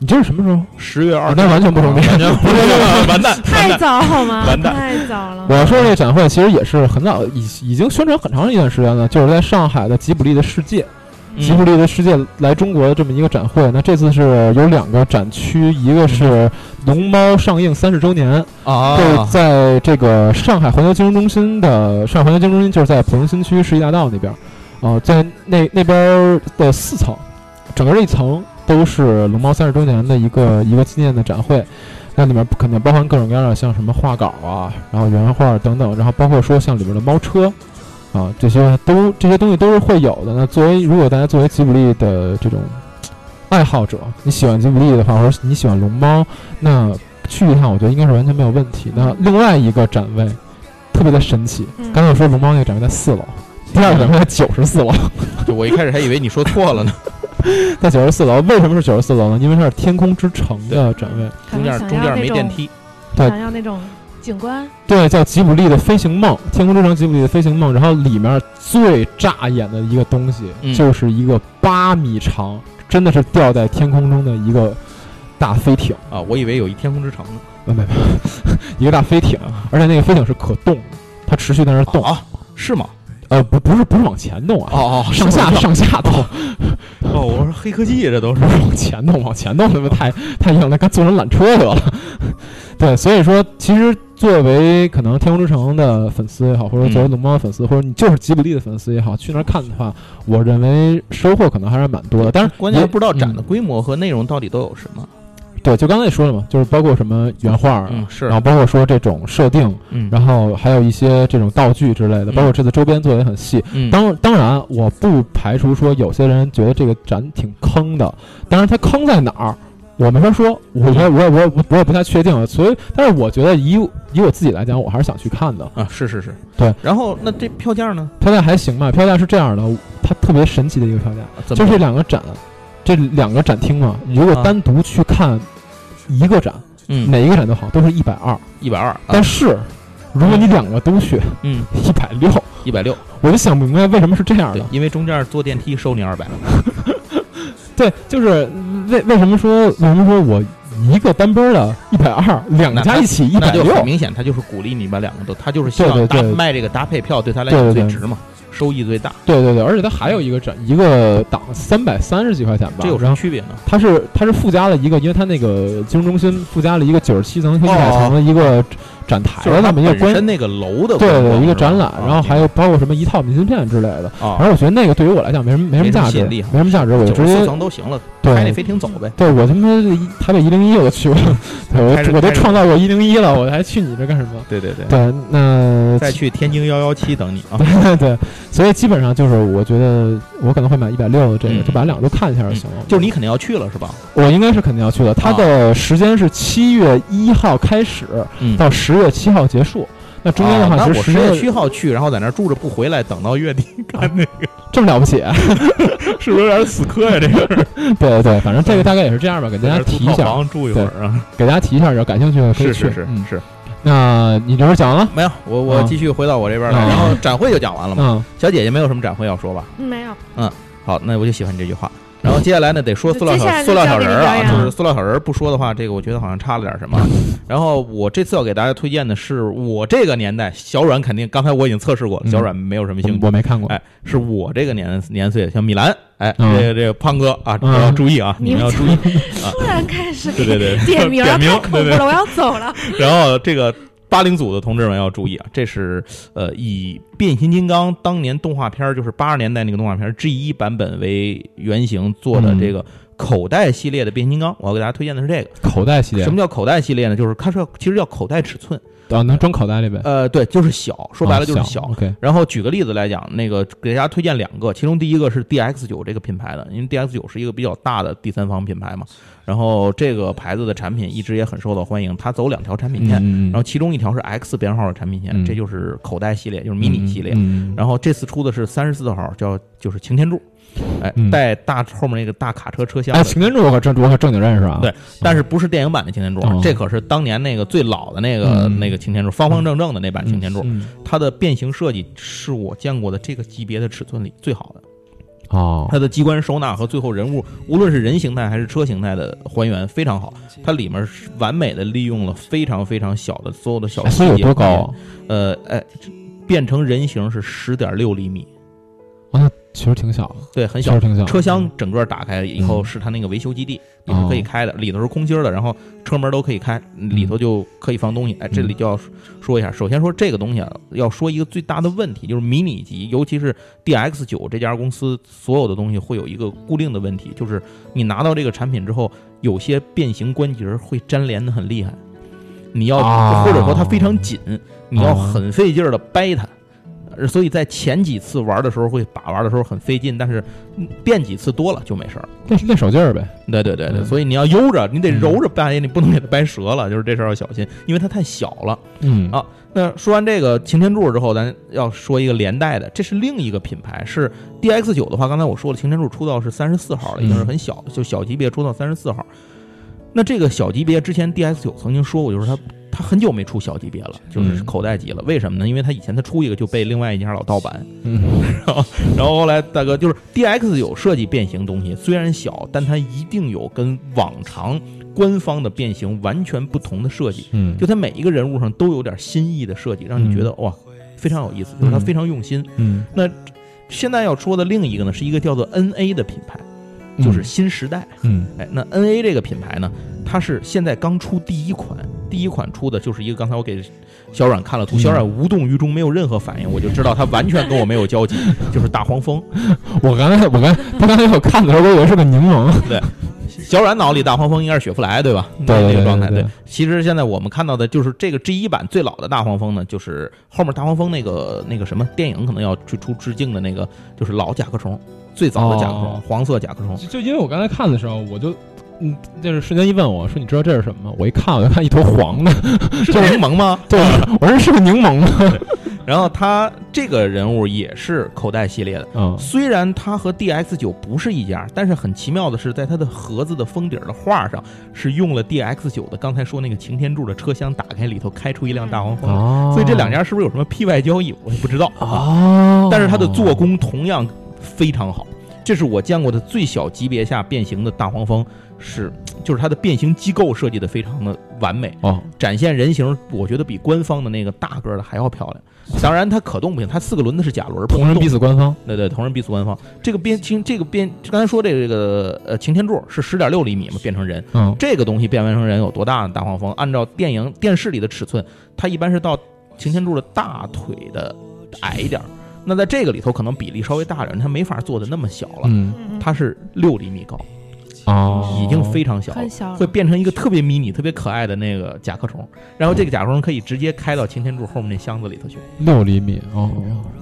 Speaker 3: 你这是什么时候？
Speaker 1: 十月啊二
Speaker 3: 啊，，那完全不重叠，
Speaker 1: 完全不重叠， 完蛋，完
Speaker 2: 太
Speaker 1: 蛋。
Speaker 2: 早好吗？
Speaker 1: 完蛋
Speaker 2: 太早了。
Speaker 3: 我要说这个展会其实也是很早已已经宣传很长一段时间了，就是在上海的吉卜力的世界，
Speaker 1: 嗯
Speaker 3: 吉卜力的世界来中国的这么一个展会。那这次是有两个展区，一个是龙猫上映三十周年，就
Speaker 1: 啊，
Speaker 3: 在这个上海环球金融中心的上海环球金融中心，就是在浦东新区世纪大道那边，呃，在那那边儿的四层，整个这一层都是龙猫三十周年的一个一个纪念的展会。那里面肯定包含各种各样的，像什么画稿啊，然后原画等等，然后包括说像里面的猫车，啊，这些都这些东西都是会有的。那作为如果大家作为吉卜力的这种爱好者，你喜欢吉卜力的话，或者你喜欢龙猫，那去一趟我觉得应该是完全没有问题。那另外一个展位特别的神奇，
Speaker 2: 嗯
Speaker 3: 刚才我说龙猫那个展位在四楼，第二个展位在九十 四楼，
Speaker 1: 就我一开始还以为你说错了呢，
Speaker 3: 在九十四楼。为什么是九十四楼呢？因为它是天空之城的展位，
Speaker 2: 可
Speaker 1: 中
Speaker 2: 能
Speaker 1: 间
Speaker 2: 想
Speaker 1: 中
Speaker 2: 要
Speaker 1: 间
Speaker 2: 那
Speaker 1: 没
Speaker 2: 种
Speaker 1: 电，梯，
Speaker 3: 对
Speaker 2: 想要那种景观，
Speaker 3: 对，叫吉卜力的《飞行梦》，天空之城吉卜力的《飞行梦》。然后里面最扎眼的一个东西，
Speaker 1: 嗯
Speaker 3: 就是一个八米长，真的是吊在天空中的一个大飞艇，
Speaker 1: 啊，我以为有一天空之城呢。
Speaker 3: 呃，没没，一个大飞艇，啊而且那个飞艇是可动的，它持续在那儿动，
Speaker 1: 啊，是吗？
Speaker 3: 呃，不不是不是往前动啊，
Speaker 1: 哦哦，
Speaker 3: 上下
Speaker 1: 是
Speaker 3: 上
Speaker 1: 吗
Speaker 3: 下动，
Speaker 1: 哦，我说黑科技这都是
Speaker 3: 不是往前动，往前动他妈太 太硬了，该坐成缆车得了。 对，所以说，其实作为可能天空之城的粉丝也好，或者作为龙猫的粉丝，或者你就是吉卜力的粉丝也好，去那儿看的话，我认为收获可能还是蛮多的。但是
Speaker 1: 关键是
Speaker 3: 也
Speaker 1: 不知道展的
Speaker 3: 嗯
Speaker 1: 规模和内容到底都有什么。
Speaker 3: 对，就刚才也说了嘛，就是包括什么原画啊，
Speaker 1: 嗯，是
Speaker 3: 然后包括说这种设定，
Speaker 1: 嗯，
Speaker 3: 然后还有一些这种道具之类的，包括
Speaker 1: 嗯
Speaker 3: 这次周边做的也很细。
Speaker 1: 嗯
Speaker 3: 当当然，我不排除说有些人觉得这个展挺坑的，当然它坑在哪儿，我没法说，我
Speaker 1: 嗯
Speaker 3: 觉得我也我也我也不太确定，所以，但是我觉得以以我自己来讲，我还是想去看的。
Speaker 1: 啊，是是是，
Speaker 3: 对。
Speaker 1: 然后那这票价呢？
Speaker 3: 票价还行吧，票价是这样的，它特别神奇的一个票价，
Speaker 1: 怎
Speaker 3: 就
Speaker 1: 么
Speaker 3: 是这两个展，这两个展厅嘛，如果
Speaker 1: 啊
Speaker 3: 单独去看一个展，
Speaker 1: 嗯啊
Speaker 3: 哪一个展都好，都是一百二，
Speaker 1: 一百二，
Speaker 3: 但是如果你两个都去，
Speaker 1: 嗯
Speaker 3: 一百六，
Speaker 1: 一百六，
Speaker 3: 我就想不明白为什么是这样
Speaker 1: 对
Speaker 3: 的，。
Speaker 1: 因为中间坐电梯收你二百，
Speaker 3: 对，就是为为什么说为什么说我一个单杯儿的一百二，两个加一起一
Speaker 1: 那
Speaker 3: 百
Speaker 1: 就
Speaker 3: 六，
Speaker 1: 很明显，他就是鼓励你把两个都，他就是希望
Speaker 3: 对对
Speaker 1: 搭
Speaker 3: 对
Speaker 1: 卖这个搭配票对他来
Speaker 3: 对
Speaker 1: 讲
Speaker 3: 对
Speaker 1: 最
Speaker 3: 对
Speaker 1: 值嘛，收益最大，
Speaker 3: 对对对，而且它还有一个展，一个档三百三十几块钱吧，
Speaker 1: 这有什
Speaker 3: 然
Speaker 1: 么
Speaker 3: 后
Speaker 1: 区别呢？
Speaker 3: 它是它是附加了一个，因为它那个金融中心附加了一个九十七层和一百层的一个展台
Speaker 1: 哦就
Speaker 3: 的
Speaker 1: 是它
Speaker 3: 那么一个
Speaker 1: 本
Speaker 3: 关
Speaker 1: 身，那个楼的
Speaker 3: 对对
Speaker 1: 风格
Speaker 3: 一个
Speaker 1: 是吧
Speaker 3: 展览
Speaker 1: 啊，
Speaker 3: 然后还有包括什么一套明信片之类的。反
Speaker 1: 啊，
Speaker 3: 正我觉得那个对于我来讲没什么没什
Speaker 1: 没
Speaker 3: 么
Speaker 1: 什么
Speaker 3: 价值，
Speaker 1: 吸引力
Speaker 3: 没
Speaker 1: 啊
Speaker 3: 什么价值，我就
Speaker 1: 九
Speaker 3: 直
Speaker 1: 十四
Speaker 3: 接
Speaker 1: 层都行了，开那
Speaker 3: 对
Speaker 1: 飞艇走呗。
Speaker 3: 对我他妈一台北一零一我都 去过，对
Speaker 1: 开着
Speaker 3: 我我都
Speaker 1: 开着
Speaker 3: 创造过一零一了，我还去你这干什么？
Speaker 1: 对对对，
Speaker 3: 对，那
Speaker 1: 再去天津幺幺七等你啊。
Speaker 3: 对 对，所以基本上就是我觉得我可能会买一百六的这个，
Speaker 1: 嗯
Speaker 3: 就把两个都看一下就行了。
Speaker 1: 就是你啊肯定要去了是吧？
Speaker 3: 我应该是肯定要去的，它的时间是七月一号开始
Speaker 1: 嗯
Speaker 3: 到十月七号结束。那那中间的话，
Speaker 1: 啊
Speaker 3: 其
Speaker 1: 那
Speaker 3: 实
Speaker 1: 我
Speaker 3: 时
Speaker 1: 十
Speaker 3: 间
Speaker 1: 月
Speaker 3: 的
Speaker 1: 七号去，然后在那儿住着不回来，等到 月底看那个，
Speaker 3: 这么了不起，
Speaker 1: 是不是有点死磕呀？这个
Speaker 3: 对对对，反正这个大概也是这样吧，给大家提一
Speaker 1: 嗯
Speaker 3: 下，
Speaker 1: 在那儿租套房住一会儿啊。
Speaker 3: 给大家提一下，然后感兴趣的可以
Speaker 1: 是
Speaker 3: 去。
Speaker 1: 是是
Speaker 3: 嗯，
Speaker 1: 是，
Speaker 3: 那你这边讲了，
Speaker 1: 没有我我
Speaker 3: 啊
Speaker 1: 继续回到我这边来，
Speaker 3: 啊
Speaker 1: 然后展会就讲完了嘛。
Speaker 3: 嗯，
Speaker 1: 小姐姐没有什么展会要说吧？
Speaker 2: 嗯没有，
Speaker 1: 好，那我就喜欢你这句话。然后接下来呢，得说塑料
Speaker 2: 接下
Speaker 1: 小
Speaker 2: 来就
Speaker 1: 塑料小人儿
Speaker 2: 交给
Speaker 1: 啊，
Speaker 2: 你表演
Speaker 1: 就
Speaker 2: 了
Speaker 1: 是塑料小人儿不说的话，这个我觉得好像差了点什么。然后我这次要给大家推荐的是我这个年代小软肯定，刚才我已经测试过了，
Speaker 3: 嗯
Speaker 1: 小软没有什么兴
Speaker 3: 我
Speaker 1: 趣。
Speaker 3: 我没看过，
Speaker 1: 哎，是我这个年年岁，像米兰，哎，
Speaker 3: 嗯
Speaker 1: 这个这个胖哥啊，
Speaker 3: 嗯
Speaker 1: 要注意啊，你们要注意。
Speaker 2: 突然开始
Speaker 1: 对对对，
Speaker 2: 点名儿，
Speaker 1: 点名
Speaker 2: 太恐怖
Speaker 1: 对对
Speaker 2: 了，我要走了。
Speaker 1: 然后这个八零组的同志们要注意啊，这是呃以变形金刚当年动画片儿，就是八十年代那个动画片儿 G 一版本为原型做的这个口袋系列的变形金刚，我要给大家推荐的是这个。
Speaker 3: 口袋系列
Speaker 1: 什么叫口袋系列呢？就是它是要其实叫口袋尺寸，
Speaker 3: 啊，能装口袋里呗？
Speaker 1: 呃，对，就是小，说白了就是
Speaker 3: 啊
Speaker 1: 小。
Speaker 3: OK，
Speaker 1: 然后举个例子来讲，那个给大家推荐两个，其中第一个是 DX 九这个品牌的，因为 DX 九是一个比较大的第三方品牌嘛。然后这个牌子的产品一直也很受到欢迎，它走两条产品线，
Speaker 3: 嗯，
Speaker 1: 然后其中一条是 X 编号的产品线，
Speaker 3: 嗯
Speaker 1: 这就是口袋系列，就是迷你系列。
Speaker 3: 嗯，
Speaker 1: 然后这次出的是三十四号，叫就是擎天柱，哎，
Speaker 3: 嗯
Speaker 1: 带大后面那个大卡车车厢
Speaker 3: 哎，
Speaker 1: 的。
Speaker 3: 擎天柱我可正我可正经认识啊，
Speaker 1: 对但是不是电影版的擎天柱啊
Speaker 3: 哦，
Speaker 1: 这可是当年那个最老的那个
Speaker 3: 嗯
Speaker 1: 那个擎天柱，方方正正的那版
Speaker 3: 嗯，
Speaker 1: 擎天柱，
Speaker 3: 嗯
Speaker 1: 它的变形设计是我见过的这个级别的尺寸里最好的。
Speaker 3: 哦，
Speaker 1: 它的机关收纳和最后人物，无论是人形态还是车形态的还原非常好。它里面是完美的利用了非常非常小的所有的小
Speaker 3: 哎
Speaker 1: 细
Speaker 3: 所
Speaker 1: 节。
Speaker 3: 以有多高啊？
Speaker 1: 呃，哎，这变成人形是十点六厘米，
Speaker 3: 其实挺小，
Speaker 1: 对，很
Speaker 3: 确
Speaker 1: 小
Speaker 3: 实。挺小。
Speaker 1: 车厢整个打开以后
Speaker 3: 嗯
Speaker 1: 是它那个维修基地，也是可以
Speaker 3: 哦嗯
Speaker 1: 开的，里头是空心儿的，然后车门都可以开，里头就可以放东西。哎，这里就要说一下，首先说这个东西啊，要说一个最大的问题，就是迷你级，尤其是 DX 九这家公司所有的东西会有一个固定的问题，就是你拿到这个产品之后，有些变形关节会粘连的很厉害，你要、
Speaker 3: 啊
Speaker 1: 或者说它非常紧，你要
Speaker 3: 啊
Speaker 1: 很费劲儿的掰它。呃所以在前几次玩的时候会把玩的时候很费劲，但是嗯练几次多了就没事儿。
Speaker 3: 练练手劲儿呗，
Speaker 1: 对对对对，
Speaker 3: 嗯
Speaker 1: 所以你要悠着，你得
Speaker 3: 嗯
Speaker 1: 揉着半夜，你不能给它掰折了，就是这事儿要小心，因为它太小了。
Speaker 3: 嗯
Speaker 1: 啊那说完这个擎天柱之后，咱要说一个连带的，这是另一个品牌，是 DX 九的话，刚才我说了，擎天柱出道是三十四号了，已经是
Speaker 3: 嗯
Speaker 1: 很小，就小级别出到三十四号。那这个小级别之前 DX 九曾经说过，就是它它很久没出小级别了，就是
Speaker 3: 嗯
Speaker 1: 口袋级了。为什么呢？因为它以前它出一个就被另外一家老盗版，
Speaker 3: 嗯
Speaker 1: 然后后来大哥就是 DX 有设计变形东西，虽然小，但它一定有跟往常官方的变形完全不同的设计。
Speaker 3: 嗯
Speaker 1: 就它每一个人物上都有点新意的设计，让你觉得哇非常有意思，就是它
Speaker 3: 嗯
Speaker 1: 非常用心。
Speaker 3: 嗯，
Speaker 1: 现在要说的另一个呢，是一个叫做 NA 的品牌，就是新时代。
Speaker 3: 嗯
Speaker 1: 哎，那 NA 这个品牌呢，它是现在刚出第一款，第一款出的就是一个刚才我给小阮看了图，
Speaker 3: 嗯
Speaker 1: 小阮无动于衷，没有任何反应，我就知道他完全跟我没有交集，就是大黄蜂。
Speaker 3: 嗯我刚才我刚他刚才我看的时候，我以为是个柠 檬，
Speaker 1: 小阮脑里大黄蜂应该是雪佛莱对吧？
Speaker 3: 对对
Speaker 1: 那个
Speaker 3: 对
Speaker 1: 状态
Speaker 3: 对对
Speaker 1: 其实现在我们看到的就是这个 G 一版最老的大黄蜂呢，就是后面大黄蜂那个那个什么电影可能要去出致敬的那个，就是老甲壳虫，最早的甲壳虫，
Speaker 3: 哦
Speaker 1: 黄色甲壳虫。
Speaker 3: 就就因为我刚才看的时候，我就。嗯，就是瞬间一问我说：“你知道这是什么吗？”我一看，我就看一坨黄 的，
Speaker 1: 是柠檬吗？
Speaker 3: 对， 我说是个柠檬 吗？
Speaker 1: 然后他这个人物也是口袋系列的，
Speaker 3: 嗯
Speaker 1: 虽然它和 DX 九不是一家，但是很奇妙的是，在它的盒子的封底儿的画上是用了 DX 九的刚才说那个擎天柱的车厢打开里头开出一辆大黄蜂来。
Speaker 3: 哦
Speaker 1: 所以这两家是不是有什么 P 外交易，我也不知道啊。
Speaker 3: 哦，
Speaker 1: 但是它的做工同样非常好，这是我见过的最小级别下变形的大黄蜂，是就是它的变形机构设计的非常的完美，
Speaker 3: 哦，
Speaker 1: 展现人形，我觉得比官方的那个大个儿的还要漂亮。当然它可动不行，它四个轮子是假轮，不
Speaker 3: 同
Speaker 1: 能
Speaker 3: 人
Speaker 1: 动
Speaker 3: 彼。此官方，
Speaker 1: 对对，同人必死官方这个变形，这个变刚才说这个呃擎天柱是十点六厘米嘛，变成人，
Speaker 3: 嗯，
Speaker 1: 这个东西变完成人有多大呢？大黄蜂按照电影电视里的尺寸，它一般是到擎天柱的大腿的矮一点儿。那在这个里头，可能比例稍微大点儿，它没法做的那么小了。
Speaker 3: 嗯
Speaker 2: 嗯嗯
Speaker 1: 它是六厘米高，
Speaker 3: 哦，
Speaker 1: 已经非常小了
Speaker 2: 很，小，
Speaker 1: 会变成一个特别迷你、特别可爱的那个甲壳虫，然后这个甲壳虫可以直接开到擎天柱后面那箱子里头去，
Speaker 3: 六厘米哦，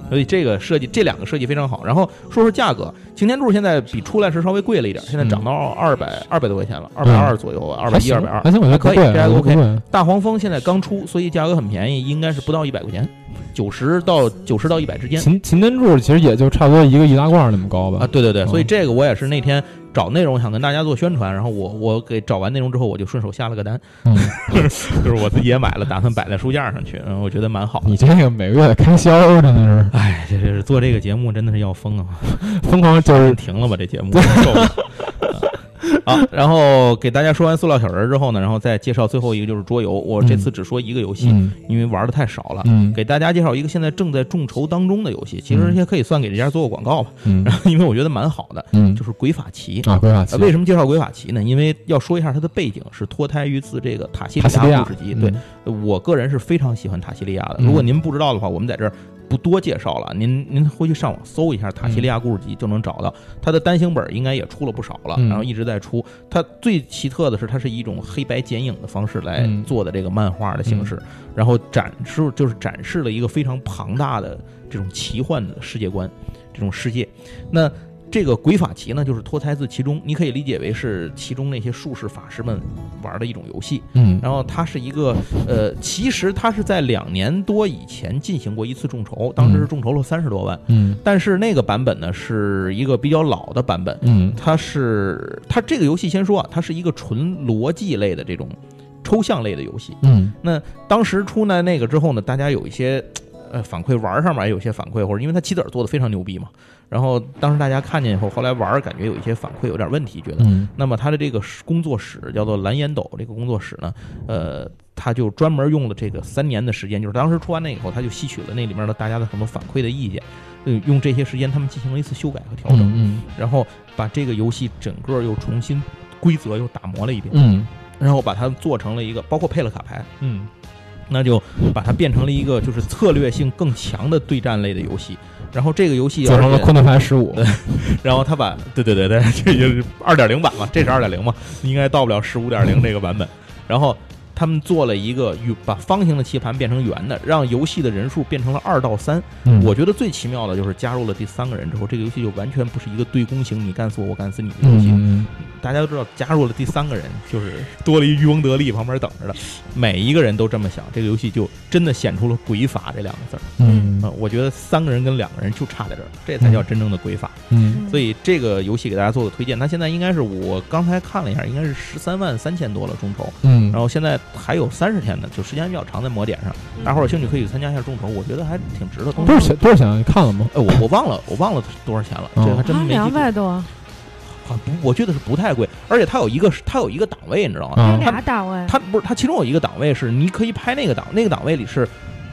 Speaker 1: 所以这个设计这两个设计非常好。然后说说价格，擎天柱现在比出来时稍微贵了一点，现在涨到二百二百多块钱了，二百二左右吧，二百
Speaker 3: 还
Speaker 1: 一、
Speaker 3: 行
Speaker 1: 二百二
Speaker 3: 还。行，我觉得不
Speaker 1: 可以
Speaker 3: 贵啊
Speaker 1: 这还
Speaker 3: 我觉得不
Speaker 1: OK
Speaker 3: 贵
Speaker 1: 大黄蜂现在刚出，所以价格很便宜，应该是不到一百块钱，九十到九十到一百之间。
Speaker 3: 秦秦根柱其实也就差不多一个易拉罐那么高吧。
Speaker 1: 啊，对对对，
Speaker 3: 嗯
Speaker 1: 所以这个我也是那天找内容想跟大家做宣传，然后我我给找完内容之后，我就顺手下了个单，
Speaker 3: 嗯，
Speaker 1: 就是我自己也买了，打算摆在书架上去，然嗯后我觉得蛮好 的。
Speaker 3: 你这个每个月的开销真的是
Speaker 1: 哎，这这是做这个节目真的是要疯 啊！
Speaker 3: 疯狂，就是
Speaker 1: 停了吧，这节目 受不了。啊，然后给大家说完塑料小人儿之后呢，然后再介绍最后一个就是桌游。我这次只说一个游戏，
Speaker 3: 嗯
Speaker 1: 因为玩的太少了。
Speaker 3: 嗯
Speaker 1: 给大家介绍一个现在正在众筹当中的游戏，其实也可以算给这家做个广告吧，
Speaker 3: 嗯
Speaker 1: 因为我觉得蛮好的，
Speaker 3: 嗯
Speaker 1: 就是鬼法奇。
Speaker 3: 啊，规划期
Speaker 1: 呃为什么介绍鬼法奇呢？因为要说一下它的背景是脱胎于自这个塔西
Speaker 3: 塔西
Speaker 1: 里
Speaker 3: 利
Speaker 1: 亚
Speaker 3: 亚
Speaker 1: 故事集。
Speaker 3: 嗯
Speaker 1: 对我个人是非常喜欢塔西利亚的。
Speaker 3: 嗯
Speaker 1: 如果您不知道的话，我们在这儿不多介绍了，您您回去上网搜一下塔西利亚故事集就能找到。它的单行本应该也出了不少了，
Speaker 3: 嗯
Speaker 1: 然后一直在出。它最奇特的是，它是以一种黑白剪影的方式来
Speaker 3: 嗯
Speaker 1: 做的这个漫画的形式，然后展示就是展示了一个非常庞大的这种奇幻的世界观，这种世界。那这个鬼法棋呢，就是脱胎自其中，你可以理解为是其中那些术士法师们玩的一种游戏。
Speaker 3: 嗯
Speaker 1: 然后它是一个，呃，其实它是在两年多以前进行过一次众筹，当时是众筹了三十多万，
Speaker 3: 嗯
Speaker 1: 但是那个版本呢是一个比较老的版本，
Speaker 3: 嗯
Speaker 1: 它是它这个游戏先说啊，它是一个纯逻辑类的这种抽象类的游戏。
Speaker 3: 嗯
Speaker 1: 当时出来那个之后呢，大家有一些呃反馈，玩儿上面也有一些反馈，或者因为它棋子儿做的非常牛逼嘛，然后当时大家看见以后，后来玩儿感觉有一些反馈有点问题，觉得。
Speaker 3: 嗯
Speaker 1: 那么他的这个工作室叫做蓝烟斗，这个工作室呢，呃，他就专门用了这个三年的时间，就是当时出完那以后，他就吸取了那里面的大家的很多反馈的意见，呃，用这些时间他们进行了一次修改和调整，
Speaker 3: 嗯
Speaker 1: 然后把这个游戏整个又重新规则又打磨了一遍，
Speaker 3: 嗯
Speaker 1: 然后把它做成了一个，包括配了卡牌，
Speaker 3: 嗯
Speaker 1: 那就把它变成了一个就是策略性更强的对战类的游戏。然后这个游戏
Speaker 3: 做成了
Speaker 1: 而且
Speaker 3: 昆特牌十五，
Speaker 1: 然后他把对对对对， 这就是二点零版嘛，这是二点零嘛，应该到不了十五 点零这个版本。然后他们做了一个圆把方形的棋盘变成圆的，让游戏的人数变成了二到三。
Speaker 3: 嗯
Speaker 1: 我觉得最奇妙的就是加入了第三个人之后，这个游戏就完全不是一个对攻型你干死我我干死你的游戏。
Speaker 3: 嗯
Speaker 1: 大家都知道，加入了第三个人就是多了一渔翁得利旁边等着的，每一个人都这么想，这个游戏就真的显出了“鬼法”这两个字儿。
Speaker 3: 嗯
Speaker 1: 嗯，我觉得三个人跟两个人就差在这儿，这才叫真正的鬼法。
Speaker 3: 嗯
Speaker 1: 所以这个游戏给大家做个推荐，它现在应该是我刚才看了一下，应该是十三万三千多了众筹，
Speaker 3: 嗯，
Speaker 1: 然后现在还有三十天呢，就时间比较长，在磨点上，
Speaker 2: 嗯
Speaker 1: 大伙儿有兴趣可以参加一下众筹，我觉得还挺值得。
Speaker 3: 多少钱？多少钱啊？你看了吗？
Speaker 1: 哎，我我忘了，我忘了多少钱了，这
Speaker 3: 哦
Speaker 1: 个还真没记
Speaker 2: 两
Speaker 1: 住。
Speaker 2: 百多，
Speaker 1: 啊不，我觉得是不太贵，而且它有一个它有一个档位，你知道吗？
Speaker 2: 有
Speaker 3: 啊，
Speaker 2: 俩档位，
Speaker 1: 它不是它其中有一个档位是你可以拍那个档，那个档位里是。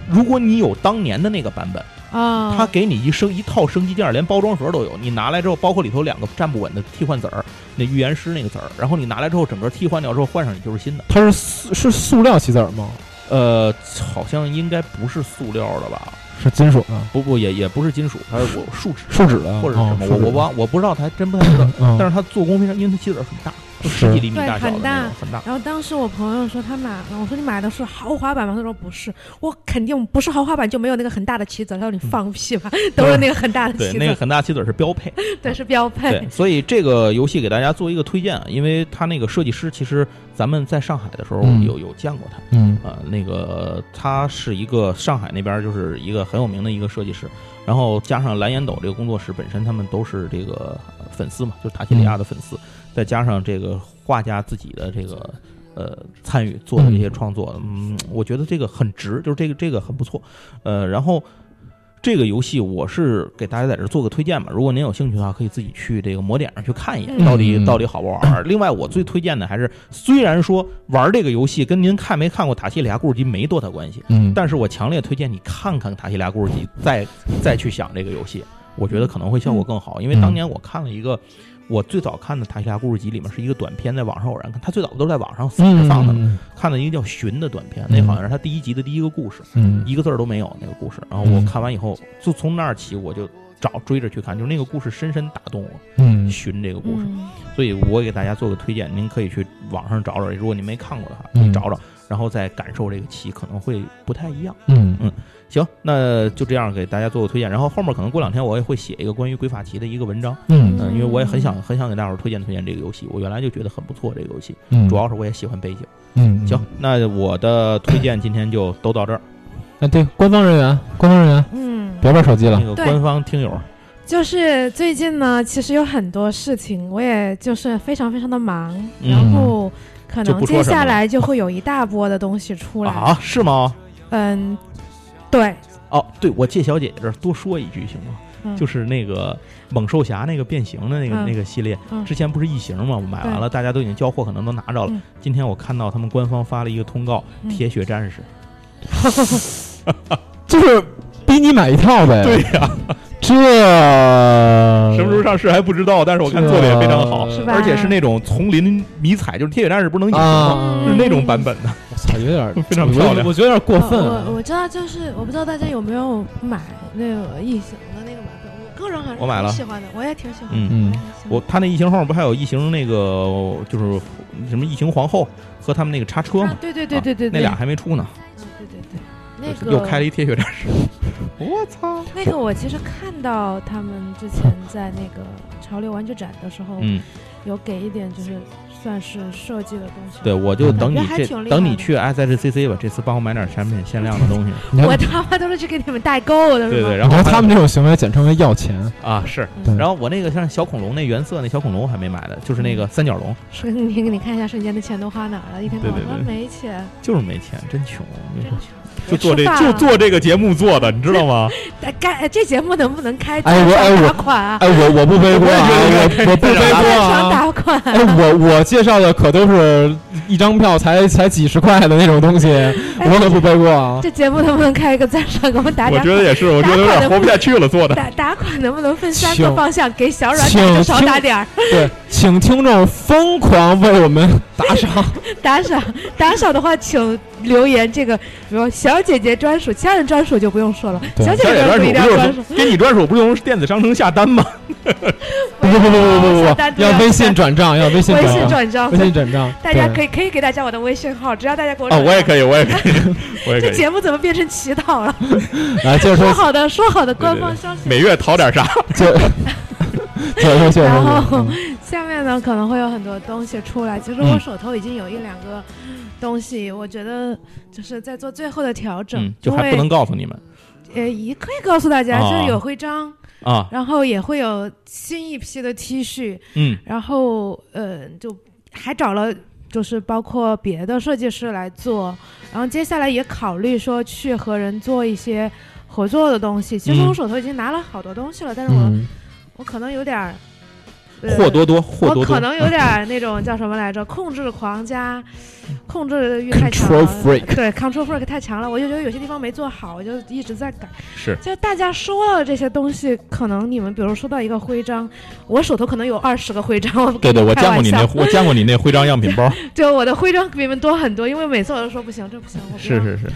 Speaker 1: 如果你有当年的那个版本，
Speaker 2: 啊，
Speaker 1: 它给你一升一套升级件，连包装盒都有。你拿来之后，包括里头两个站不稳的替换子儿，那预言师那个子儿，然后你拿来之后，整个替换掉之后，换上你就是新的。
Speaker 3: 它是塑是塑料棋子儿吗？
Speaker 1: 呃，好像应该不是塑料的吧？
Speaker 3: 是金属的、
Speaker 1: 不不，也也不是金属，它是我树脂
Speaker 3: 树脂的，
Speaker 1: 或者是什么，
Speaker 3: 哦
Speaker 1: 我我。忘我不知道，它还真不太知道。
Speaker 3: 嗯，
Speaker 1: 但是它做工非常，因为它棋子儿很大，就是十几厘米大小的
Speaker 2: 对很
Speaker 1: 那
Speaker 2: 大
Speaker 1: 种，很大。
Speaker 2: 然后当时我朋友说他买了，我说你买的是豪华版吗？他说不是，我肯定不是豪华版就没有那个很大的棋子。他说你放屁吧，都是那个很大的
Speaker 1: 嗯对，
Speaker 2: 棋
Speaker 1: 那个
Speaker 2: 子，
Speaker 1: 很大棋子儿是标配。
Speaker 2: 对，是标
Speaker 1: 对
Speaker 2: 配，。
Speaker 1: 所以这个游戏给大家做一个推荐，啊，因为它那个设计师其实咱们在上海的时候
Speaker 3: 嗯
Speaker 1: 有有见过他。
Speaker 3: 嗯
Speaker 1: 呃，那个他是一个上海那边儿就是一个很有名的一个设计师，然后加上蓝烟斗这个工作室本身，他们都是这个呃粉丝嘛，就是塔西里亚的粉丝，再加上这个画家自己的这个呃参与做的这些创作，嗯，我觉得这个很值，就是这个这个很不错，呃，然后。这个游戏我是给大家在这儿做个推荐吧，如果您有兴趣的话，可以自己去这个魔点上去看一眼，
Speaker 2: 嗯
Speaker 1: 到底
Speaker 3: 嗯
Speaker 1: 到底好不 好玩儿。另外，我最推荐的还是，虽然说玩这个游戏跟您看没看过《塔西里亚故事集》没多大关系，
Speaker 3: 嗯，
Speaker 1: 但是我强烈推荐你看看《塔西里亚故事集》， 再再去想这个游戏，我觉得可能会效果更
Speaker 3: 嗯
Speaker 1: 好。因为当年我看了一个，我最早看的《塔西里亚故事集》里面是一个短片，在网上偶然看，它最早都是在网上死着
Speaker 3: 嗯
Speaker 1: 放的嘛，
Speaker 3: 嗯
Speaker 1: 看了一个叫《寻》的短片，那好像是它第一集的第一个故事。
Speaker 3: 嗯
Speaker 1: 一个字儿都没有那个故事。然后我
Speaker 3: 嗯
Speaker 1: 看完以后，就从那儿起我就找追着去看，就是那个故事深深打动我，
Speaker 3: 嗯
Speaker 1: 寻这个故事，
Speaker 2: 嗯，
Speaker 1: 所以我也给大家做个推荐，您可以去网上找找，如果您没看过的话，
Speaker 3: 嗯
Speaker 1: 你找找，然后再感受这个棋可能会不太一样。
Speaker 3: 嗯
Speaker 1: 行，那就这样给大家做个推荐，然后后面可能过两天我也会写一个关于鬼法棋的一个文章，
Speaker 3: 嗯
Speaker 1: 嗯，因为我也很想很想给大伙儿推荐推荐这个游戏，我原来就觉得很不错这个游戏，
Speaker 3: 嗯，
Speaker 1: 主要是我也喜欢背景。
Speaker 3: 嗯
Speaker 1: 行，，那我的推荐今天就都到这儿。
Speaker 3: 啊对，官方人员，官方人员
Speaker 2: 嗯，
Speaker 3: 别玩手机了
Speaker 1: 那，个
Speaker 2: 对
Speaker 1: 官方听友，
Speaker 2: 就是最近呢，其实有很多事情，我也就是非常非常的忙，
Speaker 1: 嗯
Speaker 2: 然后可
Speaker 1: 就
Speaker 2: 能
Speaker 1: 不说
Speaker 2: 接
Speaker 1: 什么
Speaker 2: 下
Speaker 1: 了
Speaker 2: 来就会有一大波的东西出来。
Speaker 1: 啊，是吗？
Speaker 2: 嗯，对，
Speaker 1: 哦，对，我借小姐姐这儿多说一句行吗？
Speaker 2: 嗯
Speaker 1: 就是那个猛兽侠那个变形的那个、
Speaker 2: 嗯
Speaker 1: 那个系列，
Speaker 2: 嗯
Speaker 1: 之前不是异形吗？我买完了，大家都已经交货，可能都拿着了。
Speaker 2: 嗯
Speaker 1: 今天我看到他们官方发了一个通告，
Speaker 2: 嗯
Speaker 1: 铁血战士》
Speaker 3: 就是逼你买一套呗。
Speaker 1: 对，呀、
Speaker 3: 这
Speaker 1: 什么时候上市还不知道，但是我看做的也非常好，
Speaker 3: 呃是啊
Speaker 2: 吧
Speaker 1: 而且是那种丛林迷彩，就是《铁血战士》不能隐形的，
Speaker 3: 啊？
Speaker 1: 是那种版本的。
Speaker 2: 嗯
Speaker 3: 我操，有点
Speaker 1: 非常漂亮
Speaker 3: 我觉得有点过分
Speaker 2: 呃我
Speaker 3: 啊。
Speaker 2: 我知道，就是我不知道大家有没有买那个异形的那个版本，我个人还是
Speaker 1: 我买了
Speaker 2: 挺喜欢的，我也挺喜欢的。
Speaker 1: 嗯
Speaker 3: 嗯
Speaker 2: 也挺喜欢的
Speaker 1: 我他那异形后面不还有异形那个就是什么异形皇后和他们那个叉车
Speaker 2: 啊
Speaker 1: 吗？，
Speaker 2: 对对对对对，
Speaker 1: 那
Speaker 2: 对
Speaker 1: 俩，还没出呢，
Speaker 2: 嗯对对对，那个
Speaker 1: 又开了一铁血战士。 我操！
Speaker 2: 那个我其实看到他们之前在那个潮流玩具展的时候，
Speaker 1: 嗯，
Speaker 2: 有给一点就是算是设计的东西。
Speaker 1: 对，我就等你
Speaker 2: 嗯感觉还
Speaker 1: 这
Speaker 2: 挺厉害的
Speaker 1: 等你去 SHCC 吧，这次帮我买点产品限量的东西。
Speaker 3: 你看
Speaker 2: 我他妈都是去给你们代购的，
Speaker 1: 对对，
Speaker 2: 是吧？
Speaker 1: 然
Speaker 3: 你
Speaker 1: 后
Speaker 3: 看他们这种行为简称为要钱。
Speaker 1: 啊是，
Speaker 2: 嗯
Speaker 3: 对
Speaker 1: 然后我那个像小恐龙那原色那小恐龙我还没买的，就是那
Speaker 2: 嗯
Speaker 1: 个三角龙，
Speaker 2: 说你给你看一下，瞬间的钱都花哪儿了？一天到晚
Speaker 1: 对对
Speaker 2: 说
Speaker 1: 对
Speaker 2: 没钱，
Speaker 1: 就是没钱，真穷，
Speaker 2: 真穷。
Speaker 1: 就做这
Speaker 2: 吃饭啊
Speaker 1: 就做这个节目做的，你知道吗？
Speaker 2: 哎该这节目能不能开
Speaker 3: 哎我哎
Speaker 2: 打
Speaker 3: 我
Speaker 2: 款啊？
Speaker 3: 哎，我我不背锅啊，我我不
Speaker 1: 哎
Speaker 3: 背
Speaker 2: 在
Speaker 3: 锅
Speaker 2: 场
Speaker 3: 啊。
Speaker 2: 打款，
Speaker 3: 哎，我我介绍的可都是一张票才才几十块的那种东西，
Speaker 2: 哎
Speaker 3: 我可不背锅啊。
Speaker 2: 这节目能不能开一个赞赏，给我们打
Speaker 1: 我
Speaker 2: 点
Speaker 1: 觉得也是，我觉得有点活不下去了，做的。
Speaker 2: 打打款，能不能分三个
Speaker 3: 请
Speaker 2: 方向给小软点就少打点儿，
Speaker 3: 对，请听众疯狂为我们打赏。
Speaker 2: 打赏打赏的话，请留言这个，比如小姐姐专属、家人专属就不用说了，
Speaker 3: 对
Speaker 2: 小姐
Speaker 1: 小姐专属
Speaker 2: 姐专属一定
Speaker 1: 不
Speaker 2: 要专
Speaker 1: 就是
Speaker 2: 属，
Speaker 1: 给你专属不用电子商城下单吗？
Speaker 3: 不不不不不
Speaker 2: 下
Speaker 3: 不
Speaker 2: 单
Speaker 3: 不，
Speaker 2: 对
Speaker 3: 要微信转账，要微信
Speaker 2: 微
Speaker 3: 转
Speaker 2: 信
Speaker 3: 账，
Speaker 2: 转账
Speaker 3: 微，信转账。
Speaker 2: 大家可
Speaker 3: 以。
Speaker 2: 以可以给大家我的微信号，只要大家给我
Speaker 1: 啊，我也
Speaker 2: 以。
Speaker 1: 可以，我也 可以，我也可
Speaker 2: 这
Speaker 1: 以，
Speaker 2: 节目怎么变成乞讨了？
Speaker 3: 来，接着
Speaker 2: 说
Speaker 3: 说，
Speaker 2: 好的，说好的，官
Speaker 1: 对
Speaker 2: 方消息。
Speaker 1: 每月讨点啥？
Speaker 3: 接着接着说，接着
Speaker 2: 然
Speaker 3: 说嗯
Speaker 2: 后。 下面呢可能会有很多东西出来。其实我
Speaker 1: 嗯
Speaker 2: 手头已经有一两个东西，我觉得就是在做最后的调整，
Speaker 1: 嗯，就还不能告诉你们
Speaker 2: 因为呃，也可以告诉大家，
Speaker 1: 哦
Speaker 2: 就是有徽章，
Speaker 1: 啊，
Speaker 2: 然后也会有新一批的 T 恤，
Speaker 1: 嗯
Speaker 2: 然后呃，就还找了。就是包括别的设计师来做，然后接下来也考虑说去和人做一些合作的东西。其实
Speaker 1: 嗯
Speaker 2: 我手头已经拿了好多东西了，但是我、
Speaker 3: 嗯，
Speaker 2: 我可能有点儿、呃
Speaker 1: 货多多，货多
Speaker 2: 我可
Speaker 1: 多，
Speaker 2: 能有点儿那种叫什么来着，控制狂加控制欲太强
Speaker 3: Control
Speaker 2: 了
Speaker 3: freak
Speaker 2: 对，control freak 太强了，我就觉得有些地方没做好，我就一直在改。
Speaker 1: 是
Speaker 2: 就大家收到的这些东西，可能你们比如收到一个徽章，我手头可能有二十个徽章，我不
Speaker 1: 对
Speaker 2: 跟
Speaker 1: 对，我
Speaker 2: 开
Speaker 1: 见过你
Speaker 2: 玩
Speaker 1: 那
Speaker 2: 笑，
Speaker 1: 我见过你那徽章样品 包，
Speaker 2: 就我的徽章比你们多很多，因为每次我都说不行，这不行，我不
Speaker 1: 是
Speaker 2: 要，
Speaker 1: 是是，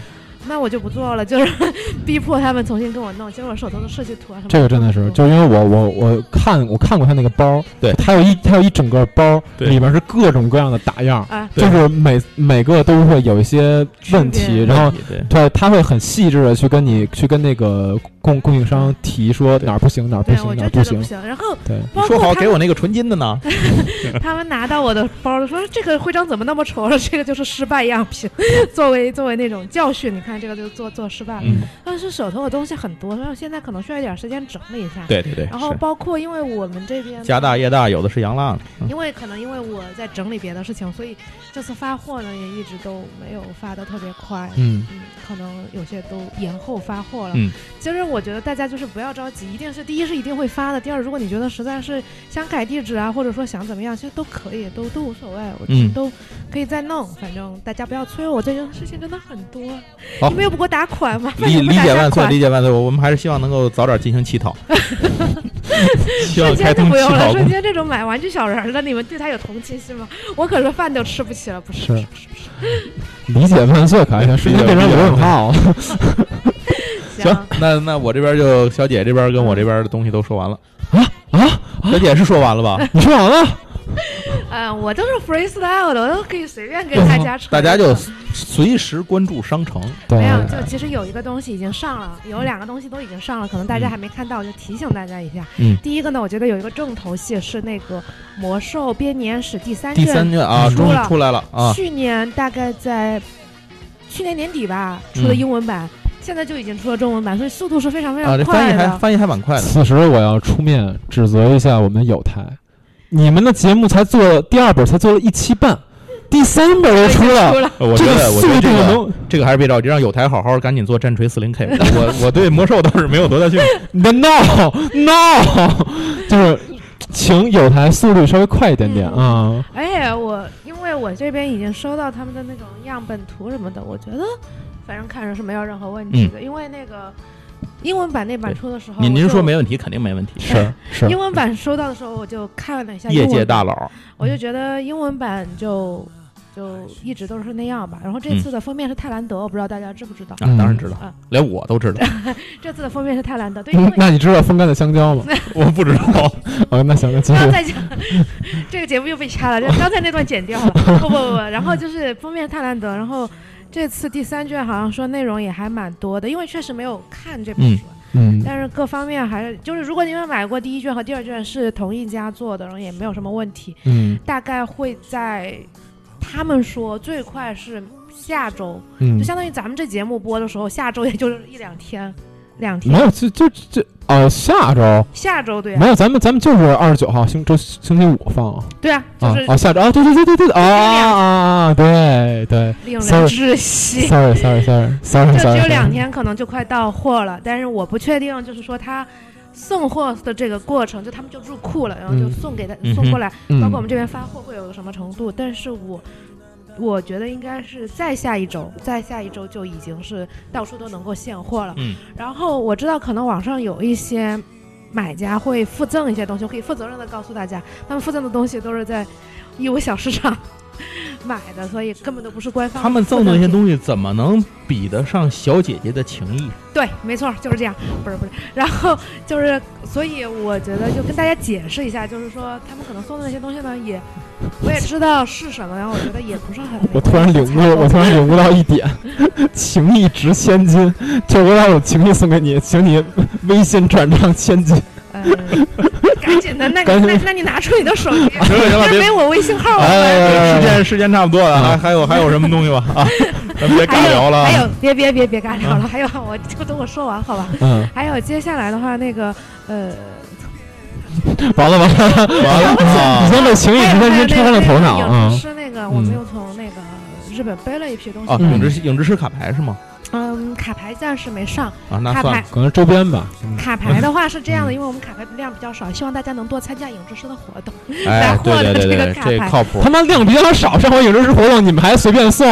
Speaker 2: 那我就不做了，就是 逼迫他们重新跟我弄。其实我手头的设计图啊什么，
Speaker 3: 这个真的是，就是因为我我我看我看过他那个包，
Speaker 1: 对
Speaker 3: 他有一他有一整个包，
Speaker 1: 对
Speaker 3: 里面是各种各样的打样，
Speaker 2: 啊，
Speaker 1: 对
Speaker 3: 就是每每个都会有一些问
Speaker 2: 区
Speaker 3: 题，
Speaker 2: 别
Speaker 3: 然后
Speaker 1: 对
Speaker 3: 对他会很细致的去跟你去跟那个供供应商提说哪儿不行哪儿不
Speaker 2: 对，
Speaker 3: 行
Speaker 1: 啊
Speaker 2: 我
Speaker 3: 哪
Speaker 2: 就
Speaker 3: 儿不
Speaker 2: 觉得不
Speaker 3: 行，
Speaker 2: 行。然后
Speaker 3: 对，
Speaker 1: 你
Speaker 2: 包
Speaker 1: 说
Speaker 2: 括
Speaker 1: 好
Speaker 2: 他
Speaker 1: 给我那个纯金的呢，
Speaker 2: 他们拿到我的包了，说这个徽章怎么那么丑？我说这个就是失败样品，作为作为那种教训，你看这个就做做失败了。
Speaker 1: 嗯，
Speaker 2: 但是手头的东西很多，然后现在可能需要一点时间整理一下。
Speaker 1: 对对对，
Speaker 2: 然后
Speaker 1: 是
Speaker 2: 包括因为我们这边
Speaker 1: 家大，业大，有的是洋蜡呢，嗯
Speaker 2: 因为可能因为我在整理别的事情，所以这次发货呢也一直都没有发的特别快。
Speaker 3: 嗯
Speaker 2: 嗯，可能有些都延后发货了。
Speaker 1: 嗯，
Speaker 2: 其实我觉得大家就是不要着急，一定是第一是一定会发的，第二如果你觉得实在是想改地址啊，或者说想怎么样，其实都可以，都都无所谓，我
Speaker 1: 嗯
Speaker 2: 都可以再弄，反正大家不要催我，这件事情真的很多，
Speaker 1: 好
Speaker 2: 你 们又不给我打款嘛，
Speaker 1: 理理解万岁，
Speaker 2: 理
Speaker 1: 理解万岁，我们还是希望能够早点进行乞 讨， 希望
Speaker 2: 瞬
Speaker 1: 开
Speaker 2: 间就
Speaker 1: 通
Speaker 2: 不
Speaker 1: 乞
Speaker 2: 用了，
Speaker 1: 讨
Speaker 2: 瞬
Speaker 1: 工。
Speaker 2: 间这种买玩具小人儿的，你们对他有同情心吗？我可是饭都吃不起了，不是
Speaker 3: 是
Speaker 2: 不是不是不是。
Speaker 3: 哦理解万岁可还行，瞬间变成罗永浩，
Speaker 2: 香。
Speaker 1: 那那我这边就小姐这边跟我这边的东西都说完了，
Speaker 3: 啊，
Speaker 1: 小姐是说完了 吧？
Speaker 3: 你说完了？
Speaker 2: 嗯，我都是 freestyle 的，我都可以随便给大家扯。
Speaker 1: 大家就随时关注商城，
Speaker 3: 对
Speaker 2: 没有，就其实有一个东西已经上了，有两个东西都已经上了，可能大家还没看到，我就提醒大家一下。
Speaker 1: 嗯
Speaker 2: 第一个呢，我觉得有一个重头戏是那个《魔兽编年史》第三
Speaker 1: 第三
Speaker 2: 卷，
Speaker 1: 卷啊，
Speaker 2: 出
Speaker 1: 终于
Speaker 2: 了
Speaker 1: 出来了啊！
Speaker 2: 去年大概在去年年底吧出的
Speaker 1: 嗯
Speaker 2: 英文版，现在就已经出了中文版，所以速度是非常非
Speaker 1: 啊，
Speaker 2: 常
Speaker 1: 这翻
Speaker 2: 快
Speaker 1: 译
Speaker 2: 的。
Speaker 1: 还翻译还蛮快的。
Speaker 3: 此时我要出面指责一下我们友台，你们的节目才做第二本，才做了一期半，第三本都出
Speaker 2: 出
Speaker 3: 了，
Speaker 2: 了，
Speaker 1: 呃我
Speaker 3: 这
Speaker 1: 觉
Speaker 3: 个
Speaker 1: 得，我觉得
Speaker 3: 速度
Speaker 1: 这个
Speaker 3: 能，
Speaker 1: 这个还是别着急，让有台好好赶紧做战锤四零 K。我我对魔兽倒是没有多大 兴趣。
Speaker 3: 你的 no no，就是 请友台速率稍微快一点点啊。
Speaker 2: 而且我因为我这边已经收到他们的那种样本图什么的，我觉得反正看着是没有任何问题的，因为那个英文版那版出的时候，
Speaker 1: 嗯您
Speaker 2: 我
Speaker 1: 您
Speaker 2: 就哎
Speaker 1: 说没问题，肯定没问题。
Speaker 3: 是是
Speaker 2: 英，文版收到的时候，我就看了一下英
Speaker 1: 业
Speaker 2: 文版
Speaker 1: 界大，佬，
Speaker 2: 我就觉得英文版就就一直都是那样吧。然后这次的封面是泰兰德，我不知道大家知不知道。
Speaker 1: 嗯啊，当然知道
Speaker 2: 嗯，
Speaker 1: 连我都知道，
Speaker 2: 这次的封面是泰兰德，对，因
Speaker 3: 嗯
Speaker 2: 为
Speaker 3: 那你知道风干的香蕉吗？
Speaker 1: 我不知 道。
Speaker 3: 哦，那行，那继
Speaker 2: 不
Speaker 3: 续
Speaker 2: 要。再讲，这个节目又被掐了，就刚才那段剪 掉了。不不不，然后就是封面泰兰德，然后这次第三卷好像说内容也还蛮多的，因为确实没有看这本书，啊
Speaker 3: 嗯
Speaker 2: 但是各方面还是就是如果你们买过第一卷和第二卷是同一家做的，然后也没有什么问题，
Speaker 3: 嗯
Speaker 2: 大概会在他们说最快是下周，就
Speaker 3: 嗯，
Speaker 2: 相当于咱们这节目播的时候，下周也就是一两天，两
Speaker 3: 没
Speaker 2: 天，
Speaker 3: 有，就就就哦，下周
Speaker 2: 下周对
Speaker 3: 没
Speaker 2: 啊，
Speaker 3: 有，咱们咱们就是二十九号星周星期五放啊
Speaker 2: 对啊，就
Speaker 3: 啊
Speaker 2: 是
Speaker 3: 啊，下周啊，对对对对对啊啊啊啊，对对
Speaker 2: 令人
Speaker 3: sorry
Speaker 2: 窒息。
Speaker 3: ，sorry sorry sorry
Speaker 1: 嗯
Speaker 3: sorry
Speaker 2: 就
Speaker 3: sorry，
Speaker 2: 只有两，天，可能就快到货了。但是我不确定，就是说他送货的这个过程，就他们就入库了，然后就
Speaker 3: 嗯
Speaker 2: 送给他、
Speaker 1: 嗯哼
Speaker 2: 送过来，
Speaker 3: 嗯
Speaker 2: 包括我们这边发货会有个什么程度。但是我我觉得应该是再下一周，再下一周就已经是到处都能够现货了。
Speaker 1: 嗯，
Speaker 2: 然后我知道可能网上有一些。买家会附赠一些东西，我可以负责任的告诉大家，他们附赠的东西都是在义乌小市场 买的，所以根本都不是官方。
Speaker 1: 他们赠的那些东西怎么能比得上小姐姐的情谊？
Speaker 2: 对，没错，就是这样，不是不是，然后就是，所以我觉得就跟大家解释一下，就是说他们可能送的那些东西呢，也我也知道是什么，然后我觉得也不是很，
Speaker 3: 我突然领悟，我突然领悟到一点， 情义值千金，这我把我情义送给你，请你微信转账千 金。
Speaker 2: 呃，赶紧的，那
Speaker 3: 赶
Speaker 2: 你
Speaker 3: 紧
Speaker 2: 那那你拿出你的手 机，
Speaker 1: 行了行了
Speaker 2: 这
Speaker 1: 别呃
Speaker 2: 没我微信号啊，
Speaker 3: 哎，
Speaker 1: 时间时间差不多了，还还有还有什么东西吗？ 啊，咱们别尬
Speaker 2: 还
Speaker 1: 聊
Speaker 2: 有
Speaker 1: 了
Speaker 2: 还。有， 别别别别尬聊了，还有我就等我说完好吧，
Speaker 3: 嗯，
Speaker 2: 还有接下来的话那个呃，
Speaker 3: 完了完了 完了，
Speaker 1: 啊
Speaker 3: 已经被情义值千金冲昏了头脑
Speaker 2: 影
Speaker 3: 啊
Speaker 2: 视！是那个我们又从那个日本背了一批东西
Speaker 1: 啊，
Speaker 2: 回来
Speaker 1: 影之影之师卡牌是吗？
Speaker 2: 嗯，卡牌暂时没上。
Speaker 1: 啊，那
Speaker 2: 卡
Speaker 1: 算了
Speaker 2: 牌。
Speaker 3: 可能周边吧，
Speaker 2: 卡牌的话是这样的，
Speaker 3: 嗯
Speaker 2: 因为我们卡牌量比较少，希望大家能多参加影之师的 活动。
Speaker 1: 哎，对对对对
Speaker 2: 拿货的这个
Speaker 1: 对，
Speaker 2: 卡
Speaker 1: 这
Speaker 2: 牌
Speaker 1: 靠谱
Speaker 3: 他。妈量比较少，上回有这次活动你们还随便送，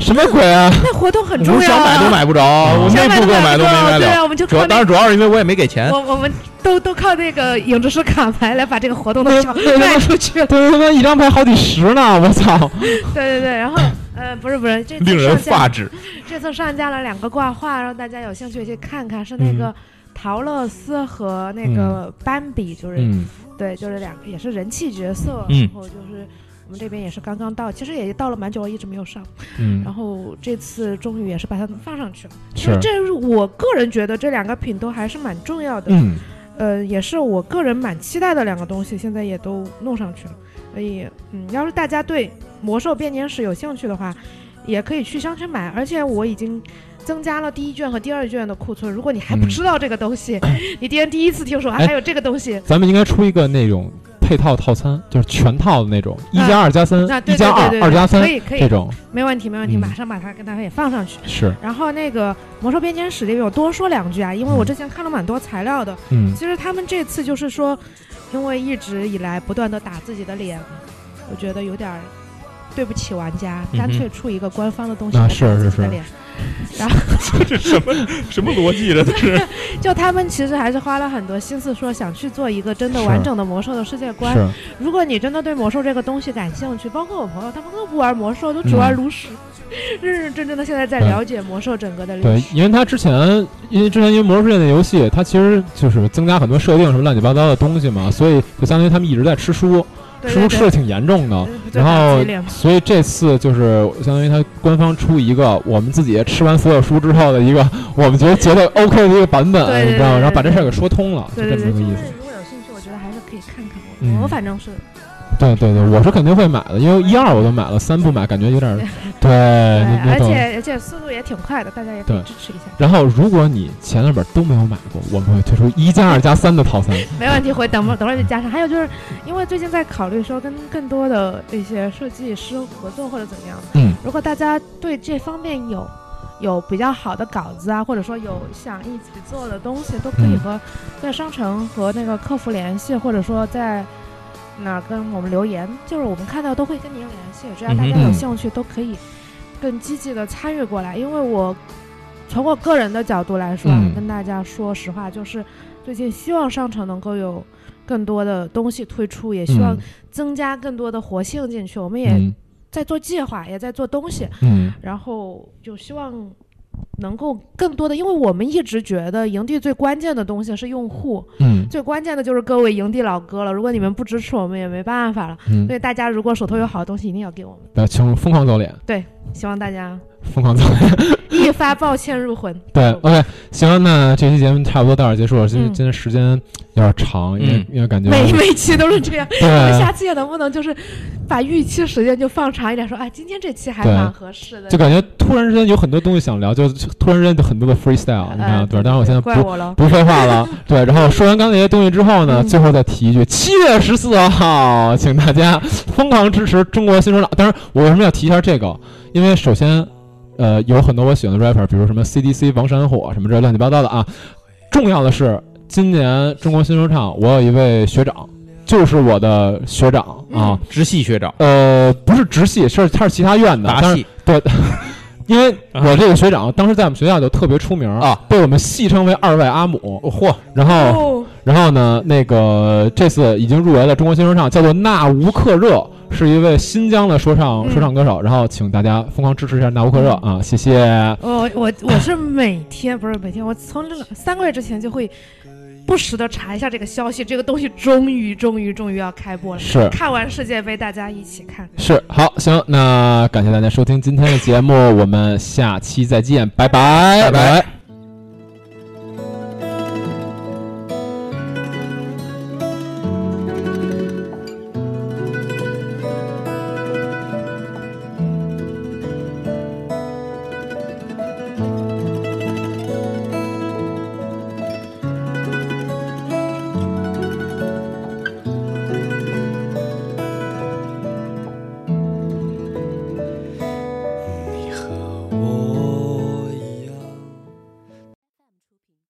Speaker 3: 什么鬼啊？
Speaker 2: 那活动很
Speaker 1: 我
Speaker 2: 重要
Speaker 1: 想买都
Speaker 2: 啊，
Speaker 1: 买不着，我
Speaker 2: 想
Speaker 1: 内部
Speaker 2: 都
Speaker 1: 购买
Speaker 2: 买
Speaker 1: 都没买
Speaker 2: 对
Speaker 1: 了。
Speaker 2: 啊，我们就
Speaker 1: 主
Speaker 2: 靠
Speaker 1: 要当
Speaker 2: 那
Speaker 1: 然主要是因为我也没给钱。
Speaker 2: 我我们都都靠那个影之师卡牌来把这个活 动
Speaker 3: 那
Speaker 2: 的票
Speaker 3: 那
Speaker 2: 卖出去了。
Speaker 3: 对他妈一张牌好几十呢，我操！
Speaker 2: 对对对，然后呃不是不是，这次
Speaker 1: 令人
Speaker 2: 上架
Speaker 1: 发指。
Speaker 2: 这次上架了两个挂画，让大家有兴趣去看看，是那
Speaker 1: 嗯
Speaker 2: 个。陶乐斯和那个斑比就是、
Speaker 3: 嗯
Speaker 2: 对，就是两个也是人气角色，
Speaker 1: 嗯
Speaker 2: 然后就是我们这边也是刚刚到，其实也到了蛮久，一直没有上。
Speaker 3: 嗯
Speaker 2: 然，后这次终于也是把它们放上去了。其
Speaker 3: 是
Speaker 2: 实这是我个人觉得这两个品都还是蛮重要的，
Speaker 3: 嗯
Speaker 2: 呃，也是我个人蛮期待的两个东西，现在也都弄上去了。所以，嗯，要是大家对《魔兽编年史》有兴趣的话，也可以去商城买。而且我已经增加了第一卷和第二卷的库存。如果你还不
Speaker 3: 嗯
Speaker 2: 知道这个东西，你今天第一次听说啊
Speaker 3: 哎
Speaker 2: 还有这个东西，
Speaker 3: 咱们应该出一个那种配套套餐，就是全套的那种，一加二加三
Speaker 2: 那，嗯啊
Speaker 3: 呃
Speaker 2: 对
Speaker 3: 一
Speaker 2: 对
Speaker 3: 加
Speaker 2: 对
Speaker 3: 二
Speaker 2: 对，
Speaker 3: 二加
Speaker 2: 可
Speaker 3: 三
Speaker 2: 以可
Speaker 3: 这
Speaker 2: 以，
Speaker 3: 种
Speaker 2: 没问题没问题，
Speaker 3: 嗯
Speaker 2: 马上把它跟大家也放上去。
Speaker 3: 是
Speaker 2: 然后那个《魔兽编年史》里面有多说两句啊，因为我之前看了蛮多材料的。
Speaker 3: 嗯
Speaker 2: 其实他们这次就是说，因为一直以来不断的打自己的脸，我觉得有点儿对不起玩家，
Speaker 1: 哼
Speaker 2: 干脆出一个官方的东西
Speaker 3: 啊
Speaker 2: 来打
Speaker 3: 嗯是
Speaker 2: 自
Speaker 3: 是
Speaker 2: 己的
Speaker 3: 是
Speaker 2: 脸。
Speaker 1: 这什么什么逻辑这都是？
Speaker 2: 就他们其实还是花了很多心思，说想去做一个真的
Speaker 3: 是
Speaker 2: 完整的魔兽的世界观。
Speaker 3: 是
Speaker 2: 如果你真的对魔兽这个东西感兴趣，包括我朋友，他们都不玩魔兽，都只玩
Speaker 3: 嗯
Speaker 2: 炉石，认认真真的现在在
Speaker 3: 对
Speaker 2: 了解魔兽整个的历
Speaker 3: 对
Speaker 2: 史，。
Speaker 3: 因为他之前因为之前因为《魔兽世界》那游戏，它其实就是增加很多设定什么乱七八糟的东西嘛，所以就相当于他们一直在吃书，
Speaker 2: 对
Speaker 3: 吃书
Speaker 2: 对
Speaker 3: 吃的
Speaker 2: 对，
Speaker 3: 挺严重的。
Speaker 2: 呃不就
Speaker 3: 然
Speaker 2: 打
Speaker 3: 后
Speaker 2: 激烈吗，
Speaker 3: 所以这次就是相当于它官方出一个我们自己吃完所有书之后的一个我们觉得觉得 OK 的一个版本，
Speaker 2: 对对对
Speaker 3: 你知道吗？
Speaker 2: 对对
Speaker 3: 然后把这事儿给说通了，就
Speaker 2: 对
Speaker 3: 这
Speaker 2: 对
Speaker 3: 么
Speaker 2: 对
Speaker 3: 一个
Speaker 2: 就
Speaker 3: 意
Speaker 2: 是
Speaker 3: 思。
Speaker 2: 如果有兴趣，我觉得还是可以看看我。
Speaker 3: 嗯
Speaker 2: 我反正是
Speaker 3: 对对对，我是肯定会买的，因为一二我都买了，三不买感觉有点儿对，你
Speaker 2: 而
Speaker 3: 你懂。
Speaker 2: 且而且速度也挺快的，大家也可以
Speaker 3: 呃对
Speaker 2: 支持一下，
Speaker 3: 然后，如果你前两本都没有买过，我们会推出一加二加三的套餐。
Speaker 2: 没问题。会等会儿等会儿就加上。还有就是，因为最近在考虑说跟更多的一些设计师合作或者怎么样的，
Speaker 3: 嗯，
Speaker 2: 如果大家对这方面有有比较好的稿子啊，或者说有想一起做的东西，都可以
Speaker 3: 嗯
Speaker 2: 和在商城和那个客服联系，或者说在哪儿跟我们留言，就是我们看到都会跟您联系。只要大家
Speaker 1: 嗯
Speaker 2: 有
Speaker 3: 嗯
Speaker 2: 兴趣，都可以更积极的参与过来。因为我从我个人的角度来说啊，
Speaker 3: 嗯
Speaker 2: 跟大家说实话，就是最近希望商城能够有更多的东西推出，也 希望
Speaker 3: 嗯
Speaker 2: 增加更多的活性进去。我们也
Speaker 3: 嗯
Speaker 2: 在做计划，也在做东西，
Speaker 3: 嗯
Speaker 2: 然后就希望能够更多的，因为我们一直觉得营地最关键的东西是用户，
Speaker 3: 嗯
Speaker 2: 最关键的就是各位营地老哥了。如果你们不支持我们，也没办法了。
Speaker 3: 嗯
Speaker 2: 所，以大家如果手头有好的东西，一定要给我们。
Speaker 3: 对，请疯狂走脸，
Speaker 2: 希望 大家
Speaker 3: 疯狂走脸。
Speaker 2: 一发抱歉入魂。
Speaker 3: 对，OK，行，那这期节目差不多到这儿结束了。今
Speaker 2: 嗯
Speaker 3: 今天时间有点长，因为
Speaker 1: 嗯
Speaker 3: 因为感觉
Speaker 2: 每每期都是这 样，我们
Speaker 3: 对，
Speaker 2: 下次也能不能就是把预期时间就放长一点，说哎，今天这期还
Speaker 3: 对
Speaker 2: 蛮合适的。
Speaker 3: 就感觉突然之间有很多东西想聊，就就突然之间就很多的 freestyle，你看，
Speaker 2: 哎
Speaker 3: 啊对。但是我现在不
Speaker 2: 怪我了。
Speaker 3: 不废话了，对。然后说完刚才那些东西之后呢，
Speaker 2: 嗯
Speaker 3: 最后再提一句：七月十四号，请大家疯狂支持中国新说唱。当然，我为什么要提一下这个？因为首先，呃，有很多我喜欢的 rapper，比如什么 CDC、王山火什么这乱七八糟的啊。重要的是，今年中国新说唱，我有一位学长，就是我的学长啊。
Speaker 1: 直系学长，
Speaker 3: 呃，不是直系，是他是其他院的，
Speaker 1: 达
Speaker 3: 但是
Speaker 1: 系
Speaker 3: 因为我这个学长当时在我们学校就特别出名
Speaker 1: 啊，
Speaker 3: 被我们戏称为“二外阿姆”。嚯！然后，
Speaker 2: 哦，
Speaker 3: 然后呢，那个这次已经入围了中国新说唱，叫做纳吾克热，是一位新疆的说唱
Speaker 2: 嗯
Speaker 3: 说唱歌手。然后请大家疯狂支持一下纳吾克热啊，谢谢。
Speaker 2: 我呃我我是每天不是每天，我从这个三个月之前就会不时的查一下这个消息，这个东西终于终于终于要开播了。
Speaker 3: 是
Speaker 2: 看完世界杯，大家一起看，
Speaker 3: 是，好，行，那感谢大家收听今天的节目，我们下期再见，拜拜，
Speaker 1: 拜拜。